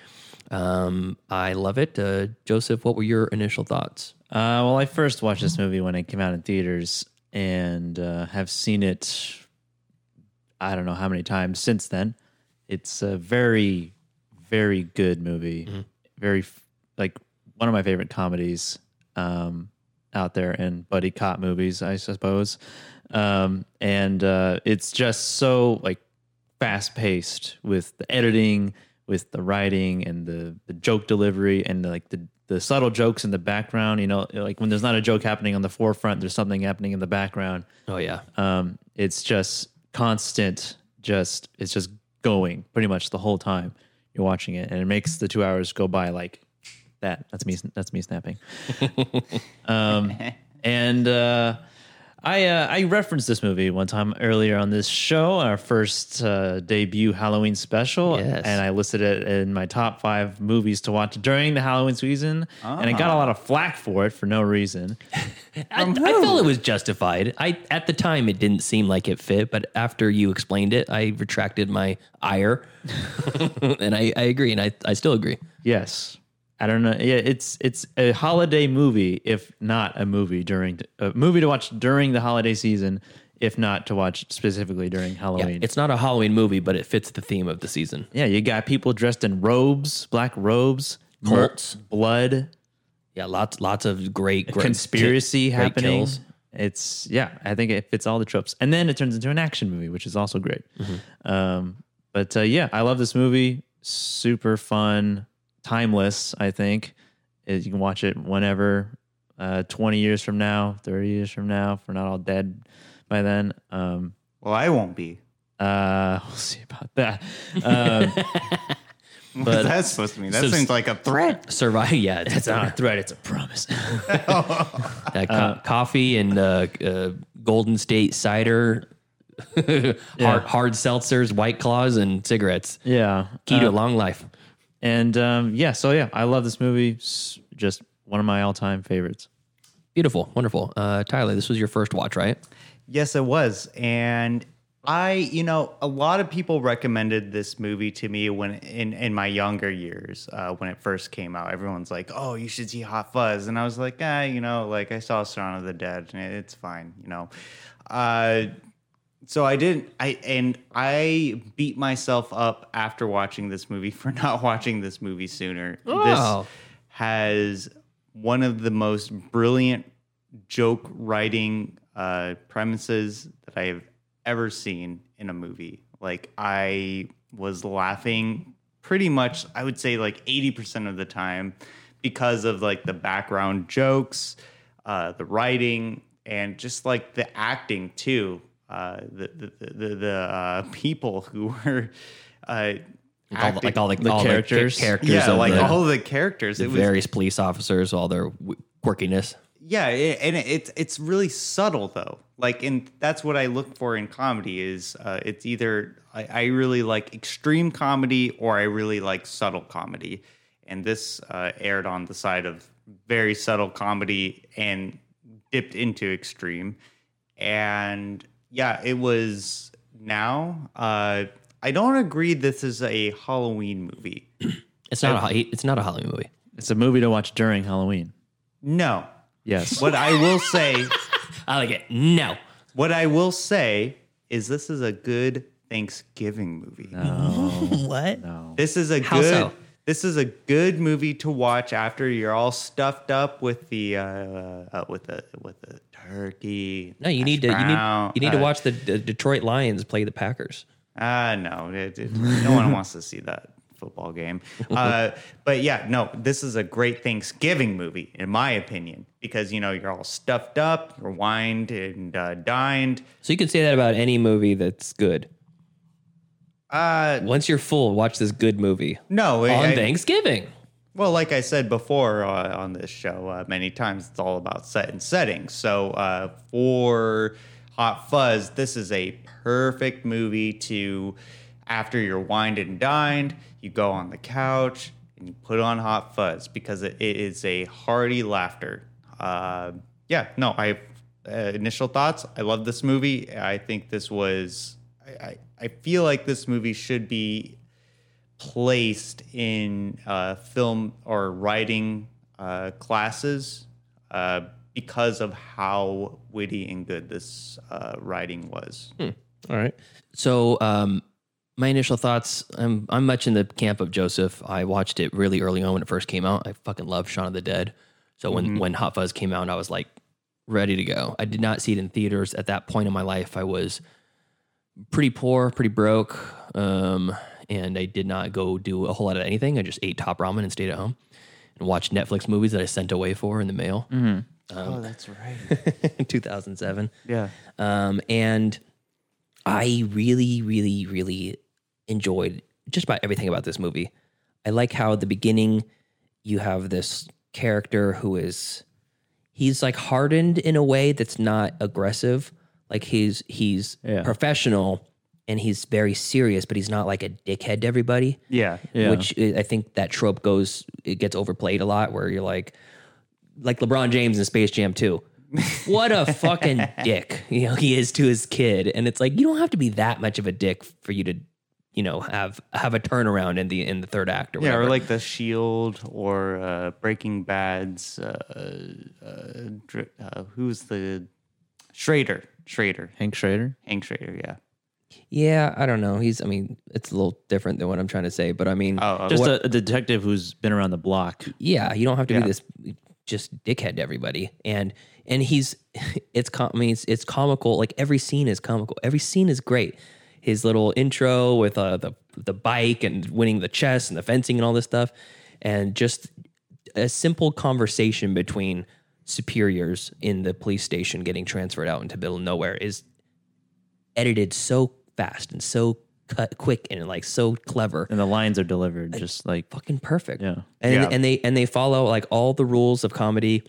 Speaker 1: Um, I love it. Uh, Joseph, what were your initial thoughts?
Speaker 2: Uh, well, I first watched this movie when it came out in theaters and uh, have seen it, I don't know how many times since then. It's a very, very good movie. Very, f- like, one of my favorite comedies um, out there and buddy cop movies, I suppose. Um, and uh, it's just so, like, fast paced with the editing, with the writing and the, the joke delivery and like the, the subtle jokes in the background. You know, like when there's not a joke happening on the forefront, there's something happening in the background.
Speaker 1: Oh yeah,
Speaker 2: Um, it's just constant, just it's just going pretty much the whole time you're watching it, and it makes the two hours go by like that. That's me. That's me snapping. um, and uh, I uh, I referenced this movie one time earlier on this show, our first uh, debut Halloween special,
Speaker 1: Yes.
Speaker 2: and I listed it in my top five movies to watch during the Halloween season, and I got a lot of flack for it for no reason.
Speaker 1: I, I felt it was justified. I at the time it didn't seem like it fit, but after you explained it, I retracted my ire, and I, I agree, and I, I still agree.
Speaker 2: Yes. I don't know. Yeah, it's it's a holiday movie, if not a movie during a movie to watch during the holiday season, if not to watch specifically during
Speaker 1: Yeah,
Speaker 2: Halloween. Yeah,
Speaker 1: it's not a Halloween movie, but it fits the theme of the season.
Speaker 2: you got people dressed in robes, black robes, mur-
Speaker 1: Cults.
Speaker 2: blood,
Speaker 1: Yeah, lots lots of great, great
Speaker 2: conspiracy
Speaker 1: great
Speaker 2: happening.
Speaker 1: kills.
Speaker 2: It's yeah, I think it fits all the tropes, and then it turns into an action movie, which is also great.
Speaker 1: Mm-hmm.
Speaker 2: Um, but uh, yeah, I love this movie. Super fun, timeless. I think It- you can watch it whenever. Uh, Twenty years from now, thirty years from now, if we're not all dead by then. Um,
Speaker 3: Well, I won't be.
Speaker 2: uh, we'll see about that. Um,
Speaker 3: What's that supposed to mean? That
Speaker 1: Subs-
Speaker 3: seems like a threat.
Speaker 1: Survive. Yeah, it's, it's not a threat. It's a promise. that co- coffee and uh, uh, Golden State cider, hard, hard seltzers, White Claws, and cigarettes.
Speaker 2: yeah,
Speaker 1: Key to a
Speaker 2: Uh,
Speaker 1: long life.
Speaker 2: and um, yeah, so yeah, I love this movie. S- Just one of my all-time favorites.
Speaker 1: Beautiful, wonderful. Uh, Tyler, this was your first watch, right?
Speaker 3: Yes, it was. And I, you know, a lot of people recommended this movie to me when in, in my younger years, uh, when it first came out. Everyone's like, oh, you should see Hot Fuzz. And I was like, ah, you know, like I saw Son of the Dead and it- it's fine, you know. Uh, so I didn't, I, and I beat myself up after watching this movie for not watching this movie sooner.
Speaker 1: Oh.
Speaker 3: This has one of the most brilliant joke writing uh, premises that I have ever seen in a movie. Like I was laughing pretty much, I would say like 80% of the time because of like the background jokes, uh, the writing, and just like the acting too. Uh, the the the, the, the uh, people who were uh,
Speaker 1: Like all the- like all the-
Speaker 3: acting-
Speaker 1: all the characters
Speaker 3: yeah,
Speaker 1: of
Speaker 3: like
Speaker 1: the-
Speaker 3: all the characters. It was
Speaker 1: Various police officers, all their w- quirkiness.
Speaker 3: yeah it, and it, it's it's really subtle though like and that's what i look for in comedy is uh, it's either I, I really like extreme comedy or i really like subtle comedy and this uh, aired on the side of very subtle comedy and dipped into extreme and yeah it was now uh, i don't agree this is a halloween movie
Speaker 1: It's not. a ho- it's not a Halloween movie.
Speaker 2: It's a movie to watch during Halloween.
Speaker 3: no
Speaker 2: Yes.
Speaker 3: what I will say,
Speaker 1: I like it. No.
Speaker 3: What I will say is this is a good Thanksgiving movie.
Speaker 1: what?
Speaker 3: This is a
Speaker 1: How
Speaker 3: good.
Speaker 1: so?
Speaker 3: This is a good movie to watch after you're all stuffed up with the uh, uh, with the with the turkey.
Speaker 1: No, you
Speaker 3: hash
Speaker 1: need to. You need.
Speaker 3: brown,
Speaker 1: You need to
Speaker 3: uh,
Speaker 1: watch the, the Detroit Lions play the Packers.
Speaker 3: Ah, no, it- it- no one wants to see that football game. Uh, but yeah, no, this is a great Thanksgiving movie, in my opinion, because you know you're all stuffed up, you're wined and uh, dined.
Speaker 1: So you can say that about any movie that's good.
Speaker 3: Uh,
Speaker 1: Once you're full, watch this good movie.
Speaker 3: No, I-
Speaker 1: on
Speaker 3: I-
Speaker 1: Thanksgiving.
Speaker 3: Well, like I said before uh, on this show uh, many times, it's all about set and setting. So uh, for Hot Fuzz, this is a perfect movie to, after you're wined and dined, you go on the couch and you put on Hot Fuzz because it, it is a hearty laughter. Uh, yeah, no, I uh, initial thoughts. I love this movie. I think this was. I, I, I feel like this movie should be placed in uh, film or writing uh, classes uh, because of how witty and good this uh, writing was.
Speaker 1: All right. So, um, my initial thoughts. I'm I'm much in the camp of Joseph. I watched it really early on when it first came out. I fucking love Shaun of the Dead. So when
Speaker 2: Mhm.
Speaker 1: when Hot Fuzz came out, I was like ready to go. I did not see it in theaters at that point in my life. I was pretty poor, pretty broke, um, and I did not go do a whole lot of anything. I just ate top ramen and stayed at home and watched Netflix movies that I sent away for in the mail.
Speaker 2: Mhm.
Speaker 1: Um,
Speaker 3: Oh, that's right.
Speaker 1: in 2007.
Speaker 3: Yeah.
Speaker 1: Um, and I really, really, really enjoyed just about everything about this movie. I like how at the beginning you have this character who is he's like hardened in a way that's not aggressive. Like he's he's professional and he's very serious, but he's not like a dickhead to everybody.
Speaker 3: Yeah.
Speaker 1: Which I I think that trope goes it gets overplayed a lot where you're like like LeBron James in Space Jam 2. What a fucking dick, you know, he is to his kid. And it's like you don't have to be that much of a dick for you to, you know, have have a turnaround in the in the third act or
Speaker 3: Yeah,
Speaker 1: whatever.
Speaker 3: or like The Shield or uh, Breaking Bad's. Uh, uh, dr- uh, who's the. Schrader. Schrader.
Speaker 2: Hank Schrader?
Speaker 3: Hank Schrader, yeah.
Speaker 1: Yeah, I don't know. He's I mean, it's a little different than what I'm trying to say, but I mean
Speaker 3: Oh,
Speaker 2: Just
Speaker 1: what-
Speaker 2: a, a detective who's been around the block.
Speaker 1: yeah you don't have to
Speaker 2: Yeah.
Speaker 1: be this just dickhead to everybody and and he's it's com- I mean, it's, it's comical like every scene is comical every scene is great his little intro with uh, the the bike and winning the chess and the fencing and all this stuff and just a simple conversation between superiors in the police station getting transferred out into middle of nowhere is edited so fast and so cut quick and like so clever
Speaker 2: And the lines are delivered just like
Speaker 1: fucking perfect.
Speaker 2: Yeah.
Speaker 1: and
Speaker 2: Yeah.
Speaker 1: and they and they follow like all the rules of comedy.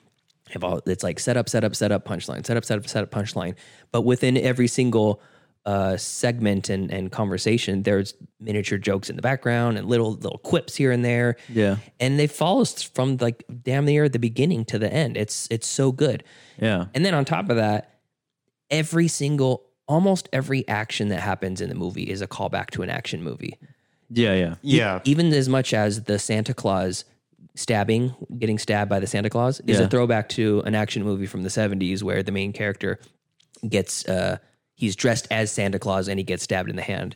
Speaker 1: Have all it's like set up, set up, set up, punchline, set up, set up, set up, punchline. But within every single uh, segment and, and conversation, there's miniature jokes in the background and little little quips here and there.
Speaker 2: Yeah.
Speaker 1: And they follows from like damn near the beginning to the end. It's it's so good.
Speaker 2: Yeah.
Speaker 1: And then on top of that, every single almost every action that happens in the movie is a callback to an action movie.
Speaker 2: Yeah, yeah.
Speaker 1: E- even as much as the Santa Claus stabbing, getting stabbed by the Santa Claus, is
Speaker 2: Yeah.
Speaker 1: a throwback to an action movie from the 70s where the main character gets, uh, he's dressed as Santa Claus and he gets stabbed in the hand.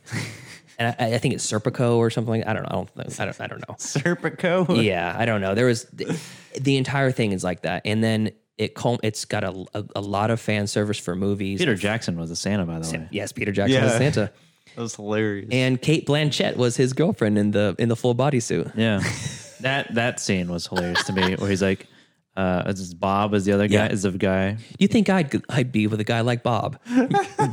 Speaker 1: And I, I think it's Serpico or something. I don't know. I don't, know. I don't, I don't know.
Speaker 3: Serpico?
Speaker 1: Yeah, I don't know. There was the, the entire thing is like that. And then it cul- it's got a, a, a lot of fan service for movies.
Speaker 2: Peter Jackson was a Santa, by the
Speaker 1: Sa-
Speaker 2: way.
Speaker 1: Yes, Peter Jackson was
Speaker 2: Yeah.
Speaker 1: Santa.
Speaker 3: That was hilarious.
Speaker 1: And Kate Blanchett was his girlfriend in the in the full bodysuit.
Speaker 2: Yeah. that that scene was hilarious to me, where he's like, uh, is this Bob is the other guy,
Speaker 1: Yeah.
Speaker 2: is the guy.
Speaker 1: You think I'd I'd be with a guy like Bob?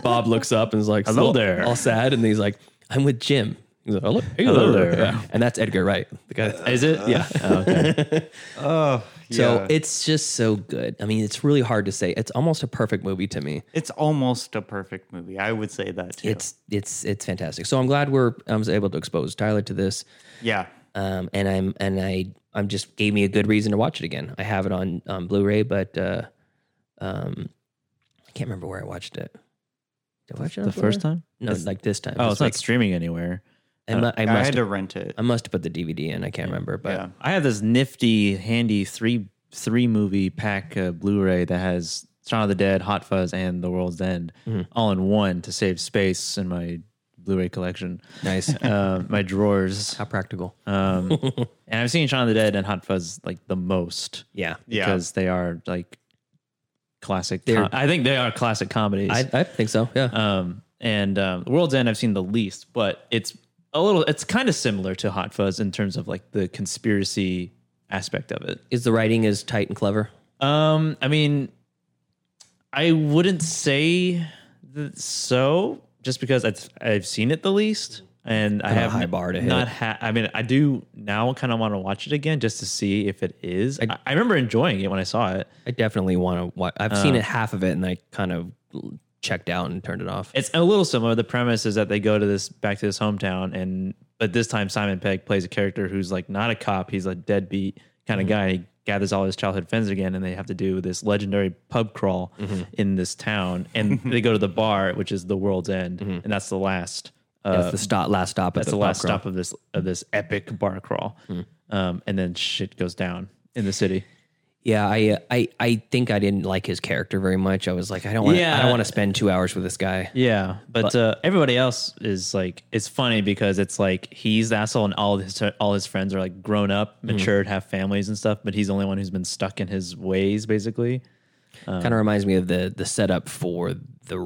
Speaker 1: Bob looks up and is like,
Speaker 2: Hello
Speaker 1: all-
Speaker 2: there.
Speaker 1: all sad, and he's like, I'm with Jim. He's like, hello, hey
Speaker 2: Hello
Speaker 1: there.
Speaker 2: there.
Speaker 1: Yeah. and that's Edgar Wright. The guy.
Speaker 2: Is it?
Speaker 1: yeah.
Speaker 2: Oh, okay.
Speaker 3: Oh,
Speaker 1: So
Speaker 3: yeah.
Speaker 1: it's just so good. I mean, it's really hard to say. It's almost a perfect movie to me.
Speaker 3: It's almost a perfect movie. I would say that too.
Speaker 1: It's it's it's fantastic. So I'm glad we're I was able to expose Tyler to this.
Speaker 3: yeah.
Speaker 1: um, and I'm and I I'm just gave me a good reason to watch it again. I have it on on Blu-ray, but uh, um, I can't remember where I watched it. Did I watch it on
Speaker 2: The first
Speaker 1: Blu-ray?
Speaker 2: time?
Speaker 1: No,
Speaker 2: It's-
Speaker 1: like this time.
Speaker 2: Oh, it's,
Speaker 1: It's
Speaker 2: not
Speaker 1: like-
Speaker 2: streaming anywhere.
Speaker 1: I, mu-
Speaker 3: I,
Speaker 1: I must
Speaker 3: had
Speaker 1: have,
Speaker 3: to rent it.
Speaker 1: I must have put the DVD in. I can't remember, but
Speaker 3: yeah.
Speaker 2: I have this nifty, handy three three movie pack uh, Blu-ray that has Shaun of the Dead, Hot Fuzz, and The World's End
Speaker 1: Mm-hmm.
Speaker 2: all in one to save space in my Blu-ray collection,
Speaker 1: nice.
Speaker 2: uh, my drawers.
Speaker 1: How practical.
Speaker 2: Um, and I've seen Shaun of the Dead and Hot Fuzz like the most
Speaker 1: Yeah,
Speaker 3: Yeah.
Speaker 2: because they are like classic.
Speaker 1: They're-
Speaker 2: com- I think they are classic comedies.
Speaker 1: I, I think so. Yeah,
Speaker 2: Um, and um, The World's End, I've seen the least, but it's a little, it's kind of similar to Hot Fuzz in terms of like the conspiracy aspect of it.
Speaker 1: is the writing as tight and clever?
Speaker 2: Um, I mean, I wouldn't say that so, just because I've, I've seen it the least, and I
Speaker 1: Kinda
Speaker 2: have
Speaker 1: a high bar to hit.
Speaker 2: Not ha- I mean, I do now kind of want to watch it again just to see if it is. I, I remember enjoying it when I saw it.
Speaker 1: I definitely want to watch. I've
Speaker 2: Uh,
Speaker 1: seen it half of it, and I kind of checked out and turned it off.
Speaker 2: It's a little similar. The premise is that they go to this back to this hometown, and but this time Simon Pegg plays a character who's like not a cop. He's a deadbeat kind
Speaker 1: Mm-hmm.
Speaker 2: of guy. He gathers all his childhood friends again, and they have to do this legendary pub crawl
Speaker 1: Mm-hmm.
Speaker 2: in this town. And they go to the bar, which is the World's End, and that's the last. Uh,
Speaker 1: that's Mm-hmm. the stop, last stop. at
Speaker 2: that's the,
Speaker 1: pub
Speaker 2: last
Speaker 1: crawl. Mm.
Speaker 2: stop of this of this epic bar crawl. Um, and then shit goes down in the city.
Speaker 1: Yeah, I uh, I I think I didn't like his character very much. I was like, I don't want I
Speaker 2: Yeah.
Speaker 1: don't want to spend two hours with this guy.
Speaker 2: Yeah, but, uh, everybody else is like it's funny because it's like he's the asshole, and all his all his friends are like grown up,
Speaker 1: Hmm.
Speaker 2: matured, have families and stuff, but he's the only one who's been stuck in his ways, basically.
Speaker 1: kind of reminds me of the the setup for the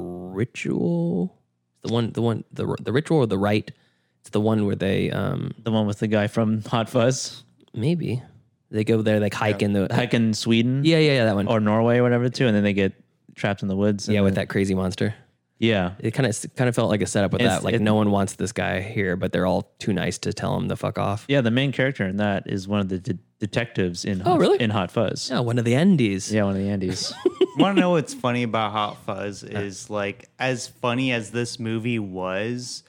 Speaker 1: ritual, the one the one the the ritual or the rite. It's the one where they um
Speaker 2: The one with the guy from Hot Fuzz,
Speaker 1: maybe they go there like hike in the
Speaker 2: back in Sweden,
Speaker 1: yeah yeah yeah that one
Speaker 2: or Norway, or whatever, too, and then they get trapped in the woods. and
Speaker 1: yeah with
Speaker 2: then-
Speaker 1: that crazy monster.
Speaker 2: Yeah,
Speaker 1: It kind of kind of felt like a setup with
Speaker 2: It's-
Speaker 1: that. Like
Speaker 2: it-
Speaker 1: no one wants this guy here, but they're all too nice to tell him to fuck off.
Speaker 2: yeah. The main character in that is one of the de- detectives in
Speaker 1: Oh,
Speaker 2: Hot,
Speaker 1: really?
Speaker 2: in Hot Fuzz.
Speaker 1: Yeah, one of the Andes.
Speaker 2: Yeah, one of the Andes.
Speaker 3: Want to know what's funny about Hot
Speaker 1: Uh.
Speaker 3: Fuzz is like as funny as this movie was,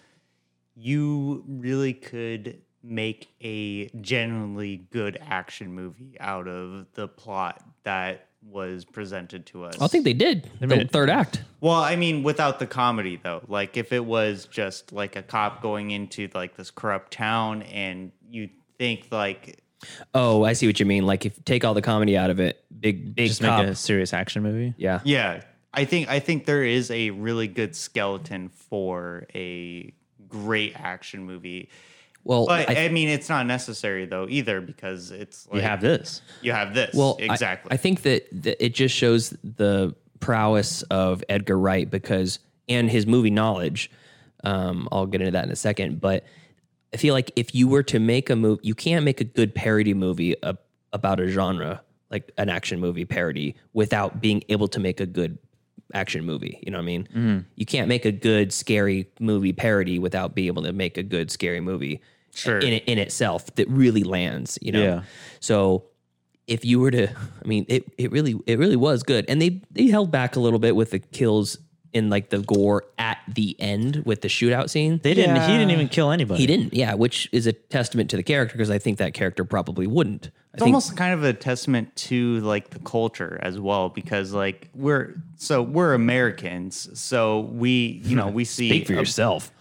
Speaker 3: you really could make a genuinely good action movie out of the plot that was presented to us.
Speaker 1: I think they did. the third act.
Speaker 3: Well, I mean, without the comedy though, like if it was just like a cop going into like this corrupt town, and you think like
Speaker 1: Oh, I see what you mean. Like if take all the comedy out of it, big big
Speaker 2: Just make
Speaker 1: cop.
Speaker 2: a serious action movie.
Speaker 1: yeah.
Speaker 3: Yeah, I think I think there is a really good skeleton for a great action movie.
Speaker 1: Well,
Speaker 3: But
Speaker 1: I-
Speaker 3: I, mean, it's not necessary though either because it's like
Speaker 2: You have this.
Speaker 3: You have this.
Speaker 1: Well, I-
Speaker 3: exactly.
Speaker 1: I, think that, that it just shows the prowess of Edgar Wright because and his movie knowledge. Um, I'll get into that in a second, but I feel like if you were to make a movie, you can't make a good parody movie ab- about a genre like an action movie parody without being able to make a good action movie. You know what I mean?
Speaker 3: Mm-hmm.
Speaker 1: You can't make a good scary movie parody without being able to make a good scary movie
Speaker 3: Sure.
Speaker 1: in in itself that really lands. You know,
Speaker 2: Yeah.
Speaker 1: so if you were to i mean it, it really it really was good and they they held back a little bit with the kills in like the gore at the end with the shootout scene.
Speaker 2: They didn't. He didn't even kill anybody.
Speaker 1: He didn't. Yeah, which is a testament to the character because I think that character probably wouldn't. I
Speaker 3: It's
Speaker 1: think,
Speaker 3: almost kind of a testament to like the culture as well, because like we're so we're Americans, so we you know we see
Speaker 1: Speak for
Speaker 3: a-
Speaker 1: yourself.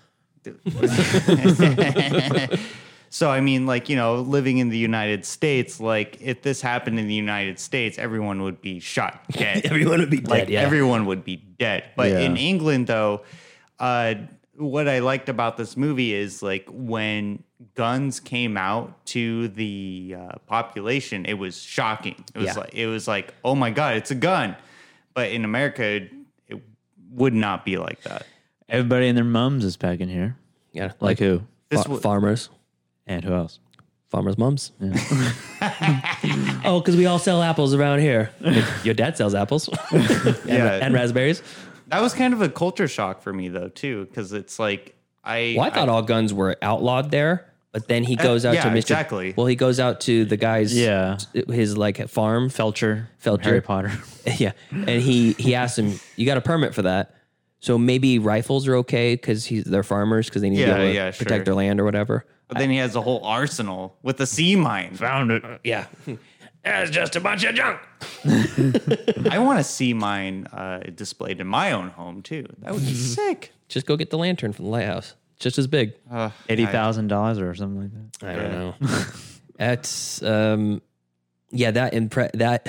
Speaker 3: so I mean, like you know, living in the United States, like if this happened in the United States, everyone would be shot dead.
Speaker 1: Everyone would be
Speaker 3: Like
Speaker 1: dead, yeah.
Speaker 3: everyone would be dead. But
Speaker 2: Yeah.
Speaker 3: in England, though, uh, what I liked about this movie is like when guns came out to the uh, population, it was shocking. It was
Speaker 1: Yeah.
Speaker 3: like it was like, oh my god, it's a gun. But in America, it would not be like that.
Speaker 2: Everybody and their mums is back in here.
Speaker 1: yeah,
Speaker 2: Like who?
Speaker 3: This
Speaker 1: fa-
Speaker 3: w-
Speaker 1: farmers,
Speaker 2: And who else?
Speaker 1: farmers' moms. oh, because we all sell apples around here. Your dad sells apples. and,
Speaker 3: Yeah.
Speaker 1: and raspberries.
Speaker 3: That was kind of a culture shock for me though too, because it's like I
Speaker 1: Well, I thought all guns were outlawed there, but then he goes out
Speaker 3: yeah,
Speaker 1: to Mr.
Speaker 3: exactly.
Speaker 1: Well, he goes out to the guy's
Speaker 2: Yeah.
Speaker 1: his like farm Felcher Felcher
Speaker 2: Harry Potter.
Speaker 1: yeah, and he he asked him, "You got a permit for that?" So maybe rifles are okay because he's they're farmers because they need
Speaker 3: Yeah,
Speaker 1: to, be able to
Speaker 3: yeah,
Speaker 1: protect
Speaker 3: sure.
Speaker 1: their land or whatever.
Speaker 3: But then he has a whole arsenal with a sea mine.
Speaker 2: Found it.
Speaker 1: Yeah,
Speaker 2: It's just a bunch of junk.
Speaker 3: I want a sea mine uh, displayed in my own home too. That would be sick.
Speaker 1: just go get the lantern from the lighthouse. Just as big.
Speaker 3: Uh,
Speaker 2: Eighty thousand dollars or something like that.
Speaker 1: I don't know. That's um, yeah. That impre- that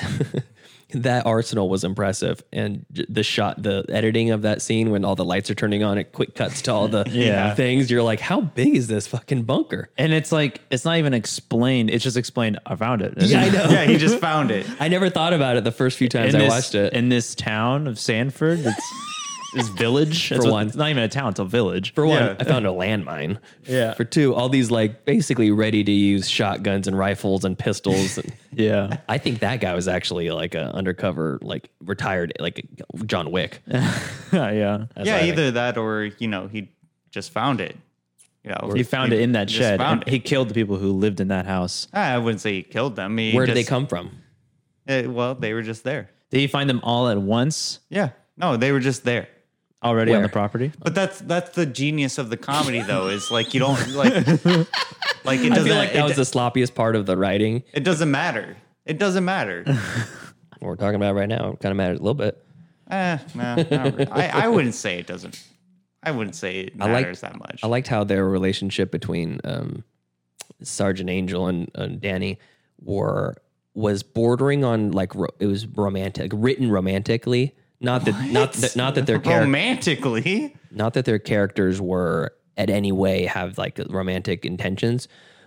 Speaker 1: that arsenal was impressive, and j- the shot, the editing of that scene when all the lights are turning on, it quick cuts to all the
Speaker 2: Yeah.
Speaker 1: things. You're like, how big is this fucking bunker?
Speaker 2: And it's like it's not even explained. It's just explained. I found it.
Speaker 1: Yeah, I know.
Speaker 3: yeah, he just found it.
Speaker 1: I never thought about it the first few times
Speaker 2: in
Speaker 1: I
Speaker 2: this,
Speaker 1: watched it.
Speaker 2: in this town of Sanford. It's this village.
Speaker 1: For
Speaker 2: It's a-
Speaker 1: one.
Speaker 2: it's not even a town. It's a village.
Speaker 1: For one,
Speaker 3: Yeah.
Speaker 1: I found a landmine.
Speaker 2: Yeah.
Speaker 1: For two, all these like basically ready to use shotguns and rifles and pistols. And
Speaker 2: yeah,
Speaker 1: I think that guy was actually like a undercover, like retired, like John Wick.
Speaker 2: yeah.
Speaker 1: what I
Speaker 3: yeah,
Speaker 1: think.
Speaker 3: either that or you know he just found it. You know,
Speaker 2: He found it in that
Speaker 3: just
Speaker 2: shed.
Speaker 3: found
Speaker 2: and He
Speaker 3: it.
Speaker 2: killed the people who lived in that house.
Speaker 3: I wouldn't say he killed them. He
Speaker 1: Where did they
Speaker 3: just-
Speaker 1: come from?
Speaker 3: eh, well, they were just there.
Speaker 2: Did he find them all at once
Speaker 3: Yeah, no, they were just there.
Speaker 2: already on
Speaker 1: Where?
Speaker 2: the property?
Speaker 3: But that's that's the genius of the comedy though is like you don't like like it doesn't
Speaker 1: I feel like that
Speaker 3: it,
Speaker 1: was the sloppiest part of the writing
Speaker 3: it doesn't matter. It doesn't matter.
Speaker 1: we're talking about right now. I'm kind of mad a little bit.
Speaker 3: Eh, no, not really. I, I wouldn't say it doesn't. I wouldn't say it
Speaker 1: I like-
Speaker 3: matters that much.
Speaker 1: I liked how their relationship between um, Sergeant Angel and, and Danny were was bordering on like ro- it was romantic, written romantically. Not that not that not that their character
Speaker 3: romantically.
Speaker 1: not that their characters were at any way have like romantic intentions,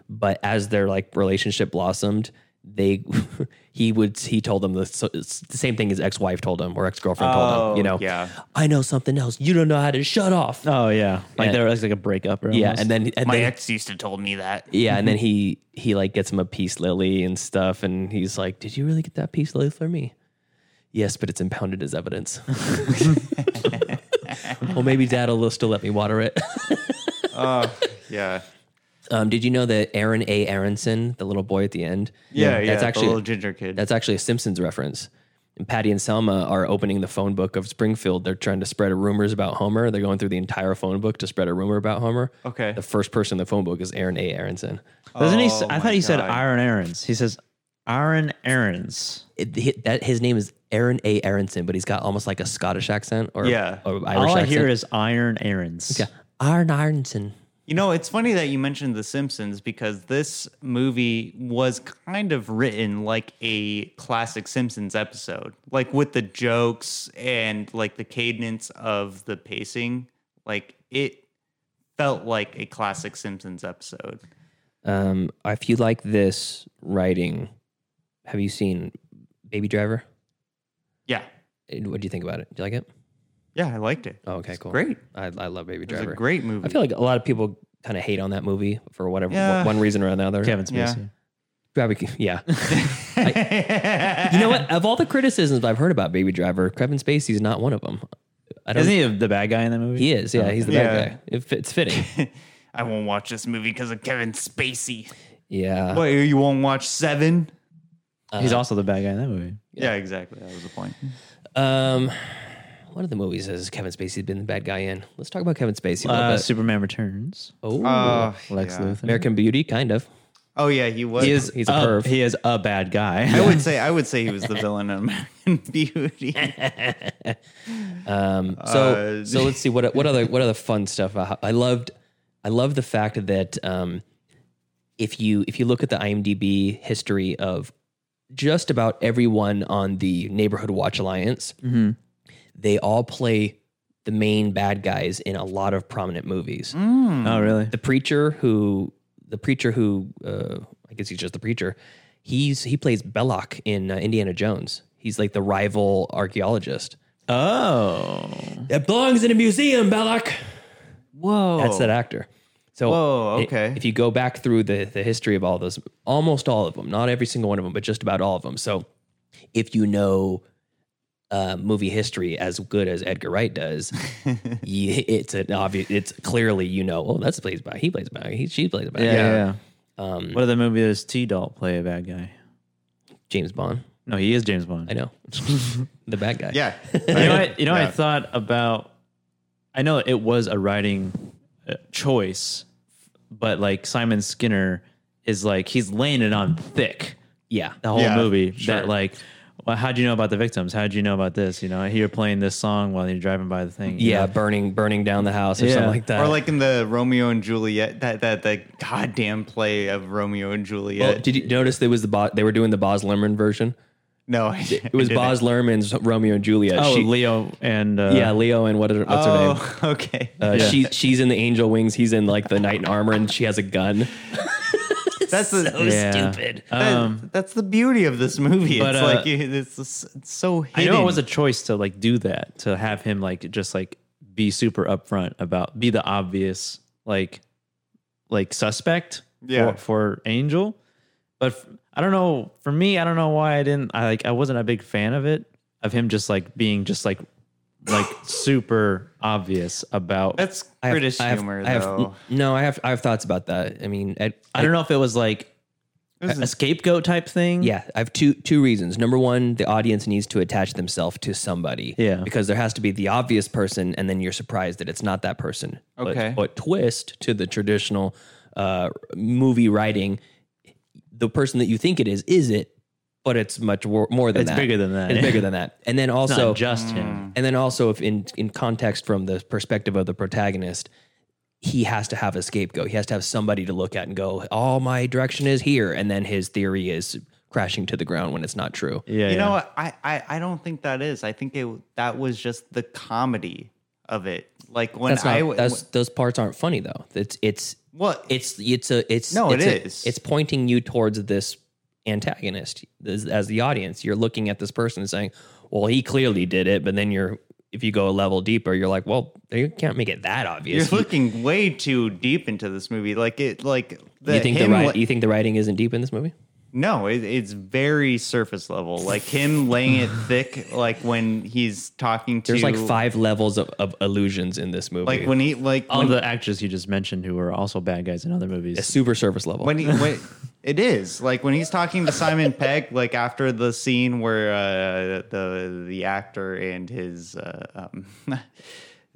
Speaker 1: but as their like relationship blossomed, they he would he told them the, so, it's the same thing his ex wife told him or ex girlfriend told him. You know,
Speaker 3: Oh, yeah.
Speaker 1: I know something else. You don't know how to shut off.
Speaker 2: Oh yeah, like
Speaker 1: Yeah.
Speaker 2: there was like a breakup. Or
Speaker 1: yeah,
Speaker 2: almost.
Speaker 1: and then and
Speaker 3: My
Speaker 1: then,
Speaker 3: ex mm-hmm. used to told me that.
Speaker 1: yeah, and then he he like gets him a peace lily and stuff, and he's like, "Did you really get that peace lily for me?" Yes, but it's impounded as evidence. well, maybe Dad will still let me water it.
Speaker 3: Yeah.
Speaker 1: Um, did you know that Aaron A. Aronson, the little boy at the end?
Speaker 3: Yeah, yeah.
Speaker 1: That's
Speaker 3: the
Speaker 1: actually
Speaker 3: little ginger kid.
Speaker 1: that's actually a Simpsons reference. And Patty and Selma are opening the phone book of Springfield. They're trying to spread rumors about Homer. They're going through the entire phone book to spread a rumor about Homer.
Speaker 3: Okay.
Speaker 1: The first person in the phone book is Aaron A. Aronson.
Speaker 2: doesn't he? s-
Speaker 3: Oh
Speaker 2: I
Speaker 3: my
Speaker 2: thought he said
Speaker 3: God.
Speaker 2: Iron Aaron's. He says Iron Aaron's.
Speaker 1: It, hi- that his name is Aaron A. Aronson, but he's got almost like a Scottish accent or
Speaker 3: Yeah.
Speaker 1: or Irish
Speaker 2: All I
Speaker 1: accent.
Speaker 2: hear is Iron Aaron's.
Speaker 1: yeah, Aaron Aronson.
Speaker 3: You know, it's funny that you mentioned The Simpsons because this movie was kind of written like a classic Simpsons episode, like with the jokes and like the cadence of the pacing. Like it felt like a classic Simpsons episode.
Speaker 1: Um, if you like this writing, have you seen Baby Driver?
Speaker 3: Yeah.
Speaker 1: And What do you think about it? Do you like it?
Speaker 3: Yeah, I liked it.
Speaker 1: Oh, okay,
Speaker 3: It's
Speaker 1: cool.
Speaker 3: Great.
Speaker 1: I, I love Baby
Speaker 3: It was
Speaker 1: Driver.
Speaker 3: a great movie.
Speaker 1: I feel like a lot of people kind of hate on that movie for whatever
Speaker 3: Yeah.
Speaker 1: one reason or another.
Speaker 2: Kevin
Speaker 3: Yeah.
Speaker 2: Spacey.
Speaker 1: Probably, yeah. You know what? Of all the criticisms I've heard about Baby Driver, Kevin Spacey's not one of them. I don't.
Speaker 2: Isn't he the bad guy in that movie?
Speaker 1: He is. Yeah, he's the bad
Speaker 3: Yeah.
Speaker 1: guy. It, fit- it's fitting.
Speaker 3: I won't watch this movie because of Kevin Spacey.
Speaker 1: Yeah.
Speaker 3: What, you won't watch Seven?
Speaker 2: Uh, He's also the bad guy in that movie.
Speaker 3: Yeah, exactly. That was the point.
Speaker 1: Um, one of the movies has Kevin Spacey's been the bad guy in. Let's talk about Kevin Spacey. A little
Speaker 2: Uh,
Speaker 1: bit.
Speaker 2: Superman Returns.
Speaker 1: Oh,
Speaker 2: Uh, Lex yeah. Luthor.
Speaker 1: American Beauty, kind of.
Speaker 3: Oh yeah, he was.
Speaker 2: He is.
Speaker 1: He's a
Speaker 2: a,
Speaker 1: perv.
Speaker 2: He is a bad guy.
Speaker 3: I would say I would say he was the villain in American Beauty.
Speaker 1: Um, so
Speaker 3: Uh,
Speaker 1: so let's see what what other what other fun stuff. uh, I, I loved I love the fact that um, if you if you look at the IMDb history of just about everyone on the Neighborhood Watch Alliance,
Speaker 2: Mhm.
Speaker 1: they all play the main bad guys in a lot of prominent movies.
Speaker 2: Oh, really?
Speaker 1: The preacher who the preacher who uh, I guess he's just the preacher. He's he plays Belloc in uh, Indiana Jones. He's like the rival archaeologist.
Speaker 2: Oh,
Speaker 1: It belongs in a museum, Belloc.
Speaker 2: Whoa.
Speaker 1: That's that actor. So
Speaker 3: Whoa,
Speaker 1: i-
Speaker 3: okay.
Speaker 1: If you go back through the the history of all those, almost all of them, not every single one of them, but just about all of them. So if you know uh, movie history as good as Edgar Wright does, you, it's an obvious. It's clearly you know. Oh, that's plays by he plays by he she plays by
Speaker 2: Yeah. yeah.
Speaker 1: Um,
Speaker 2: what other movie does T Dalt play a bad guy?
Speaker 1: James Bond.
Speaker 2: No, he is James Bond.
Speaker 1: I know the bad guy.
Speaker 3: Yeah.
Speaker 2: you know, what, you know,
Speaker 3: Yeah.
Speaker 2: I thought about. I know it was a writing uh, choice, but like Simon Skinner is like he's laying it on thick
Speaker 1: yeah.
Speaker 2: the whole
Speaker 3: Yeah,
Speaker 2: movie.
Speaker 3: sure.
Speaker 2: That like, well, how do you know about the victims? How do you know about this? You know, I hear playing this song while you're driving by the thing. you
Speaker 1: Yeah,
Speaker 2: know?
Speaker 1: burning burning down the house or
Speaker 2: Yeah.
Speaker 1: something like that.
Speaker 3: or like in the Romeo and Juliet, that that that goddamn play of Romeo and Juliet.
Speaker 1: Well, did you notice there was the Bo- they were doing the Boz Lerman version?
Speaker 3: no,
Speaker 1: It was Boz Lerman's Romeo and Juliet.
Speaker 2: Oh,
Speaker 1: She-
Speaker 2: Leo and uh,
Speaker 1: yeah, Leo and what is, what's her name?
Speaker 3: Oh, okay.
Speaker 1: Uh,
Speaker 2: yeah.
Speaker 1: She she's in the angel wings. He's in like the knight in armor, and she has a gun.
Speaker 3: that's the
Speaker 2: yeah.
Speaker 3: that-
Speaker 2: Um,
Speaker 3: that's the beauty of this movie.
Speaker 2: but,
Speaker 3: it's
Speaker 2: uh,
Speaker 3: like you- it's, it's so
Speaker 2: I
Speaker 3: hidden.
Speaker 2: know it was a choice to like do that to have him like just like be super upfront about be the obvious like like suspect
Speaker 3: Yeah.
Speaker 2: for, for Angel, but f- I don't know. For me, I don't know why I didn't. I like I wasn't a big fan of it of him just like being just like like super obvious about.
Speaker 3: that's
Speaker 1: I have-
Speaker 3: British
Speaker 1: I have-
Speaker 3: humor,
Speaker 1: I have-
Speaker 3: though.
Speaker 1: no, I have I have thoughts about that. I mean, I,
Speaker 2: I don't know if it was like
Speaker 3: It was
Speaker 2: a scapegoat type thing.
Speaker 1: Yeah, I have two two reasons. Number one, the audience needs to attach themselves to somebody.
Speaker 2: Yeah.
Speaker 1: because there has to be the obvious person, and then you're surprised that it's not that person. But-
Speaker 3: Okay.
Speaker 1: but, twist to the traditional uh, movie writing, the person that you think it is is it, but it's much wor- more than
Speaker 2: It's
Speaker 1: that.
Speaker 2: bigger than that.
Speaker 1: It's bigger than that. And then
Speaker 2: It's
Speaker 1: also
Speaker 2: not just
Speaker 3: Hmm.
Speaker 2: him.
Speaker 1: and then also, if in in context from the perspective of the protagonist, he has to have a scapegoat. He has to have somebody to look at and go, "All my direction is here," and then his theory is crashing to the ground when it's not true.
Speaker 2: Yeah,
Speaker 3: you
Speaker 2: yeah.
Speaker 3: know what? I, I I don't think that is. I think it that was just the comedy of it. Like when
Speaker 1: That's not.
Speaker 3: I w-
Speaker 1: that's, those parts aren't funny though. It's it's
Speaker 3: what
Speaker 1: it's it's a it's
Speaker 3: No, it
Speaker 1: it's a-
Speaker 3: is.
Speaker 1: it's pointing you towards this antagonist as, as the audience. You're looking at this person and saying, "Well, he clearly did it," but then you're if you go a level deeper, you're like, "Well, you can't make it that
Speaker 3: you're
Speaker 1: obvious." You-
Speaker 3: looking way too deep into this movie. Like it like the
Speaker 1: you think the
Speaker 3: Uh,
Speaker 1: e-,
Speaker 3: him
Speaker 1: wri-
Speaker 3: la-
Speaker 1: you think the writing isn't deep in this movie?
Speaker 3: No, it, it's very surface level. Like him laying it thick, like when he's talking to
Speaker 1: There's like five levels of, of illusions in this movie.
Speaker 3: like when he like
Speaker 2: All
Speaker 3: when,
Speaker 2: the actors you just mentioned who are also bad guys in other movies.
Speaker 1: a super surface level.
Speaker 3: when he when, it is like when he's talking to Simon Pegg, like after the scene where uh, the the actor and his uh, um,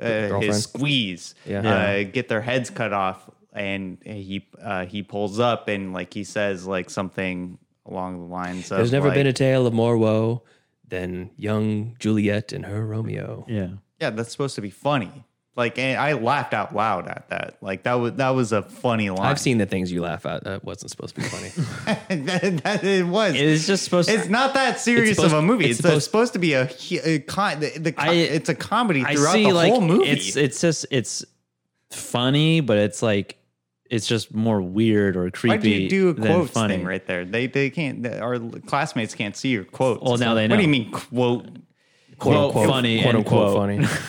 Speaker 3: uh,
Speaker 1: Girlfriend?
Speaker 3: his squeeze
Speaker 1: Yeah.
Speaker 3: Uh, get their heads cut off, and he uh, he pulls up and like he says like something along the lines of
Speaker 1: There's never
Speaker 3: like,
Speaker 1: been a tale of more woe than young Juliet and her Romeo.
Speaker 2: yeah.
Speaker 3: yeah, that's supposed to be funny. Like and I laughed out loud at that. Like that was that was a funny line.
Speaker 1: I've seen the things you laugh at. That wasn't supposed to be funny.
Speaker 3: that, that it was.
Speaker 2: It's just supposed to
Speaker 3: It's not that serious
Speaker 1: supposed-
Speaker 3: of a movie.
Speaker 1: it's
Speaker 3: It's, a-
Speaker 1: supposed-
Speaker 3: supposed, to be a, he- a con, the, the, co-
Speaker 2: I-
Speaker 3: it's a comedy throughout the whole movie.
Speaker 2: It's it's just it's funny, but it's like it's just more weird or creepy.
Speaker 3: Why do you do a
Speaker 2: than
Speaker 3: quotes
Speaker 2: funny.
Speaker 3: thing right there? They they can't. Our classmates can't see your quotes.
Speaker 2: Well, now they know.
Speaker 3: What do you mean quote?
Speaker 2: Quote, unquote funny,
Speaker 1: quote
Speaker 2: end
Speaker 1: unquote
Speaker 2: quote.
Speaker 1: funny.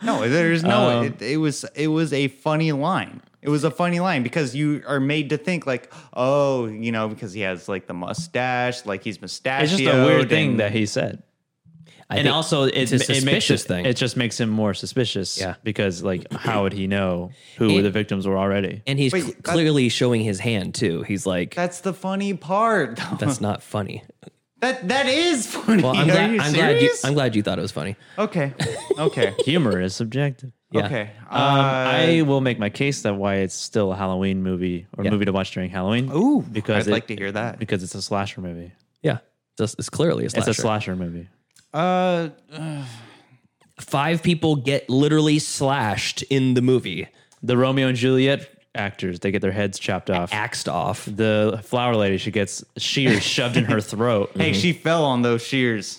Speaker 3: No, there's no.
Speaker 2: Um,
Speaker 3: it, it was it was a funny line. It was a funny line because you are made to think like, oh, you know, because he has like the mustache, like he's mustachioed.
Speaker 2: It's just a weird thing
Speaker 3: and-
Speaker 2: that he said.
Speaker 1: I
Speaker 2: and
Speaker 1: think
Speaker 2: also, it,
Speaker 1: it's a
Speaker 2: it makes
Speaker 1: suspicious
Speaker 2: it,
Speaker 1: thing.
Speaker 2: It just makes him more suspicious.
Speaker 1: Yeah.
Speaker 2: because like, how would he know who
Speaker 1: And-
Speaker 2: the victims were already?
Speaker 1: and he's
Speaker 3: Wait,
Speaker 1: cl-
Speaker 3: that-
Speaker 1: clearly showing his hand too. He's like,
Speaker 3: That's the funny part. though.
Speaker 1: "That's not funny."
Speaker 3: That that is funny.
Speaker 1: Well, I'm
Speaker 3: Are
Speaker 1: glad,
Speaker 3: you
Speaker 1: I'm, glad you,
Speaker 3: serious?
Speaker 1: I'm glad you thought it was funny.
Speaker 3: Okay. Okay.
Speaker 2: Humor is subjective.
Speaker 1: Yeah.
Speaker 3: Okay. Uh,
Speaker 2: Um, I will make my case that why it's still a Halloween movie or movie to watch during Halloween.
Speaker 3: Ooh,
Speaker 2: because
Speaker 3: I'd like to hear that.
Speaker 2: because it's a slasher movie.
Speaker 1: Yeah, it's, it's clearly a slasher.
Speaker 2: It's a slasher movie.
Speaker 3: Uh, uh,
Speaker 1: Five people get literally slashed in the movie,
Speaker 2: The Romeo and Juliet actors they get their heads chopped off.
Speaker 1: axed off.
Speaker 2: the flower lady she gets shears shoved in her throat.
Speaker 3: hey, she fell on those shears.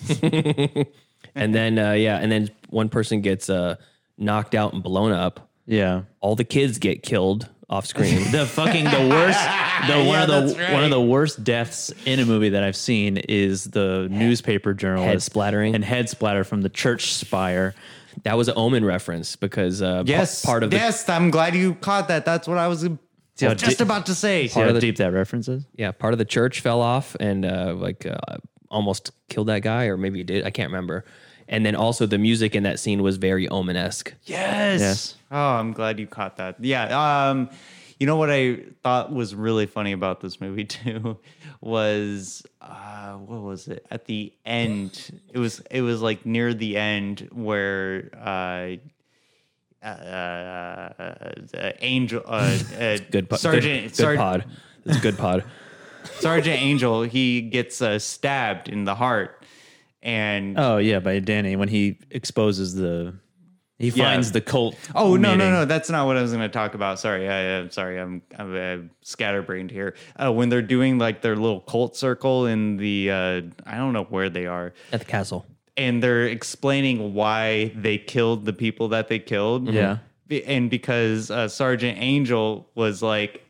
Speaker 1: And then, uh, yeah, and then one person gets uh, knocked out and blown up.
Speaker 2: yeah.
Speaker 1: All the kids get killed off screen.
Speaker 2: the fucking the worst the one
Speaker 3: Yeah,
Speaker 2: of the
Speaker 3: that's right.
Speaker 2: one of the worst deaths in a movie that I've seen is the newspaper journalist
Speaker 1: Head splattering.
Speaker 2: and head splatter from the church spire.
Speaker 1: that was an Omen reference because uh, p-
Speaker 3: yes.
Speaker 1: part of the
Speaker 3: yes. I'm glad you caught that. That's what I was
Speaker 2: how
Speaker 3: just
Speaker 2: di-
Speaker 3: about to say.
Speaker 2: See how
Speaker 1: of the-
Speaker 2: deep that reference is?
Speaker 1: yeah part of the church fell off and uh, like uh, almost killed that guy or maybe it did. I can't remember. And then also the music in that scene was very Omen esque.
Speaker 3: Yes.
Speaker 2: Yes.
Speaker 3: Oh, I'm glad you caught that. Yeah. Um, you know what I thought was really funny about this movie too was uh, what was it at the end? It was it was like near the end where uh, uh, uh, uh, Angel uh, uh,
Speaker 1: Good, po- good-
Speaker 3: Sergeant
Speaker 1: good,
Speaker 3: Sergeant
Speaker 1: pod. It's a good pod.
Speaker 3: Sergeant Angel he gets uh, stabbed in the heart and
Speaker 2: Oh yeah, by Danny when he exposes the he
Speaker 3: Yeah.
Speaker 2: finds the cult.
Speaker 3: Oh no no
Speaker 2: meeting.
Speaker 3: no! That's not what I was going to talk about. Sorry, I, I'm sorry. I'm, I'm, I'm scatterbrained here. Uh, when they're doing like their little cult circle in the uh, I don't know where they are,
Speaker 1: At the castle.
Speaker 3: and they're explaining why they killed the people that they
Speaker 1: Mm-hmm.
Speaker 3: killed.
Speaker 2: Yeah.
Speaker 3: Be- and because uh, Sergeant Angel was like.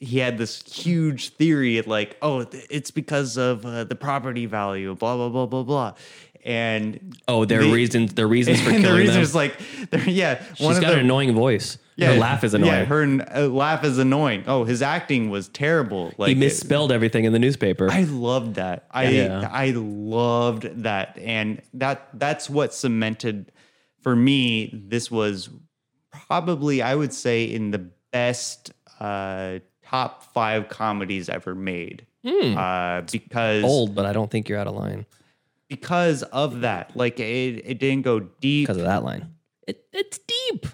Speaker 3: He had this huge theory, like, oh, th- it's because of uh, the property value, blah blah blah blah blah, and
Speaker 1: Oh, their
Speaker 3: The-
Speaker 1: reasons. Their reasons for
Speaker 3: and
Speaker 1: killing
Speaker 3: the reason
Speaker 1: them.
Speaker 3: is like, they're- yeah,
Speaker 1: She's got an annoying voice. her laugh is annoying.
Speaker 3: Yeah, her uh, laugh is annoying. Oh, his acting was terrible. Like
Speaker 1: he
Speaker 3: it-
Speaker 1: misspelled everything in the newspaper.
Speaker 3: I loved that. I
Speaker 2: Yeah.
Speaker 3: I loved that, and that that's what cemented for me. This was probably I would say in the best uh, top five comedies ever made. Uh, because
Speaker 1: Hmm. Old, but I don't think you're out of line
Speaker 3: because of that, like it, it didn't go deep.
Speaker 1: because of that line. It, it's deep.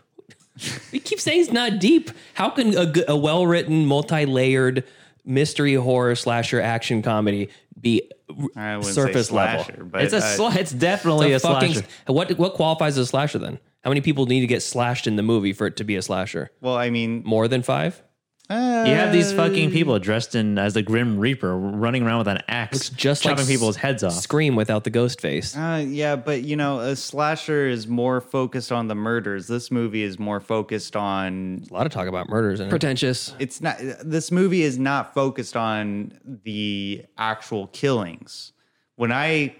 Speaker 1: we keep saying it's not deep. How can a, g- a well-written, multi-layered mystery horror slasher action comedy be
Speaker 3: I wouldn't say
Speaker 1: surface level?
Speaker 3: slasher, but
Speaker 2: it's a
Speaker 3: uh,
Speaker 2: sla- it's definitely a,
Speaker 1: It's a fucking-
Speaker 2: slasher.
Speaker 1: What what qualifies as a slasher then? How many people need to get slashed in the movie for it to be a slasher?
Speaker 3: well, I mean,
Speaker 1: More than five?
Speaker 2: You have
Speaker 1: Uh,
Speaker 2: these fucking people dressed in as the Grim Reaper running around with an axe,
Speaker 1: Looks just like
Speaker 2: chopping people's heads off.
Speaker 1: Scream without the ghost face.
Speaker 3: Uh, yeah, but you know, a slasher is more focused on the murders. This movie is more focused on.
Speaker 1: A lot of talk about murders and pretentious.
Speaker 3: It's not. This movie is not focused on the actual killings. When I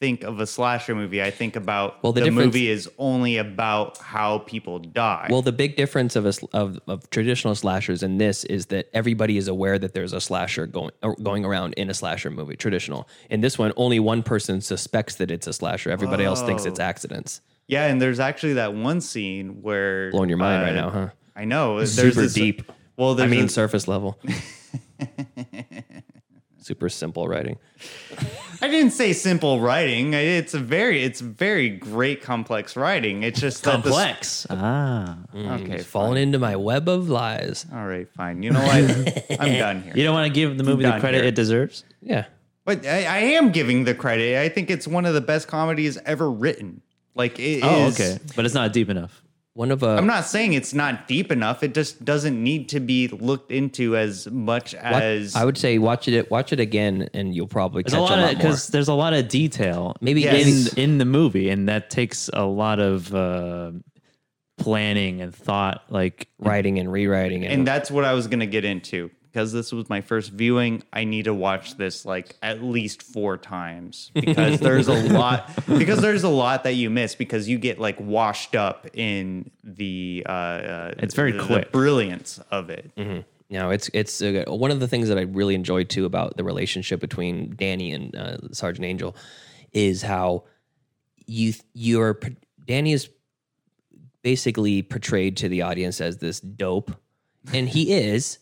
Speaker 3: think of a slasher movie, I think about
Speaker 1: Well, the difference-
Speaker 3: movie is only about how people die.
Speaker 1: Well, the big difference of, a, sl- of of traditional slashers and this is that everybody is aware that there's a slasher going or going around in a slasher movie. Traditional in this one, only one person suspects that it's a slasher. Everybody else thinks it's accidents.
Speaker 3: yeah, and there's actually that one scene where
Speaker 1: Blowing your mind right
Speaker 3: uh,
Speaker 1: now, huh?
Speaker 3: I know. There's
Speaker 1: Super
Speaker 3: this-
Speaker 1: deep.
Speaker 3: Well,
Speaker 1: I
Speaker 3: there's
Speaker 1: mean,
Speaker 3: this-
Speaker 1: surface level. Super simple writing.
Speaker 3: I didn't say simple writing. It's a very, it's very great complex writing. It's just that the-
Speaker 2: Complex. Ah.
Speaker 3: okay,
Speaker 1: Falling into my web of lies.
Speaker 3: All right, fine. You know what? I'm done here.
Speaker 2: You don't want to give the movie the
Speaker 3: Done
Speaker 2: credit
Speaker 3: here.
Speaker 2: it deserves?
Speaker 1: Yeah.
Speaker 3: But I, I am giving the credit. I think it's one of the best comedies ever written. Like it
Speaker 2: Oh,
Speaker 3: is-
Speaker 2: okay. But it's not deep enough.
Speaker 1: One of uh,
Speaker 3: I'm not saying it's not deep enough. It just doesn't need to be looked into as much
Speaker 1: Wa-
Speaker 3: as
Speaker 1: I would say watch it watch it again and you'll probably
Speaker 2: There's
Speaker 1: catch
Speaker 2: a lot, of
Speaker 1: more.
Speaker 2: because there's a lot of detail
Speaker 1: Maybe
Speaker 3: Yes.
Speaker 1: maybe-
Speaker 2: in in the movie, and that takes a lot of uh, planning and thought. Like
Speaker 1: writing and rewriting and,
Speaker 3: and that's what I was gonna get into because this was my first viewing. I need to watch this like at least four times because there's a lot because there's a lot that you miss because you get like washed up in the uh, uh
Speaker 2: It's very
Speaker 3: the- the
Speaker 2: quick.
Speaker 3: brilliance of it.
Speaker 1: no, it's it's uh, one of the things that I really enjoyed too about the relationship between Danny and uh, Sergeant Angel is how you you're p- Danny is basically portrayed to the audience as this dope, and he is,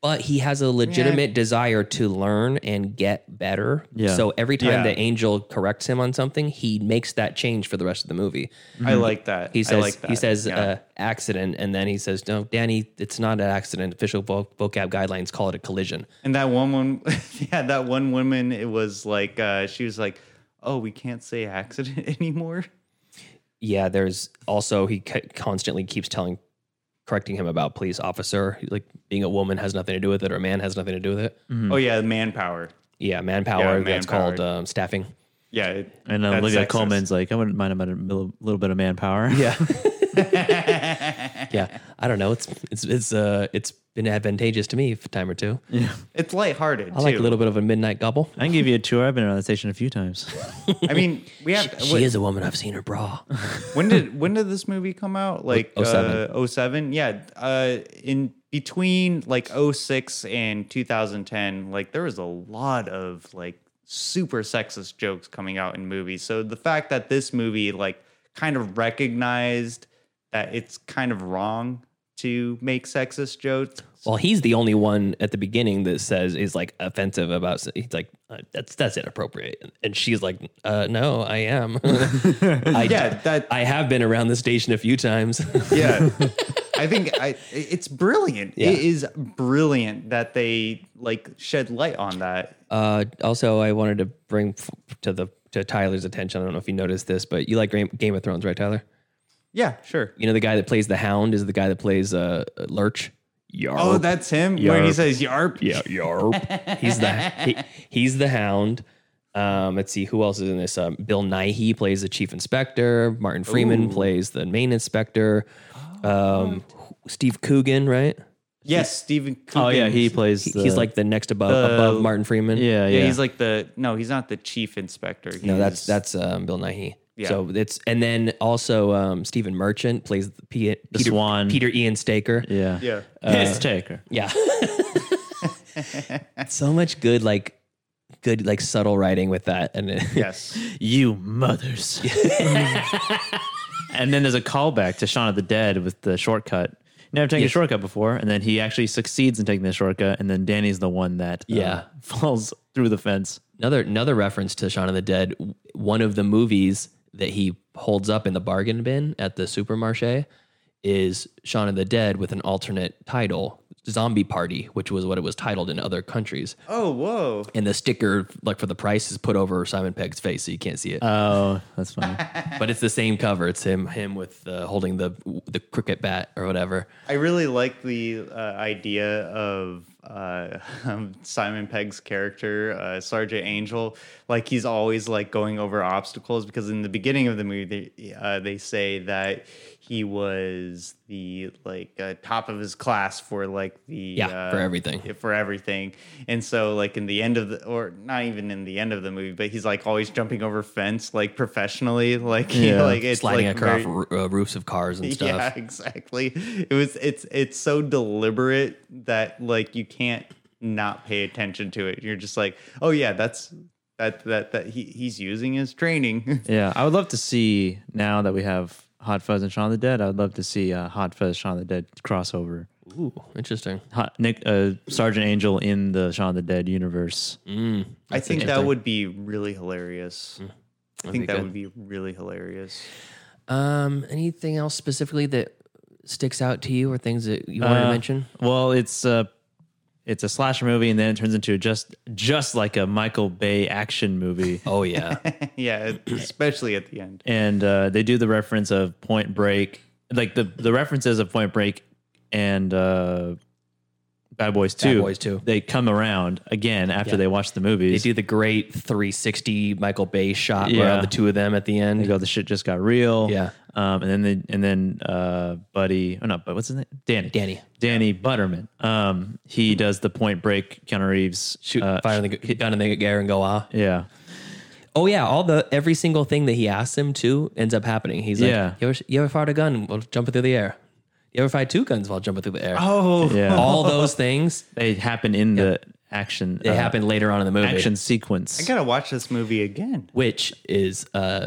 Speaker 1: but he has a legitimate desire to learn and get better.
Speaker 2: Yeah.
Speaker 1: So every time
Speaker 2: Yeah.
Speaker 1: the angel corrects him on something, he makes that change for the rest of the movie.
Speaker 3: I like that.
Speaker 1: Mm-hmm. He
Speaker 3: I
Speaker 1: says
Speaker 3: like
Speaker 1: he
Speaker 3: that.
Speaker 1: says
Speaker 3: Yeah.
Speaker 1: uh, accident, and then he says, "No, Danny, it's not an accident. Official voc- vocab guidelines call it a collision."
Speaker 3: And that one woman, yeah, that one woman, it was like, uh, she was like, oh, we can't say accident anymore.
Speaker 1: yeah, there's also he c- constantly keeps telling, correcting him about police officer, like being a woman has nothing to do with it or a man has nothing to do with it.
Speaker 3: Oh, yeah, manpower.
Speaker 1: Yeah, manpower.
Speaker 3: Yeah,
Speaker 1: that's
Speaker 3: manpower.
Speaker 1: called um, staffing.
Speaker 3: Yeah. It,
Speaker 2: And
Speaker 1: uh,
Speaker 3: that's
Speaker 2: Olivia
Speaker 3: sexist.
Speaker 2: Coleman's like, I wouldn't mind about a little, little bit of manpower.
Speaker 1: Yeah. yeah, I don't know. It's it's it's uh it's been advantageous to me for a time or two.
Speaker 2: Yeah.
Speaker 3: It's lighthearted.
Speaker 1: I like a
Speaker 3: too.
Speaker 1: little bit of a midnight gobble.
Speaker 2: I can give you a tour. I've been around the station a few times.
Speaker 3: I mean, we have.
Speaker 1: She is a woman. I've seen her bra.
Speaker 3: when did when did this movie come out? Like
Speaker 1: Oh, 07.
Speaker 3: Uh, 07? Yeah. Uh, in between like 06 and 2010, like there was a lot of like super sexist jokes coming out in movies. So the fact that this movie like kind of recognized that it's kind of wrong to make sexist jokes.
Speaker 1: Well, he's the only one at the beginning that says is like offensive about. He's like, uh, that's that's inappropriate, and she's like, uh, no, I am. I,
Speaker 3: Yeah, that
Speaker 1: I have been around the station a few times.
Speaker 3: yeah i think i it's brilliant
Speaker 1: Yeah.
Speaker 3: it is brilliant that they like shed light on that
Speaker 1: Uh, also, I wanted to bring f- to the to Tyler's attention. I don't know if you noticed this, but you like Gra- Game of Thrones, right, Tyler?
Speaker 3: yeah sure
Speaker 1: You know the guy that plays the Hound is the guy that plays uh, Lurch. Yarp.
Speaker 3: oh that's him when he
Speaker 1: Yarp.
Speaker 3: says yarp
Speaker 1: yeah, yarp. he's the he, he's the Hound. Um, let's see who else is in this. Um, Bill Nighy plays the chief inspector. Martin Freeman plays the main inspector. Um, Steve Coogan, right?
Speaker 3: yes stephen
Speaker 2: oh, yeah.
Speaker 3: Coogan.
Speaker 2: He plays.
Speaker 1: He- he's
Speaker 2: the-
Speaker 1: like the next above
Speaker 3: the-
Speaker 1: above Martin Freeman.
Speaker 2: yeah, yeah.
Speaker 3: yeah, he's like the no he's not the chief inspector
Speaker 1: No, that's
Speaker 3: He's-
Speaker 1: that's um, Bill Nighy.
Speaker 3: Yeah.
Speaker 1: So it's and then also um, Stephen Merchant plays the P- Peter
Speaker 2: Swan.
Speaker 1: Peter Ian Staker.
Speaker 2: yeah.
Speaker 3: yeah
Speaker 1: Uh,
Speaker 2: Piss taker.
Speaker 1: Yeah. so much good like good like subtle writing with that and it,
Speaker 3: yes
Speaker 2: You mothers. and then there's a callback to Shaun of the Dead with the shortcut. Never taken
Speaker 1: Yes.
Speaker 2: a shortcut before. And then he actually succeeds in taking the shortcut. And then Danny's the one that uh,
Speaker 1: Yeah.
Speaker 2: falls through the fence.
Speaker 1: another another reference to Shaun of the Dead w- one of the movies that he holds up in the bargain bin at the supermarché is Shaun of the Dead with an alternate title Zombie Party which was what it was titled in other countries
Speaker 3: oh whoa
Speaker 1: and the sticker like for the price is put over Simon Pegg's face so you can't see it.
Speaker 3: Uh.
Speaker 2: Oh, that's funny.
Speaker 1: but it's the same cover. It's him him with uh, holding the the cricket bat or whatever.
Speaker 3: i really like the uh, idea of uh, um, Simon Pegg's character, uh, Sergeant Angel, like he's always like going over obstacles because in the beginning of the movie they, uh, they say that he was the like uh, top of his class for like the
Speaker 1: Yeah,
Speaker 3: uh,
Speaker 1: for everything.
Speaker 3: for everything, and so like in the end of the or not even in the end of the movie, but he's like always jumping over fence like professionally, like you know, like it's
Speaker 1: Sliding
Speaker 3: like
Speaker 1: across
Speaker 3: very-
Speaker 1: roo- uh, roofs of cars and stuff.
Speaker 3: yeah, exactly. It was it's it's so deliberate that like you can't not pay attention to it. You're just like, oh yeah, that's that that that he he's using his training.
Speaker 2: Yeah, I would love to see now that we have Hot Fuzz and Shaun of the Dead. I would love to see uh, Hot Fuzz Shaun of the Dead crossover.
Speaker 1: Ooh, interesting.
Speaker 2: Hot, Nick uh, Sergeant Angel in the Shaun of the Dead universe.
Speaker 3: I think that
Speaker 2: interesting. Hmm.
Speaker 3: would be really hilarious. I think
Speaker 1: be
Speaker 3: that
Speaker 1: good.
Speaker 3: would be really hilarious.
Speaker 1: Um, anything else specifically that sticks out to you or things that you wanted to
Speaker 2: Uh,
Speaker 1: mention?
Speaker 2: Well, it's uh, it's a slasher movie, and then it turns into just just like a Michael Bay action movie.
Speaker 1: Oh yeah,
Speaker 3: yeah, e, especially at the end.
Speaker 2: and uh, they do the reference of Point Break, like the the references of Point Break and uh, Bad Boys Two.
Speaker 1: Boys 2.
Speaker 2: They come around again after
Speaker 1: Yeah.
Speaker 2: they watch the
Speaker 1: they
Speaker 2: movies.
Speaker 1: do the great 360 Michael Bay shot
Speaker 2: Yeah.
Speaker 1: where the two of them at the
Speaker 2: They
Speaker 1: end.
Speaker 2: go, the shit just got real.
Speaker 1: Yeah.
Speaker 2: Um, and then they, and then uh, Buddy, oh no, but what's his name? Danny.
Speaker 1: Danny.
Speaker 2: Danny Butterman. Um, he does the Point Break. Keanu Reeves
Speaker 1: Shoot,
Speaker 2: uh,
Speaker 1: fire the gu- gun in the air and go ah.
Speaker 2: Yeah.
Speaker 1: Oh yeah, all the every single thing that he asks him to ends up happening. He's like,
Speaker 2: Yeah.
Speaker 1: you ever you ever fired a gun while jumping through the air? You ever fired two guns while jumping through the air?
Speaker 3: Oh
Speaker 2: Yeah.
Speaker 1: all those things
Speaker 2: they happen in the action.
Speaker 1: they
Speaker 2: uh,
Speaker 1: happen later on in the movie,
Speaker 2: action sequence.
Speaker 3: I gotta watch this movie again.
Speaker 1: which is uh,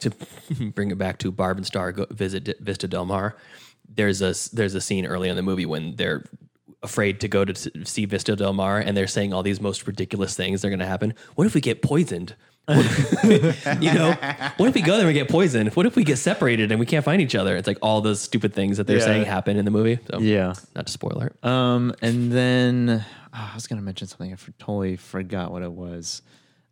Speaker 1: to bring it back to Barb and Star go, visit D- Vista Del Mar. There's a s- there's a scene early in the movie when they're afraid to go to s- see Vista Del Mar and they're saying all these most ridiculous things that are going to happen. What if we get poisoned? What if- you know, what if we go there and we get poisoned? What if we get separated and we can't find each other? It's like all those stupid things that they're
Speaker 2: Yeah.
Speaker 1: saying happen in the movie. So
Speaker 2: Yeah.
Speaker 1: not to spoil it.
Speaker 2: Um, and then oh, I was gonna mention something. I for, totally forgot what it was.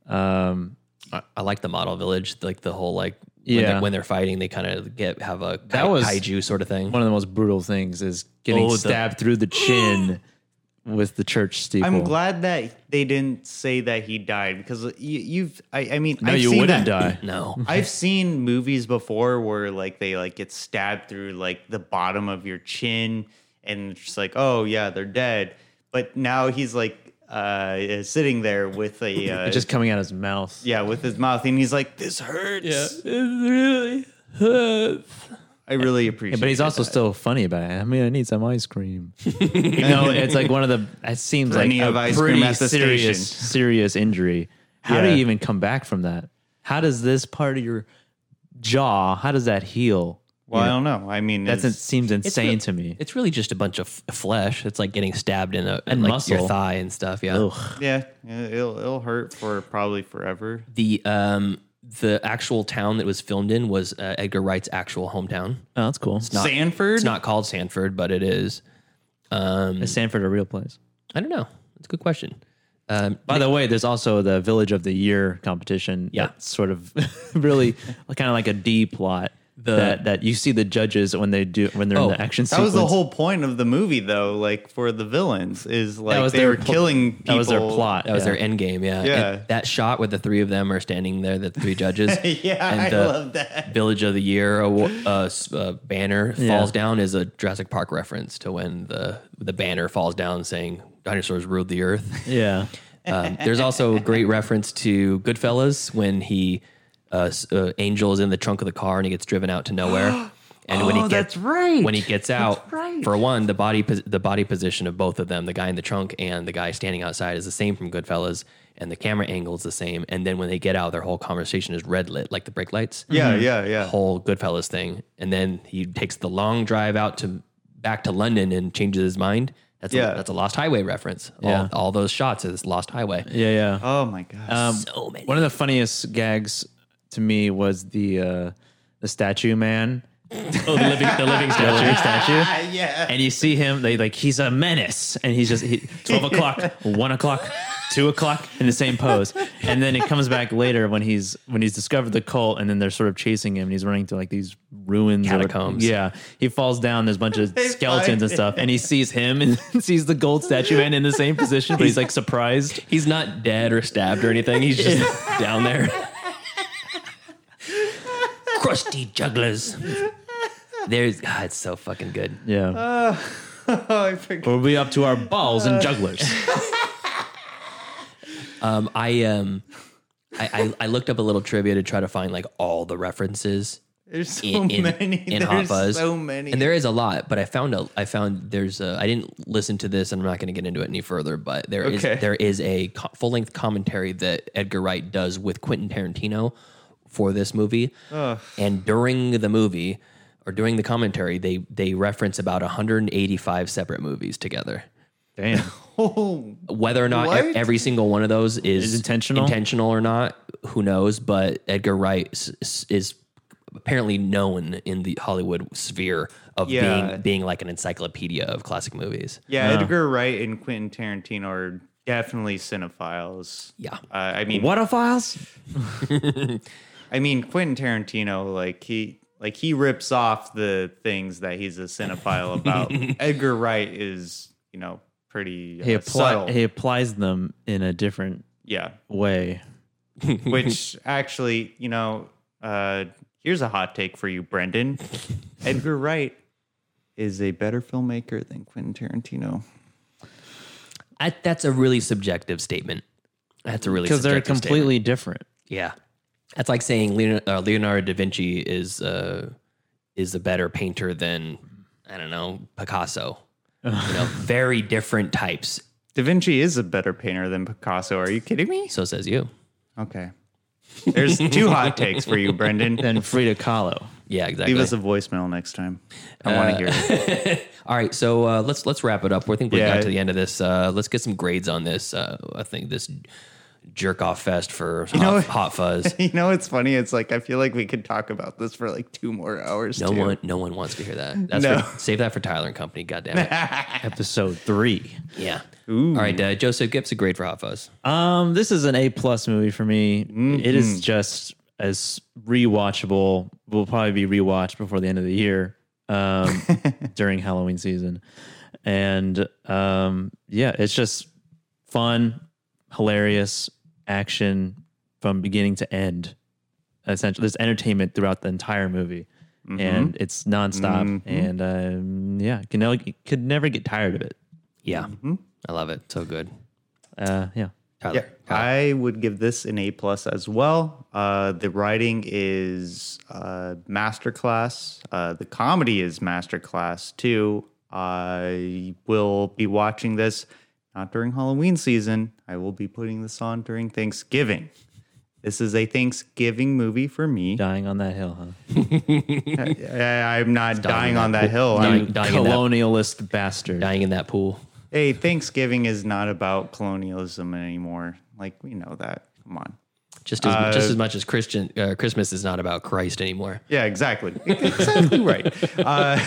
Speaker 2: Um,
Speaker 1: I, I like the model village, like the whole like when,
Speaker 2: Yeah.
Speaker 1: they're, when they're fighting, they kind of get have a
Speaker 2: That
Speaker 1: kai-
Speaker 2: was
Speaker 1: kaiju sort of thing.
Speaker 2: One of the most brutal things is getting
Speaker 1: Oh, the-
Speaker 2: stabbed through the chin with the church steeple.
Speaker 3: I'm glad that they didn't say that he died because you, you've. I, I mean,
Speaker 2: No,
Speaker 3: I've
Speaker 2: you
Speaker 3: seen
Speaker 2: wouldn't
Speaker 3: that-
Speaker 2: die.
Speaker 1: No.
Speaker 3: I've seen movies before where like they like get stabbed through like the bottom of your chin, and it's just like, oh yeah, they're dead. But now he's like uh, sitting there with a uh,
Speaker 2: It's just coming out of his mouth.
Speaker 3: yeah with his mouth, and he's like, this hurts.
Speaker 1: really
Speaker 3: I really appreciate.
Speaker 2: but he's also
Speaker 3: that.
Speaker 2: still funny about it. I mean, I need some ice cream. you know, it's like one of the. It seems like
Speaker 3: Plenty
Speaker 2: a
Speaker 3: of ice cream
Speaker 2: pretty
Speaker 3: at the
Speaker 2: serious,
Speaker 3: station.
Speaker 2: serious injury. How do
Speaker 3: Yeah.
Speaker 2: you even come back from that? How does this part of your jaw? How does that heal?
Speaker 3: Well, I don't know. I mean,
Speaker 2: That
Speaker 3: it's-
Speaker 2: seems insane to me.
Speaker 1: It's really just a bunch of f- flesh. It's like getting stabbed in a
Speaker 2: And
Speaker 1: in like
Speaker 2: muscle.
Speaker 1: your thigh and stuff. Yeah.
Speaker 2: Ugh.
Speaker 3: yeah, it'll it'll hurt for probably forever.
Speaker 1: The um the actual town that was filmed in was uh, Edgar Wright's actual hometown.
Speaker 2: Oh, that's cool. Is
Speaker 1: Not-
Speaker 3: Sanford?
Speaker 1: It's not called Sanford, but it is. Um,
Speaker 2: Sanford a real place?
Speaker 1: I don't know. It's a good question. Um,
Speaker 2: By the way, there's also the Village of the Year competition.
Speaker 1: Yeah.
Speaker 2: that's sort of really kind of like a D plot. that that you see the judges when they do when they're
Speaker 1: Oh,
Speaker 2: in the action.
Speaker 3: That was the
Speaker 2: sequence.
Speaker 3: whole point of the movie, though. Like for the villains, is like
Speaker 2: was
Speaker 3: they
Speaker 2: their
Speaker 3: were
Speaker 2: pl-
Speaker 3: killing. People.
Speaker 2: that was their plot.
Speaker 1: that was
Speaker 2: Yeah.
Speaker 1: their end game. Yeah. And
Speaker 3: Yeah.
Speaker 1: that shot where the three of them are standing there, the three judges.
Speaker 3: Yeah,
Speaker 1: and
Speaker 3: I
Speaker 1: the
Speaker 3: love that.
Speaker 1: Village of the Year awa- uh, s- uh, banner
Speaker 2: Yeah.
Speaker 1: falls down is a Jurassic Park reference to when the the banner falls down saying dinosaurs ruled the earth.
Speaker 2: Yeah.
Speaker 1: Um, there's also a great reference to Goodfellas when he uh, s- uh, Angel is in the trunk of the car and he gets driven out to nowhere. And when he
Speaker 3: Oh,
Speaker 1: gets,
Speaker 3: that's right.
Speaker 1: When he gets out,
Speaker 3: right.
Speaker 1: for one, the body pos- the body position of both of them, the guy in the trunk and the guy standing outside, is the same from Goodfellas, and the camera angle is the same. And then when they get out, their whole conversation is red lit, like the brake lights.
Speaker 3: Yeah,
Speaker 2: Mm-hmm.
Speaker 3: yeah, yeah.
Speaker 1: Whole Goodfellas thing. And then he takes the long drive out to back to London and changes his mind. That's
Speaker 3: Yeah.
Speaker 1: a, that's a Lost Highway reference.
Speaker 2: Yeah.
Speaker 1: All, all those shots is Lost Highway.
Speaker 2: Yeah, yeah.
Speaker 3: Oh my god!
Speaker 1: so many.
Speaker 2: Uh, One of the funniest gags to me was the uh, the statue man. oh, the living, the living statue. statue.
Speaker 3: yeah.
Speaker 2: And you see him, they like he's a menace, and he's just he, twelve o'clock, one o'clock, two o'clock in the same pose. And then it comes back later when he's when he's discovered the cult, and then they're sort of chasing him, and he's running to like these ruins, or what-
Speaker 1: Catacombs.
Speaker 2: yeah, he falls down. There's a bunch of skeletons and
Speaker 3: find
Speaker 2: stuff, and he sees him and sees the gold statue man in the same position, but he's like surprised.
Speaker 1: He's not dead or stabbed or anything. He's just down there. Crusty jugglers. There's God, it's so fucking good.
Speaker 2: Yeah.
Speaker 3: oh, I forgot.
Speaker 2: We'll be up to our balls and jugglers.
Speaker 1: Um, I um, I, I I looked up a little trivia to try to find like all the references
Speaker 3: There's so
Speaker 1: in in,
Speaker 3: many.
Speaker 1: in Hot
Speaker 3: There's
Speaker 1: Fuzz.
Speaker 3: so many.
Speaker 1: and there is a lot. But I found a I found there's a I didn't listen to this, and I'm not going to get into it any further. But there is
Speaker 3: Okay.
Speaker 1: there is a full length commentary that Edgar Wright does with Quentin Tarantino for this movie, and during the movie. Or during the commentary, they they reference about 185 separate movies together.
Speaker 2: Damn.
Speaker 3: oh,
Speaker 1: Whether or not e-
Speaker 3: What?
Speaker 1: every single one of those is,
Speaker 2: Is intentional?
Speaker 1: intentional or not, who knows? But Edgar Wright s- s- is apparently known in the Hollywood sphere of
Speaker 3: Yeah.
Speaker 1: being being like an encyclopedia of classic movies.
Speaker 3: yeah. Edgar Wright and Quentin Tarantino are definitely cinephiles.
Speaker 1: Yeah.
Speaker 3: Uh, I mean,
Speaker 2: What a files?
Speaker 3: I mean, Quentin Tarantino, like he. Like he rips off the things that he's a cinephile about. Edgar Wright is, you know, pretty uh,
Speaker 2: He,
Speaker 3: subtle.
Speaker 2: apply, he applies them in a different
Speaker 3: yeah,
Speaker 2: way.
Speaker 3: which actually, you know, uh, here's a hot take for you, Brendan. Edgar Wright is a better filmmaker than Quentin Tarantino.
Speaker 1: I, that's a really subjective statement. That's a really
Speaker 2: Because they're
Speaker 1: subjective
Speaker 2: completely different.
Speaker 1: statement. yeah. That's like saying Leonardo, uh, Leonardo da Vinci is uh, is a better painter than I don't know Picasso. you know, very different types.
Speaker 3: Da Vinci is a better painter than Picasso. Are you kidding me?
Speaker 1: So says you.
Speaker 3: Okay. There's two hot takes for you, Brendan.
Speaker 2: Than Frida Kahlo.
Speaker 1: Yeah, exactly.
Speaker 3: Leave us a voicemail next time. I want to
Speaker 1: Uh,
Speaker 3: hear it.
Speaker 1: All right, so uh, let's let's wrap it up. I think we
Speaker 3: Yeah.
Speaker 1: got to the end of this. Uh, let's get some grades on this. Uh, I think this jerk off fest for hot, hot fuzz.
Speaker 3: you know, it's funny. It's like I feel like we could talk about this for like two more hours.
Speaker 1: No
Speaker 3: too.
Speaker 1: one, no one wants to hear that. That's
Speaker 3: No.
Speaker 1: for, save that for Tyler and Company. God damn it.
Speaker 2: Episode three.
Speaker 1: yeah. All right, uh, Joseph, give us a grade for Hot Fuzz.
Speaker 2: Um, this is an A plus movie for me. It is just as rewatchable. Will probably be rewatched before the end of the year, um, during Halloween season, and um, yeah, it's just fun, hilarious action from beginning to end. Essentially, there's entertainment throughout the entire movie, and it's nonstop.
Speaker 3: Mhm.
Speaker 2: And um, yeah, can never, could never get tired of it.
Speaker 1: Yeah, I love it. So good.
Speaker 2: Uh, yeah.
Speaker 1: Tyler.
Speaker 3: Mm-hmm. Yeah, I would give this an A plus as well. Uh, the writing is uh, masterclass. Uh, the comedy is masterclass too. I will be watching this not during Halloween season. I will be putting this on during Thanksgiving. This is a Thanksgiving movie for me.
Speaker 2: Dying on that hill, huh?
Speaker 3: I, am not dying on that hill.
Speaker 1: Dying,
Speaker 3: I'm-
Speaker 1: dying in that,
Speaker 2: Colonialist bastard.
Speaker 1: dying in that pool.
Speaker 3: hey, Thanksgiving is not about colonialism anymore. Like we know that. Come on.
Speaker 1: Just as just
Speaker 3: Uh,
Speaker 1: as much as Christian uh, Christmas is not about Christ anymore.
Speaker 3: Yeah, exactly. exactly right. Uh,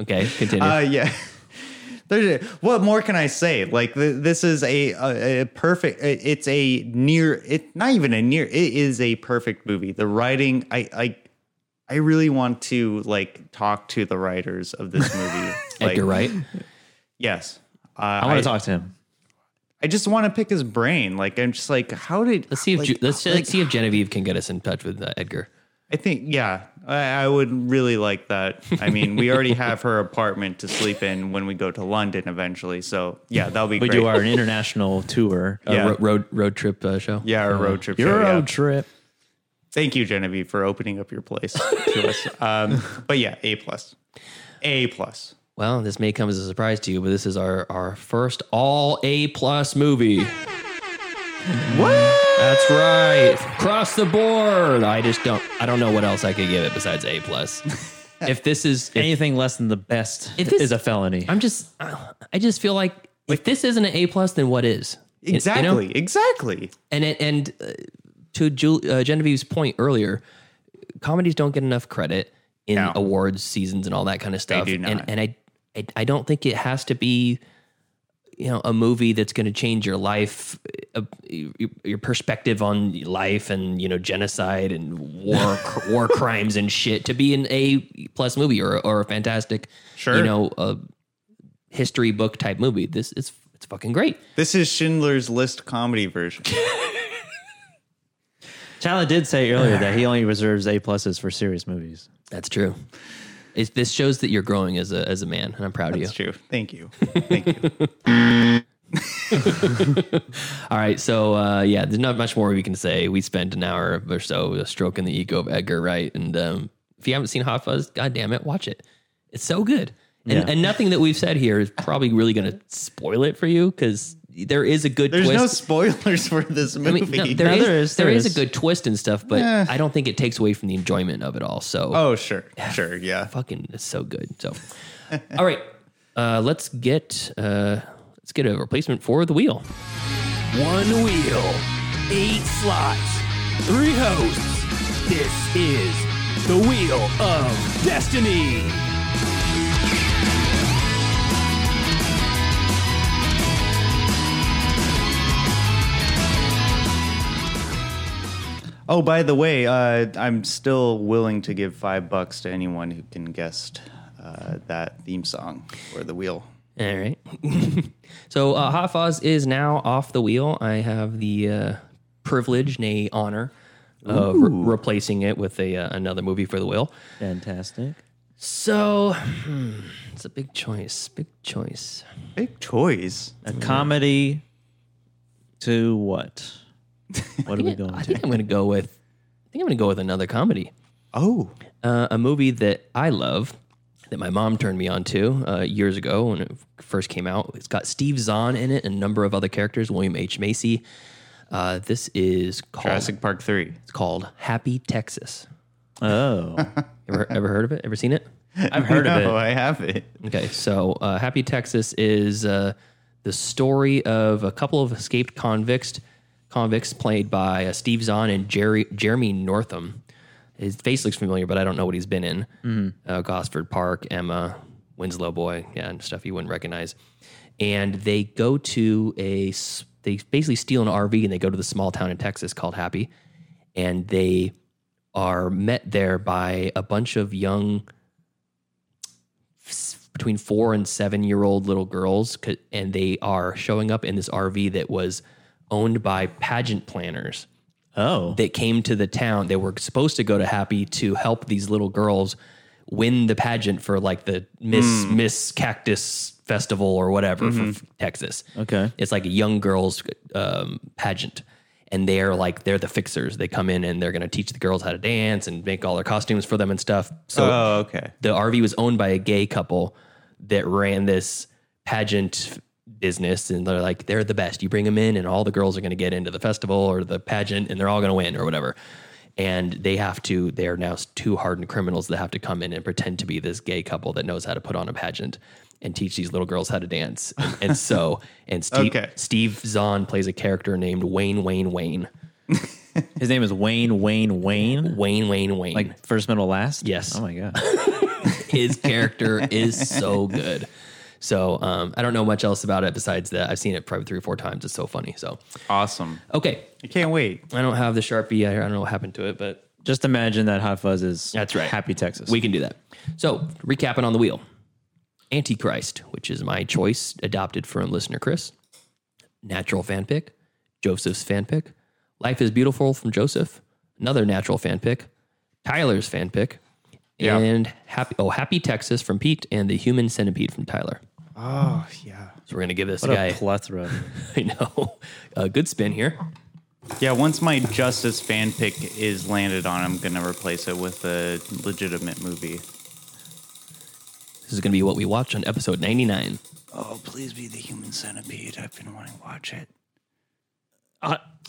Speaker 1: Okay, continue.
Speaker 3: uh, yeah. There's a- what more can I say? Like th- this is a, a, a perfect. it- It's a near. It not even a near. It is a perfect movie. The writing. I I I really want to like talk to the writers of this movie. like,
Speaker 1: Edgar Wright.
Speaker 3: Yes. Uh,
Speaker 2: I want to talk to him.
Speaker 3: I just want to pick his brain. Like I'm just like, how did?
Speaker 1: Let's see if
Speaker 3: like,
Speaker 1: Ju- let's,
Speaker 3: like,
Speaker 1: let's see if Genevieve can get us in touch with uh, Edgar.
Speaker 3: I think, yeah, I, I would really like that. I mean, we already have her apartment to sleep in when we go to London eventually. So, yeah, that'll be
Speaker 2: We
Speaker 3: great.
Speaker 2: do our international tour.
Speaker 1: Uh,
Speaker 3: Yeah.
Speaker 1: ro- road road trip uh, show.
Speaker 3: yeah, our road trip.
Speaker 2: Your
Speaker 3: show, yeah.
Speaker 2: road trip.
Speaker 3: Thank you, Genevieve, for opening up your place to us. Um, but yeah, A plus, A plus.
Speaker 1: Well, this may come as a surprise to you, but this is our our first all A plus movie.
Speaker 3: What?
Speaker 1: That's right, across the board. I just don't I don't know what else I could give it besides A plus. if this is if,
Speaker 2: Anything less than the best
Speaker 1: If this-
Speaker 2: is a felony.
Speaker 1: I'm just I just feel like if this isn't an A plus, then what is? You- you know?
Speaker 3: Exactly, exactly.
Speaker 1: and it, and uh, to Jul uh, Genevieve's point earlier, comedies don't get enough credit in
Speaker 3: No.
Speaker 1: awards seasons and all that kind of stuff.
Speaker 3: do not.
Speaker 1: And and I, I I don't think it has to be you know a movie that's going to change your life uh, your, your perspective on life and you know genocide and war cr- war crimes and shit to be an A plus movie or or a fantastic
Speaker 3: Sure.
Speaker 1: you know uh, history book type movie. This is it's fucking great.
Speaker 3: This is Schindler's List comedy version.
Speaker 2: Tyler did say earlier that he only reserves A pluses for serious movies.
Speaker 1: That's true. It's, this shows that you're growing as a as a man, and I'm proud
Speaker 3: That's
Speaker 1: of you.
Speaker 3: true. Thank you. Thank you.
Speaker 1: All right, so uh, yeah, there's not much more we can say. We spent an hour or so stroking the ego of Edgar Wright, and um, if you haven't seen Hot Fuzz, god damn it, watch it. It's so good, and,
Speaker 2: Yeah.
Speaker 1: and nothing that we've said here is probably really going to spoil it for you because there is a good
Speaker 3: There's
Speaker 1: twist.
Speaker 3: no spoilers for this
Speaker 1: I
Speaker 3: movie.
Speaker 1: mean, no, there,
Speaker 2: No,
Speaker 1: is,
Speaker 2: there is,
Speaker 1: there
Speaker 2: there
Speaker 1: is a
Speaker 2: is.
Speaker 1: good twist and stuff, but
Speaker 3: Eh.
Speaker 1: I don't think it takes away from the enjoyment of it all. So,
Speaker 3: oh, sure, sure, yeah.
Speaker 1: fucking it's so good. So, all right, uh, let's get uh, let's get a replacement for the wheel.
Speaker 4: One wheel, eight slots, three hosts. This is the Wheel of Destiny.
Speaker 3: Oh, by the way, uh, I'm still willing to give five bucks to anyone who can guess uh, that theme song or the wheel.
Speaker 1: All right. so, uh, Hot Fuzz is now off the wheel. I have the uh, privilege, nay, honor, of re- replacing it with a uh, another movie for the wheel.
Speaker 2: Fantastic.
Speaker 1: So, hmm, it's a big choice. Big choice.
Speaker 3: Big choice.
Speaker 2: A comedy to what? What are we going
Speaker 1: I
Speaker 2: to?
Speaker 1: think I'm going to go with. I think I'm going to go with another comedy.
Speaker 3: Oh,
Speaker 1: uh, a movie that I love that my mom turned me on to uh, years ago when it first came out. It's got Steve Zahn in it and a number of other characters, William H. Macy. Uh, this is called,
Speaker 3: Jurassic Park 3.
Speaker 1: it's called Happy Texas.
Speaker 2: Oh,
Speaker 1: ever ever heard of it? Ever seen it?
Speaker 2: I've heard of
Speaker 3: No,
Speaker 2: it.
Speaker 3: I haven't.
Speaker 1: Okay, so uh, Happy Texas is uh, the story of a couple of escaped convicts, convicts played by uh, Steve Zahn and Jerry Jeremy Northam. His face looks familiar, but I don't know what he's been in. Uh, Gosford Park, Emma, Winslow Boy, yeah, and stuff you wouldn't recognize. And they go to a, s- they basically steal an RV and they go to the small town in Texas called Happy, and they are met there by a bunch of young between four and seven year old little girls, c- and they are showing up in this RV that was owned by pageant planners.
Speaker 2: Oh,
Speaker 1: that came to the town. They were supposed to go to Happy to help these little girls win the pageant for like the Miss
Speaker 2: Mm.
Speaker 1: Miss Cactus Festival or whatever for f- Texas.
Speaker 2: Okay.
Speaker 1: It's like a young girls um, pageant. And they're like they're the fixers. They come in and they're going to teach the girls how to dance and make all their costumes for them and stuff. So
Speaker 3: Oh, okay.
Speaker 1: the RV was owned by a gay couple that ran this pageant business, and they're like, they're the best. You bring them in, and all the girls are going to get into the festival or the pageant, and they're all going to win or whatever. And they have to, they are now two hardened criminals that have to come in and pretend to be this gay couple that knows how to put on a pageant and teach these little girls how to dance. And, and so, and Steve,
Speaker 2: Okay.
Speaker 1: Steve Zahn plays a character named Wayne, Wayne, Wayne.
Speaker 2: His name is Wayne Wayne Wayne.
Speaker 1: Wayne Wayne Wayne.
Speaker 2: Like first middle last.
Speaker 1: Yes.
Speaker 2: Oh my god.
Speaker 1: his character is so good. So um, I don't know much else about it besides that I've seen it probably three or four times. It's so funny. So
Speaker 3: Awesome.
Speaker 1: okay,
Speaker 3: I can't wait.
Speaker 1: I don't have the sharpie. I I don't know what happened to it, but
Speaker 2: Just imagine that Hot Fuzz is
Speaker 1: That's right.
Speaker 2: Happy Texas.
Speaker 1: we can do that. So recapping on the wheel, Antichrist, which is my choice, adopted from listener Chris. Natural fan pick, Joseph's fan pick. Life is beautiful from Joseph. Another natural fan pick, Tyler's fan pick.
Speaker 3: Yeah.
Speaker 1: And happy oh happy Texas from Pete and the human centipede from Tyler.
Speaker 3: Oh, yeah.
Speaker 1: So we're gonna give this
Speaker 2: what
Speaker 1: guy
Speaker 2: a plethora.
Speaker 1: I know. A good spin here.
Speaker 3: Yeah, once my Justice fan pick is landed on, I'm going to replace it with a legitimate movie.
Speaker 1: This is going to be what we watch on episode 99.
Speaker 3: Oh, please be the human centipede. I've been wanting to watch it.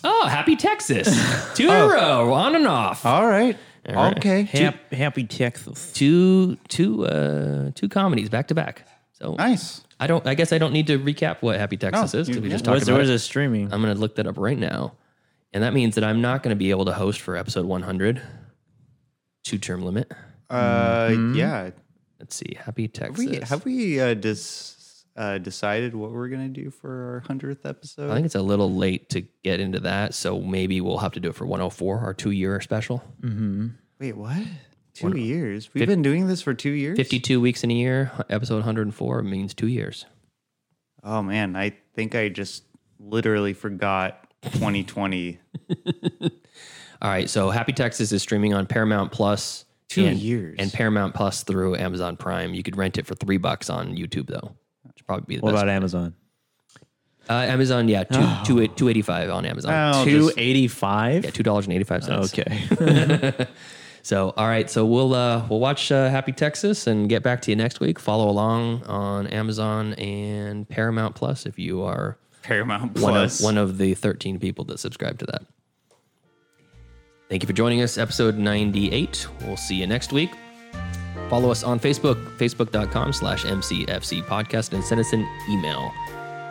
Speaker 1: Oh, happy Texas. Two in a row, on and off.
Speaker 3: All right.
Speaker 1: right.
Speaker 3: Okay.
Speaker 2: Hap- happy Texas.
Speaker 1: Two two uh two comedies back to back. So
Speaker 3: Nice.
Speaker 1: I don't I guess I don't need to recap what Happy Texas
Speaker 3: No,
Speaker 1: is 'cause
Speaker 3: you-
Speaker 1: we
Speaker 3: yeah.
Speaker 1: just talked
Speaker 2: Where's,
Speaker 1: about
Speaker 2: where's
Speaker 1: it. Um,
Speaker 2: it streaming?
Speaker 1: I'm going to look that up right now. And that means that I'm not going to be able to host for episode 100. Two term limit.
Speaker 3: Uh, Yeah.
Speaker 1: Let's see. Happy
Speaker 3: Have
Speaker 1: Texas.
Speaker 3: we, have we uh, dis, uh, decided what we're going to do for our 100th episode?
Speaker 1: I think it's a little late to get into that, so maybe we'll have to do it for 104, our two year special.
Speaker 3: Wait, what? Two years? We've been doing this for two years?
Speaker 1: 52 weeks in a year, episode 104 means two years.
Speaker 3: Oh, man. I think I just literally forgot 2020.
Speaker 1: All right, so Happy Texas is streaming on Paramount Plus.
Speaker 3: Two
Speaker 1: and,
Speaker 3: years.
Speaker 1: And Paramount Plus through Amazon Prime. You could rent it for three bucks on YouTube, though. Which would probably be the
Speaker 2: What
Speaker 1: best.
Speaker 2: about Amazon?
Speaker 1: uh, Amazon, yeah, two, two, eight- 285 on Amazon.
Speaker 3: Oh,
Speaker 2: Two
Speaker 3: just-
Speaker 2: eighty five.
Speaker 1: Yeah, $2.85.
Speaker 2: Okay.
Speaker 1: So, all right, so we'll uh, we'll watch uh, Happy Texas and get back to you next week. Follow along on Amazon and Paramount Plus if you are
Speaker 3: Paramount
Speaker 1: one of,
Speaker 3: Plus.
Speaker 1: one of the 13 people that subscribe to that. Thank you for joining us, episode 98. We'll see you next week. Follow us on Facebook, facebook.com slash MCFC podcast, and send us an email,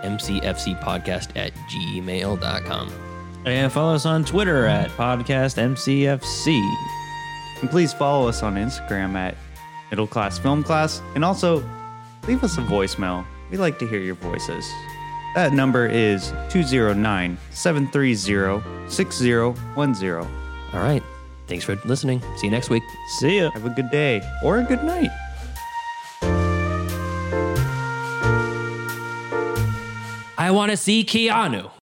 Speaker 1: mcfcpodcast at gmail.com.
Speaker 2: and follow us on Twitter at podcast MCFC.
Speaker 3: And please follow us on Instagram at Middle Class Film Class. And also, leave us a voicemail. We like to hear your voices. That number is 209 730 6010.
Speaker 1: All right. Thanks for listening. See you next week.
Speaker 2: See ya.
Speaker 3: Have a good day or a good night.
Speaker 1: I want to see Keanu.